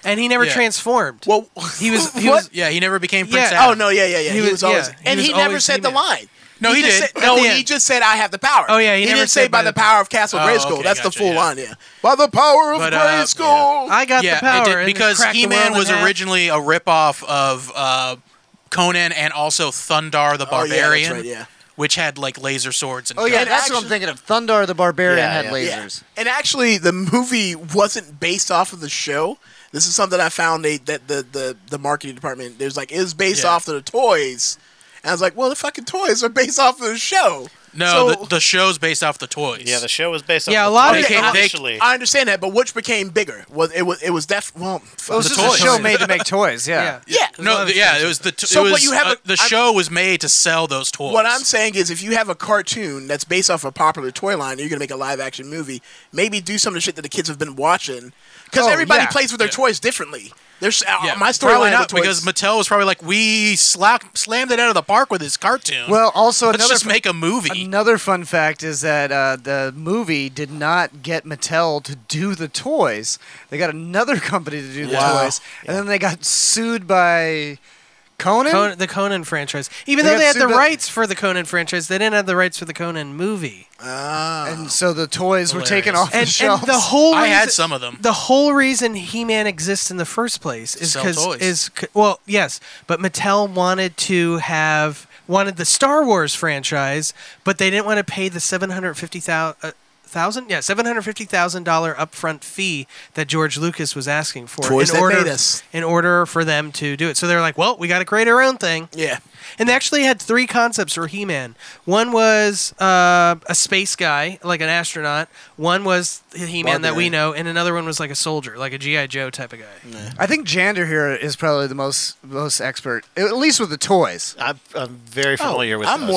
and he never Yeah. transformed. Well, he was he What? was yeah, he never became Yeah. Prince. Oh, no, yeah, yeah, yeah. He was always- he and was he, never always said the He-Man. line. No, he just did. said- At no, the he end. just said, "I have the power." Oh, yeah, he never didn't say said by by the the power of Castle Oh, Grayskull. okay, That's the gotcha, full yeah. line. Yeah, by the power of But, uh, Grayskull. I got yeah, the power it did- and because cracked the He-Man world in was half. originally a ripoff of uh, Conan and also Thundar the Oh, yeah, that's Barbarian, right, yeah. which had like laser swords and Oh yeah, guns. that's what I'm thinking of. Thunder the Barbarian had lasers. Yeah. And actually, the movie wasn't based off of the show. This is something I found they, that the, the the marketing department there's like it was based Yeah. off of the toys, and I was like, well, the fucking toys are based off of the show. No, So- the, the show's based off the toys. Yeah, the show was based off Yeah, a the lot of toys Okay, it- I- initially. I understand that, but which became bigger? Was it was it was def well, It was fuck, just a show made to make toys, yeah. yeah. No, th- yeah, it was the. T- So it what was, you have uh, a- the show was made to sell those toys. What I'm saying is, if you have a cartoon that's based off a popular toy line, and you're gonna make a live action movie. Maybe do some of the shit that the kids have been watching, because Oh, everybody yeah. plays with their toys differently. There's uh, yeah, my probably storyline not with toys. because Mattel was probably like we slack, slammed it out of the park with his cartoon. Well, also let's another just fu- make a movie. Another fun fact is that uh, the movie did not get Mattel to do the toys. They got another company to do the Wow. toys, and then they got sued by Conan. Conan- the Conan franchise. Even They though got they had the sued by- rights for the Conan franchise, they didn't have the rights for the Conan movie. And so the toys were taken off and, the shelves. And the whole I reason, had some of them. The whole reason He-Man exists in the first place is Sell because toys. is c- well, yes, but Mattel wanted to have wanted the Star Wars franchise, but they didn't want to pay the seven hundred fifty thousand. Thousand, yeah, seven hundred fifty thousand dollar upfront fee that George Lucas was asking for Toys in that order made us. in order for them to do it. So they're like, well, we got to create our own thing. Yeah. And they actually had three concepts for He-Man. One was uh, a space guy, like an astronaut. One was the He-Man that we Barbarian. know, and another one was like a soldier, like a GI Joe type of guy. I think Jander here is probably the most most expert, at least with the toys. I'm, I'm very familiar with. those,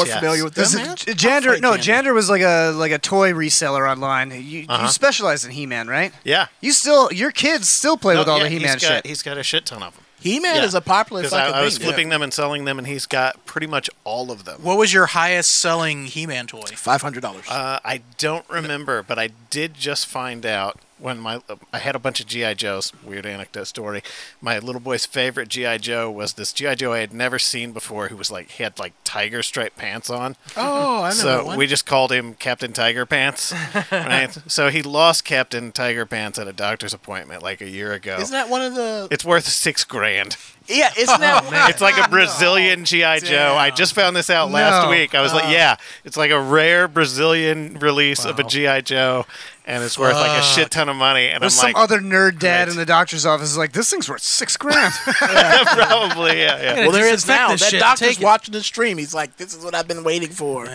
yes. Jander, no, Jander was like a like a toy reseller online. You, Uh-huh. you specialize in He-Man, right? Yeah. You still, your kids still play No, with all yeah, the He-Man he's got- shit. He's got a shit ton of them. He-Man is a popular 'Cause fucking I, I was thing, yeah. flipping them and selling them, and he's got pretty much all of them. What was your highest selling He-Man toy? Five hundred dollars. Uh, I don't remember, but I did just find out when my I had a bunch of GI Joes. Weird anecdote story. My little boy's favorite GI Joe was this GI Joe I had never seen before, who was like he had like tiger stripe pants on. Oh, I know So that one. we just called him Captain Tiger Pants. right? So he lost Captain Tiger Pants at a doctor's appointment like a year ago. Isn't that one of the? Oh, it's worth six grand. Yeah, isn't that? It's like a Brazilian GI Joe. I just found this out last No. week. I was Oh. like, yeah, it's like a rare Brazilian release of a GI Joe, and it's worth like a Fuck. shit ton of money. And There's some I'm like, other nerd dad in the doctor's office is like, this thing's worth six grand. probably, yeah, yeah. Well, there is now. That doctor's Take it. watching the stream. He's like, "This is what I've been waiting for.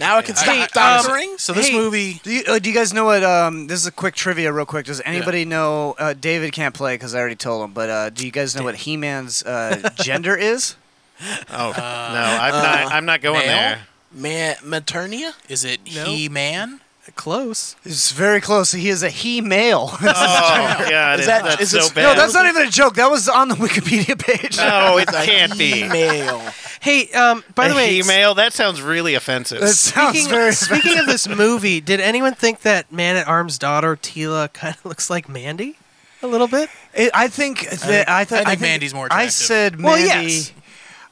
Now I can Hey, stop doctoring." um, hey, Do you, uh, do you guys know what? Um, this is a quick trivia, real quick. Does anybody know? Uh, David can't play because I already told him. But uh, do you guys know what He-Man's uh, gender is? Oh no, I'm not. I'm not going there. Man, Maternia? Is it He Man? Close. It's very close. He is a he male. Oh, God, Is that- that's is so this- bad. No, that's not even a joke. That was on the Wikipedia page. No, it can't be. Hey, um, by the A way, email that sounds really offensive. speaking, speaking of this movie, did anyone think that Man at Arms' daughter Tila kind of looks like Mandy a little bit? I think that I, thought- think- I said Well, Mandy. yes.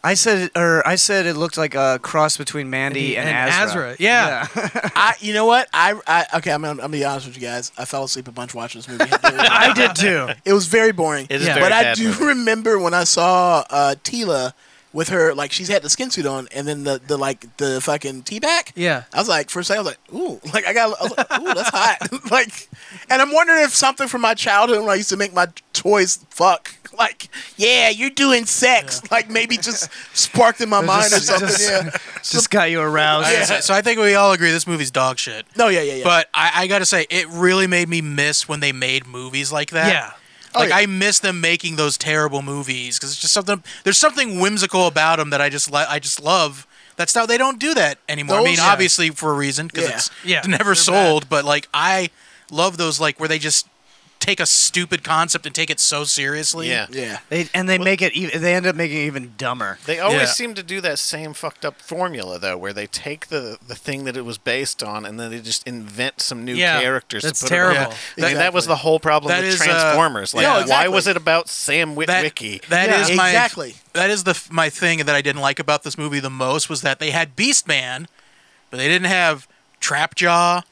I said, or I said it looked like a cross between Mandy and, Azra. yeah. I, you know what? I, I okay. I'm, gonna- I'm gonna be honest with you guys. I fell asleep a bunch watching this movie. I did too. It was very boring. It is a very but I bad do movie. remember when I saw uh, Tila with her like she's had the skin suit on, and then the, the like the fucking tea back. Yeah. I was like, for a second, I was like, ooh, like I got, I was like, ooh, that's hot. like, and I'm wondering if something from my childhood when I used to make my toys fuck. Like, yeah, you're doing sex. Like, maybe just sparked in my mind or something. yeah. Just got you aroused. I- so- so I think we all agree this movie's dog shit. No, yeah, yeah, yeah. But I, I got to say, it really made me miss when they made movies like that. Yeah. Oh, Like yeah. I miss them making those terrible movies because it's just something. There's something whimsical about them that I just li- I just love. That's how they don't do that anymore. I mean, Those- Yeah. obviously for a reason because Yeah. it's Yeah, never they're sold. But like I love those like where they just take a stupid concept and take it so seriously. They, and they make it. ev- They end up making it even dumber. They always seem to do that same fucked up formula though, where they take the the thing that it was based on, and then they just invent some new Yeah, characters. that's to put it on. terrible. That, that was the whole problem That with is, uh, Transformers. like, No, why exactly. was it about Sam Witwicky? That is my exactly. That is the f- my thing that I didn't like about this movie the most was that they had Beast Man, but they didn't have Trapjaw.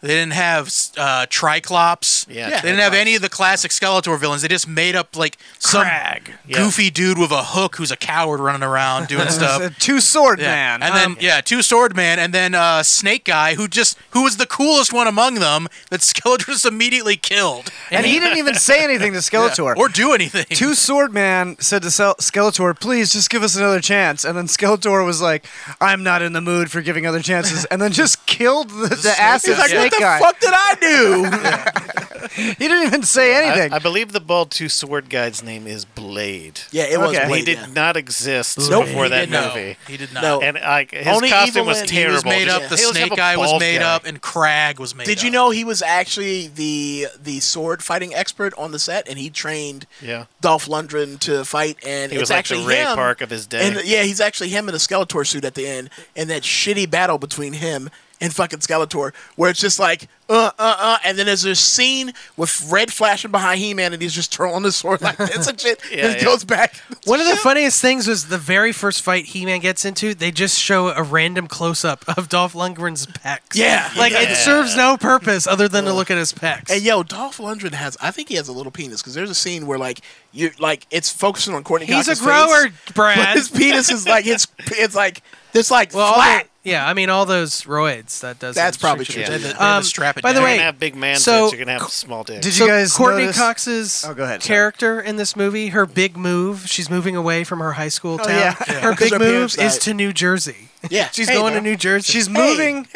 They didn't have uh, Triclops. Yeah, they didn't have any of the classic Skeletor villains. They just made up like some Yeah. goofy dude with a hook who's a coward running around doing stuff. Two sword Yeah. Uh, man. Um, and then yeah, two sword man, and then uh, snake guy who just who was the coolest one among them that Skeletor just immediately killed, And he didn't even say anything to Skeletor. Yeah. or do anything. Two Sword Man said to Sel- Skeletor, "Please just give us another chance." And then Skeletor was like, "I'm not in the mood for giving other chances," and then just killed the, the, acid He's like, snake "What the guy. fuck did I do?" he didn't even say anything. I, I believe the bald two sword guy's name is Blade. Yeah, it was Okay. He Blade, did yeah. not exist Nope. before He that did not. movie. He did not. No. And I, his Only costume evil was in- terrible. He was made Just- up. The he looks like snake a guy was bald made guy. up, and Crag was made Did up. you know he was actually the the sword fighting expert on the set, and he trained Yeah. Dolph Lundgren to fight? And He it's was like the actually Ray him, Park of his day. And yeah, he's actually him in a Skeletor suit at the end, and that shitty battle between him and fucking Skeletor, where it's just like uh uh uh, and then there's this scene with red flashing behind He-Man, and he's just twirling the sword like this and shit, Yeah, and it yeah. goes back. One of the funniest things was the very first fight He-Man gets into. They just show a random close-up of Dolph Lundgren's pecs. Yeah. like Yeah. it serves no purpose other than to look at his pecs. And yo, Dolph Lundgren has. I think he has a little penis because there's a scene where like you like it's focusing on Courtney. He's a Cox's grower, face, Brad. but His penis is like it's it's like it's like all flat. the- yeah, I mean all those roids. That does. That's that probably restriction. true. Uh, They had to- they had to Um, strap it by the down. way, You're gonna have big man so tits, you're gonna have small dicks. Did you guys? Courtney notice- Cox's Oh, go ahead. character in this movie, her big move. She's moving away from her high school Oh, town. yeah. Yeah. Her 'Cause big her move parents is died. to New Jersey. Yeah, she's Hey, going to man. New Jersey. She's moving.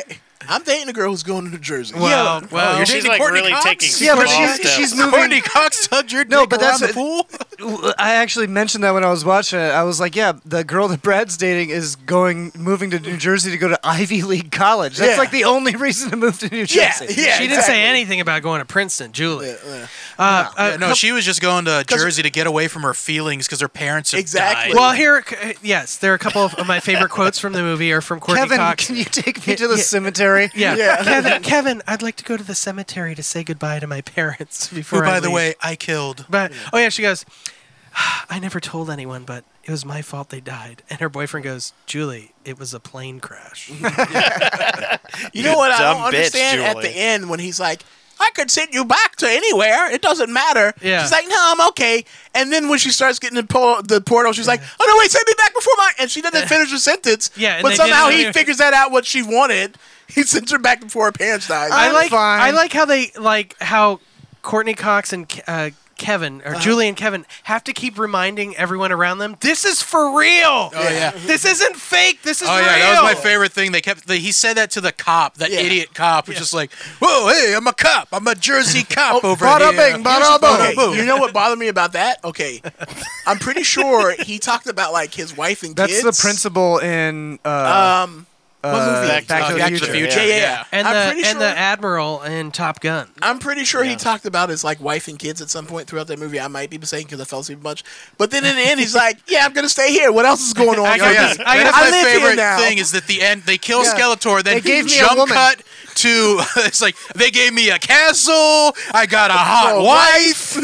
I'm dating a girl who's going to New Jersey. Well, Yo, well, oh, you're she's dating like Courtney really Cox? taking Yeah, but small she's steps. she's moving. Courtney Cox tugged your no, dick but around that's the what- pool? w- I actually mentioned that when I was watching it. I was like, "Yeah, the girl that Brad's dating is going moving to New Jersey to go to Ivy League college. That's Yeah. like the only reason to move to New Jersey." she didn't say anything about going to Princeton, Julie. Uh, Yeah, uh, no, couple- she was just going to 'Cause- Jersey to get away from her feelings because her parents have died. Well, here, uh, yes, there are a couple of my favorite quotes from the movie are from Courtney Kevin, Cox. can you take me Yeah, to the yeah. cemetery? Yeah. Kevin, Kevin, I'd like to go to the cemetery to say goodbye to my parents before. Who, I by the leave." way, I killed. But oh yeah, she goes. "Ah, I never told anyone, but it was my fault they died. And her boyfriend goes, Julie, it was a plane crash. You know what? I don't understand at the end when he's like, I could send you back to anywhere. It doesn't matter. Yeah. She's like, no, I'm okay. And then when she starts getting the, po- the portal, she's like, oh, no, wait, send me back before my. And she doesn't finish her sentence. Yeah, and but they didn't somehow he really- figures that out what she wanted. he sends her back before her parents die. I like I like how they like how Courtney Cox and Ke- uh, Kevin Uh-huh. or Julie and Kevin have to keep reminding everyone around them this is for real. Oh yeah. Mm-hmm. this isn't fake. This is oh real. yeah, that was my favorite thing. They kept. They, he said that to the cop, that idiot cop, was just like, "Whoa, hey, I'm a cop. I'm a Jersey cop over Bada here." bing, bada Here's- boom. You know what bothered me about that? Okay, I'm pretty sure he talked about like his wife and That's kids. the principal in. Uh, Um, what movie? Back, to, the future. Yeah, yeah, yeah. And I'm the pretty and the sure- admiral in Top Gun. I'm pretty sure he talked about his like wife and kids at some point throughout that movie. I might be mistaken because I fell asleep a bunch. But then in the end, he's like, "Yeah, I'm gonna stay here. What else is going on? I got this- I got my live here favorite now." thing is that the end they kill Yeah. Skeletor, then They gave me a jump woman. cut to it's like they gave me a castle, I got a hot A wife.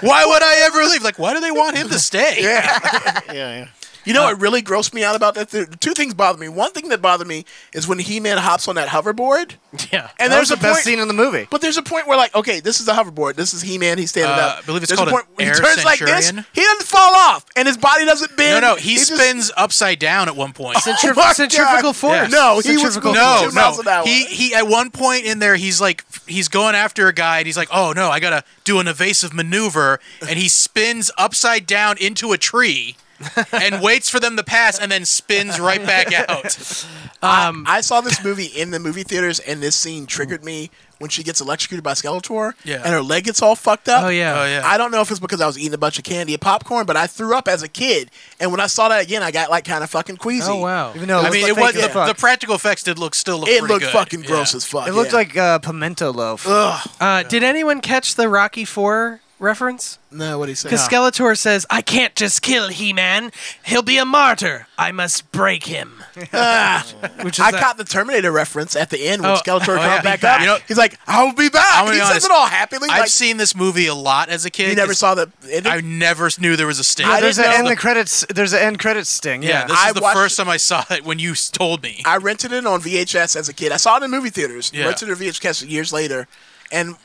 Why would I ever leave? Like, why do they want him to stay? Yeah. yeah, yeah. You know Uh, what really grossed me out about that? The two things bothered me. One thing that bothered me is when He Man hops on that hoverboard. Yeah, and That there's was the a best point, scene in the movie. But there's a point where like, okay, this is the hoverboard. This is He Man. He's standing Uh, up. I believe it's there's called a point an where air he turns like this. centurion. He doesn't fall off, and his body doesn't No, bend. no, he, just- spins upside down at one point. Centri- my centrifugal God. force. No, he was Centrifugal moving no, two miles an no. hour. He he. At one point in there, he's like he's going after a guy, and he's like, "Oh no, I gotta do an evasive maneuver," and he spins upside down into a tree, and waits for them to pass, and then spins right back out. Um, I, I saw this movie in the movie theaters, and this scene triggered me when she gets electrocuted by Skeletor, Yeah. and her leg gets all fucked up. Oh, yeah. Oh, yeah. I don't know if it's because I was eating a bunch of candy and popcorn, but I threw up as a kid, and when I saw that again, I got like kind of fucking Oh, queasy. Even though I mean, it was the, as fuck. the practical effects did look still look It pretty looked good. fucking gross as fuck. it looked like uh, pimento loaf. Uh, Did anyone catch the Rocky Four reference? No, what he said. Because Skeletor says, "I can't just kill He-Man. He'll be a martyr. I must break him." Ah. Which is I that- caught the Terminator reference at the end when Oh, Skeletor oh, comes yeah. back Back. up. You know- he's like, "I'll be back." I'm gonna he be says honest. it all happily. I've like, seen this movie a lot as a kid. You never 'cause saw the ending? I never knew there was a sting. Yeah, there's an end the credits. There's an end credits sting. Yeah, Yeah, this I is the watched first time I saw it when you s- told me. I rented it on VHS as a kid. I saw it in movie theaters. Yeah. Rented it on VHS years later, and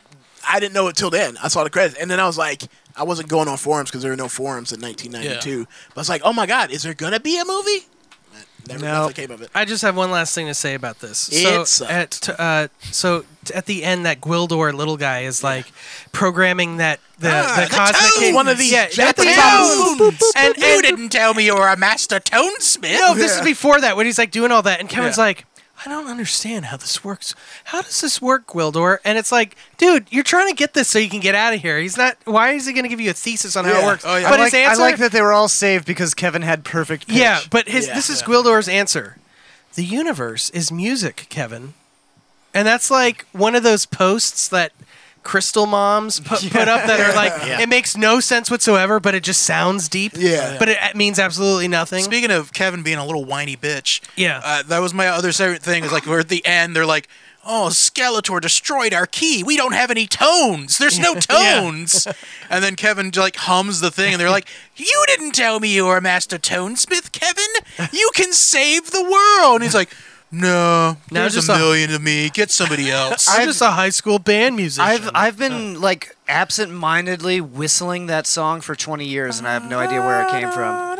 I didn't know it till then. I saw the credits, and then I was like, I wasn't going on forums because there were no forums in 1992. But I was like, oh my god, is there gonna be a movie? Never nothing came of it. I just have one last thing to say about this. It so sucked. at t- uh, so t- at the end, that Gwildor little guy is like programming that the, Ah, the, the cosmic tones! One of these yeah, at the Japanese- tones! Boop, boop, boop, And, boop. You didn't tell me you were a master tonesmith. No, this is Yeah. before that when he's like doing all that, and Kevin's Yeah. like. I don't understand how this works. How does this work, Gwildor? And it's like, dude, you're trying to get this so you can get out of here. He's not. Why is he going to give you a thesis on how it works? I But like, his answer, I like that they were all saved because Kevin had perfect. Pitch. yeah, but his this is Gwildor's answer. The universe is music, Kevin. And that's like one of those posts that crystal moms pu- put up that are like Yeah. it makes no sense whatsoever, but it just sounds deep. Yeah. But it uh, means absolutely nothing. Speaking of Kevin being a little whiny bitch, Mm-hmm. Yeah. uh, that was my other favorite thing. Is like we're at the end, they're like, "Oh, Skeletor destroyed our key. We don't have any tones. There's no Yeah. tones." and then Kevin like hums the thing, and they're like, "You didn't tell me you were a master tonesmith, Kevin. You can save the world." And he's like. No, No, there's just a a- million of me. Get somebody else. I'm just a high school band musician. I've I've been like absent-mindedly whistling that song for 20 years, and I have no idea where it came from.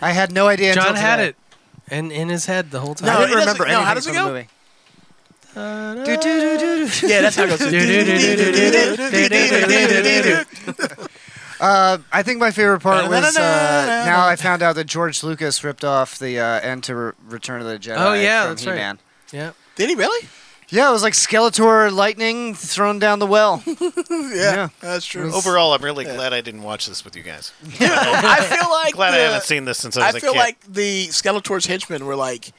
I had no idea. John until had today. it in, in his head the whole time. No, I didn't it remember doesn't- no, how anything does it from the go? movie. Yeah, that's how it Uh, I think my favorite part was uh, now I found out that George Lucas ripped off the uh, end to Re- Return of the Jedi. Oh, yeah, from that's right. He-Man. Yeah. Did he really? Yeah, it was like Skeletor lightning thrown down the well. Yeah. that's true. Overall, I'm really glad I didn't watch this with you guys. I feel like Glad I the- haven't seen this since I was a feel kid. like the Skeletor's henchmen were like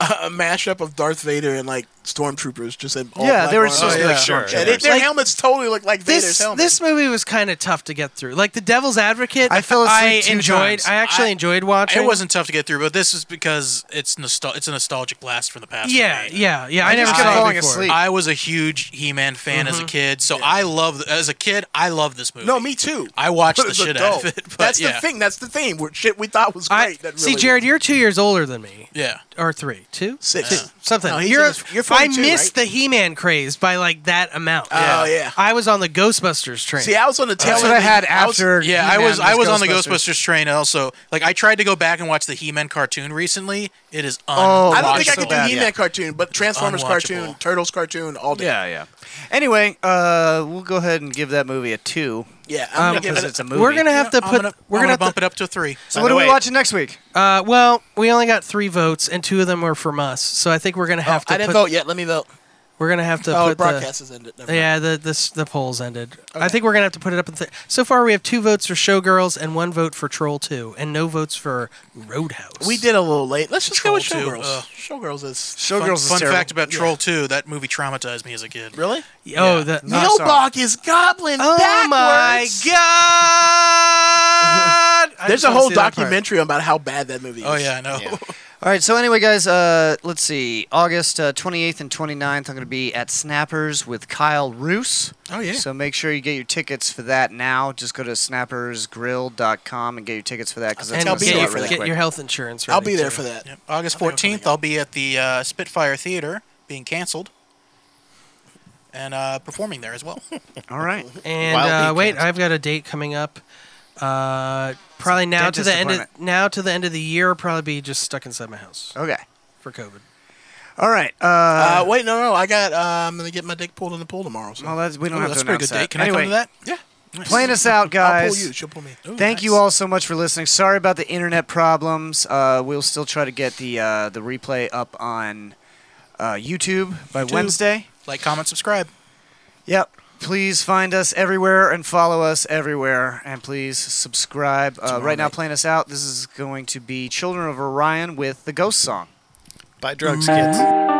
a mashup of Darth Vader and like stormtroopers, just in all Yeah, black they were armor. supposed to be like Sure, Oh, Yeah, they- stormtroopers. their Like- helmets totally look like Vader's this helmet. this movie was kind of tough to get through. Like the Devil's Advocate, I fell asleep I two enjoyed. times. I actually I- enjoyed watching. It wasn't tough to get through, but this is because it's nostal- it's a nostalgic blast from the past. for Yeah, me. yeah, yeah. I, never just saw kept it falling before. asleep. I was a huge He-Man fan as a kid, so I love as a kid I love this movie. Mm-hmm. No, me too. I watched But the as shit adult, out of it. But that's yeah. the thing. That's the thing. Where shit we thought was great. that See, really Jared, you're two years older than me. Yeah. Or three, two, Six. Two, something. No, he's you're in his- you're I 22, missed right? the He-Man craze by like that amount. Oh, yeah. I was on the Ghostbusters train. See, I was on the tail That's end what I of the- had I was- after yeah, I was He-Man I was on the Ghostbusters. Ghostbusters train also. Like I tried to go back and watch the He-Man cartoon recently. It is un- Oh, I don't think I could do bad. He-Man cartoon, but Transformers Unwatchable. cartoon, Turtles cartoon, all day. Yeah, yeah. Anyway, uh, we'll go ahead and give that movie a two. Yeah, I'm gonna give because it a- it's a movie. We're gonna have to put. we're gonna, have to, up to three. So what are we watching next week? Uh, well, we only got three votes, and two of them were from us. So I think we're gonna have to. Oh, I didn't put- vote yet. Let me vote. We're gonna have to. Oh, put broadcast the, has ended. Never mind. Yeah, the this the polls ended. I think we're gonna have to put it up. In th- so far, we have two votes for Showgirls and one vote for Troll Two, and no votes for Roadhouse. We did a little late. Let's just go with Troll two, uh, Showgirls. ugh. Showgirls is fun, fun fact about Troll Two. That movie traumatized me as a kid. Really? Oh, the Neil Bach is goblin Oh my backwards. god! I There's just a wanna whole see that part. documentary about how bad that movie is. Ah! Oh yeah, I know. All right, so anyway, guys, uh, let's see. August uh, 28th and 29th, I'm going to be at Snappers with Kyle Roos. Oh, yeah. So make sure you get your tickets for that now. Just go to snappersgrill.com and get your tickets for that because that's And going to get, sell your, out really get quick. your health insurance. I'll ready, be there too. for that. Yep. August fourteenth, I'll be at the uh, Spitfire Theater, being canceled, and uh, performing there as well. All right. And Wild uh, Beat wait, I've got a date coming up. Uh, probably now to dentist the end of appointment. now to the end of the year. I'll Probably be just stuck inside my house. Okay. For COVID. All right. Uh, Uh, wait, no, no, I got. Uh, I'm gonna get my dick pulled in the pool tomorrow. So. Well, that's, we don't Oh, Ooh, have that's to a pretty announce good date. that. Can anyway, I come to that? Yeah. Playing us out, guys. I'll pull you. She'll pull me. Ooh, Thank you all so much for listening. Sorry about the internet problems. Uh, we'll still try to get the uh, the replay up on uh, YouTube by YouTube. Wednesday. Like, comment, subscribe. Yep. Please find us everywhere and follow us everywhere. And please subscribe. Uh, Tomorrow right now, night. playing us out, this is going to be Children of Orion with the Ghost Song. Buy drugs, kids.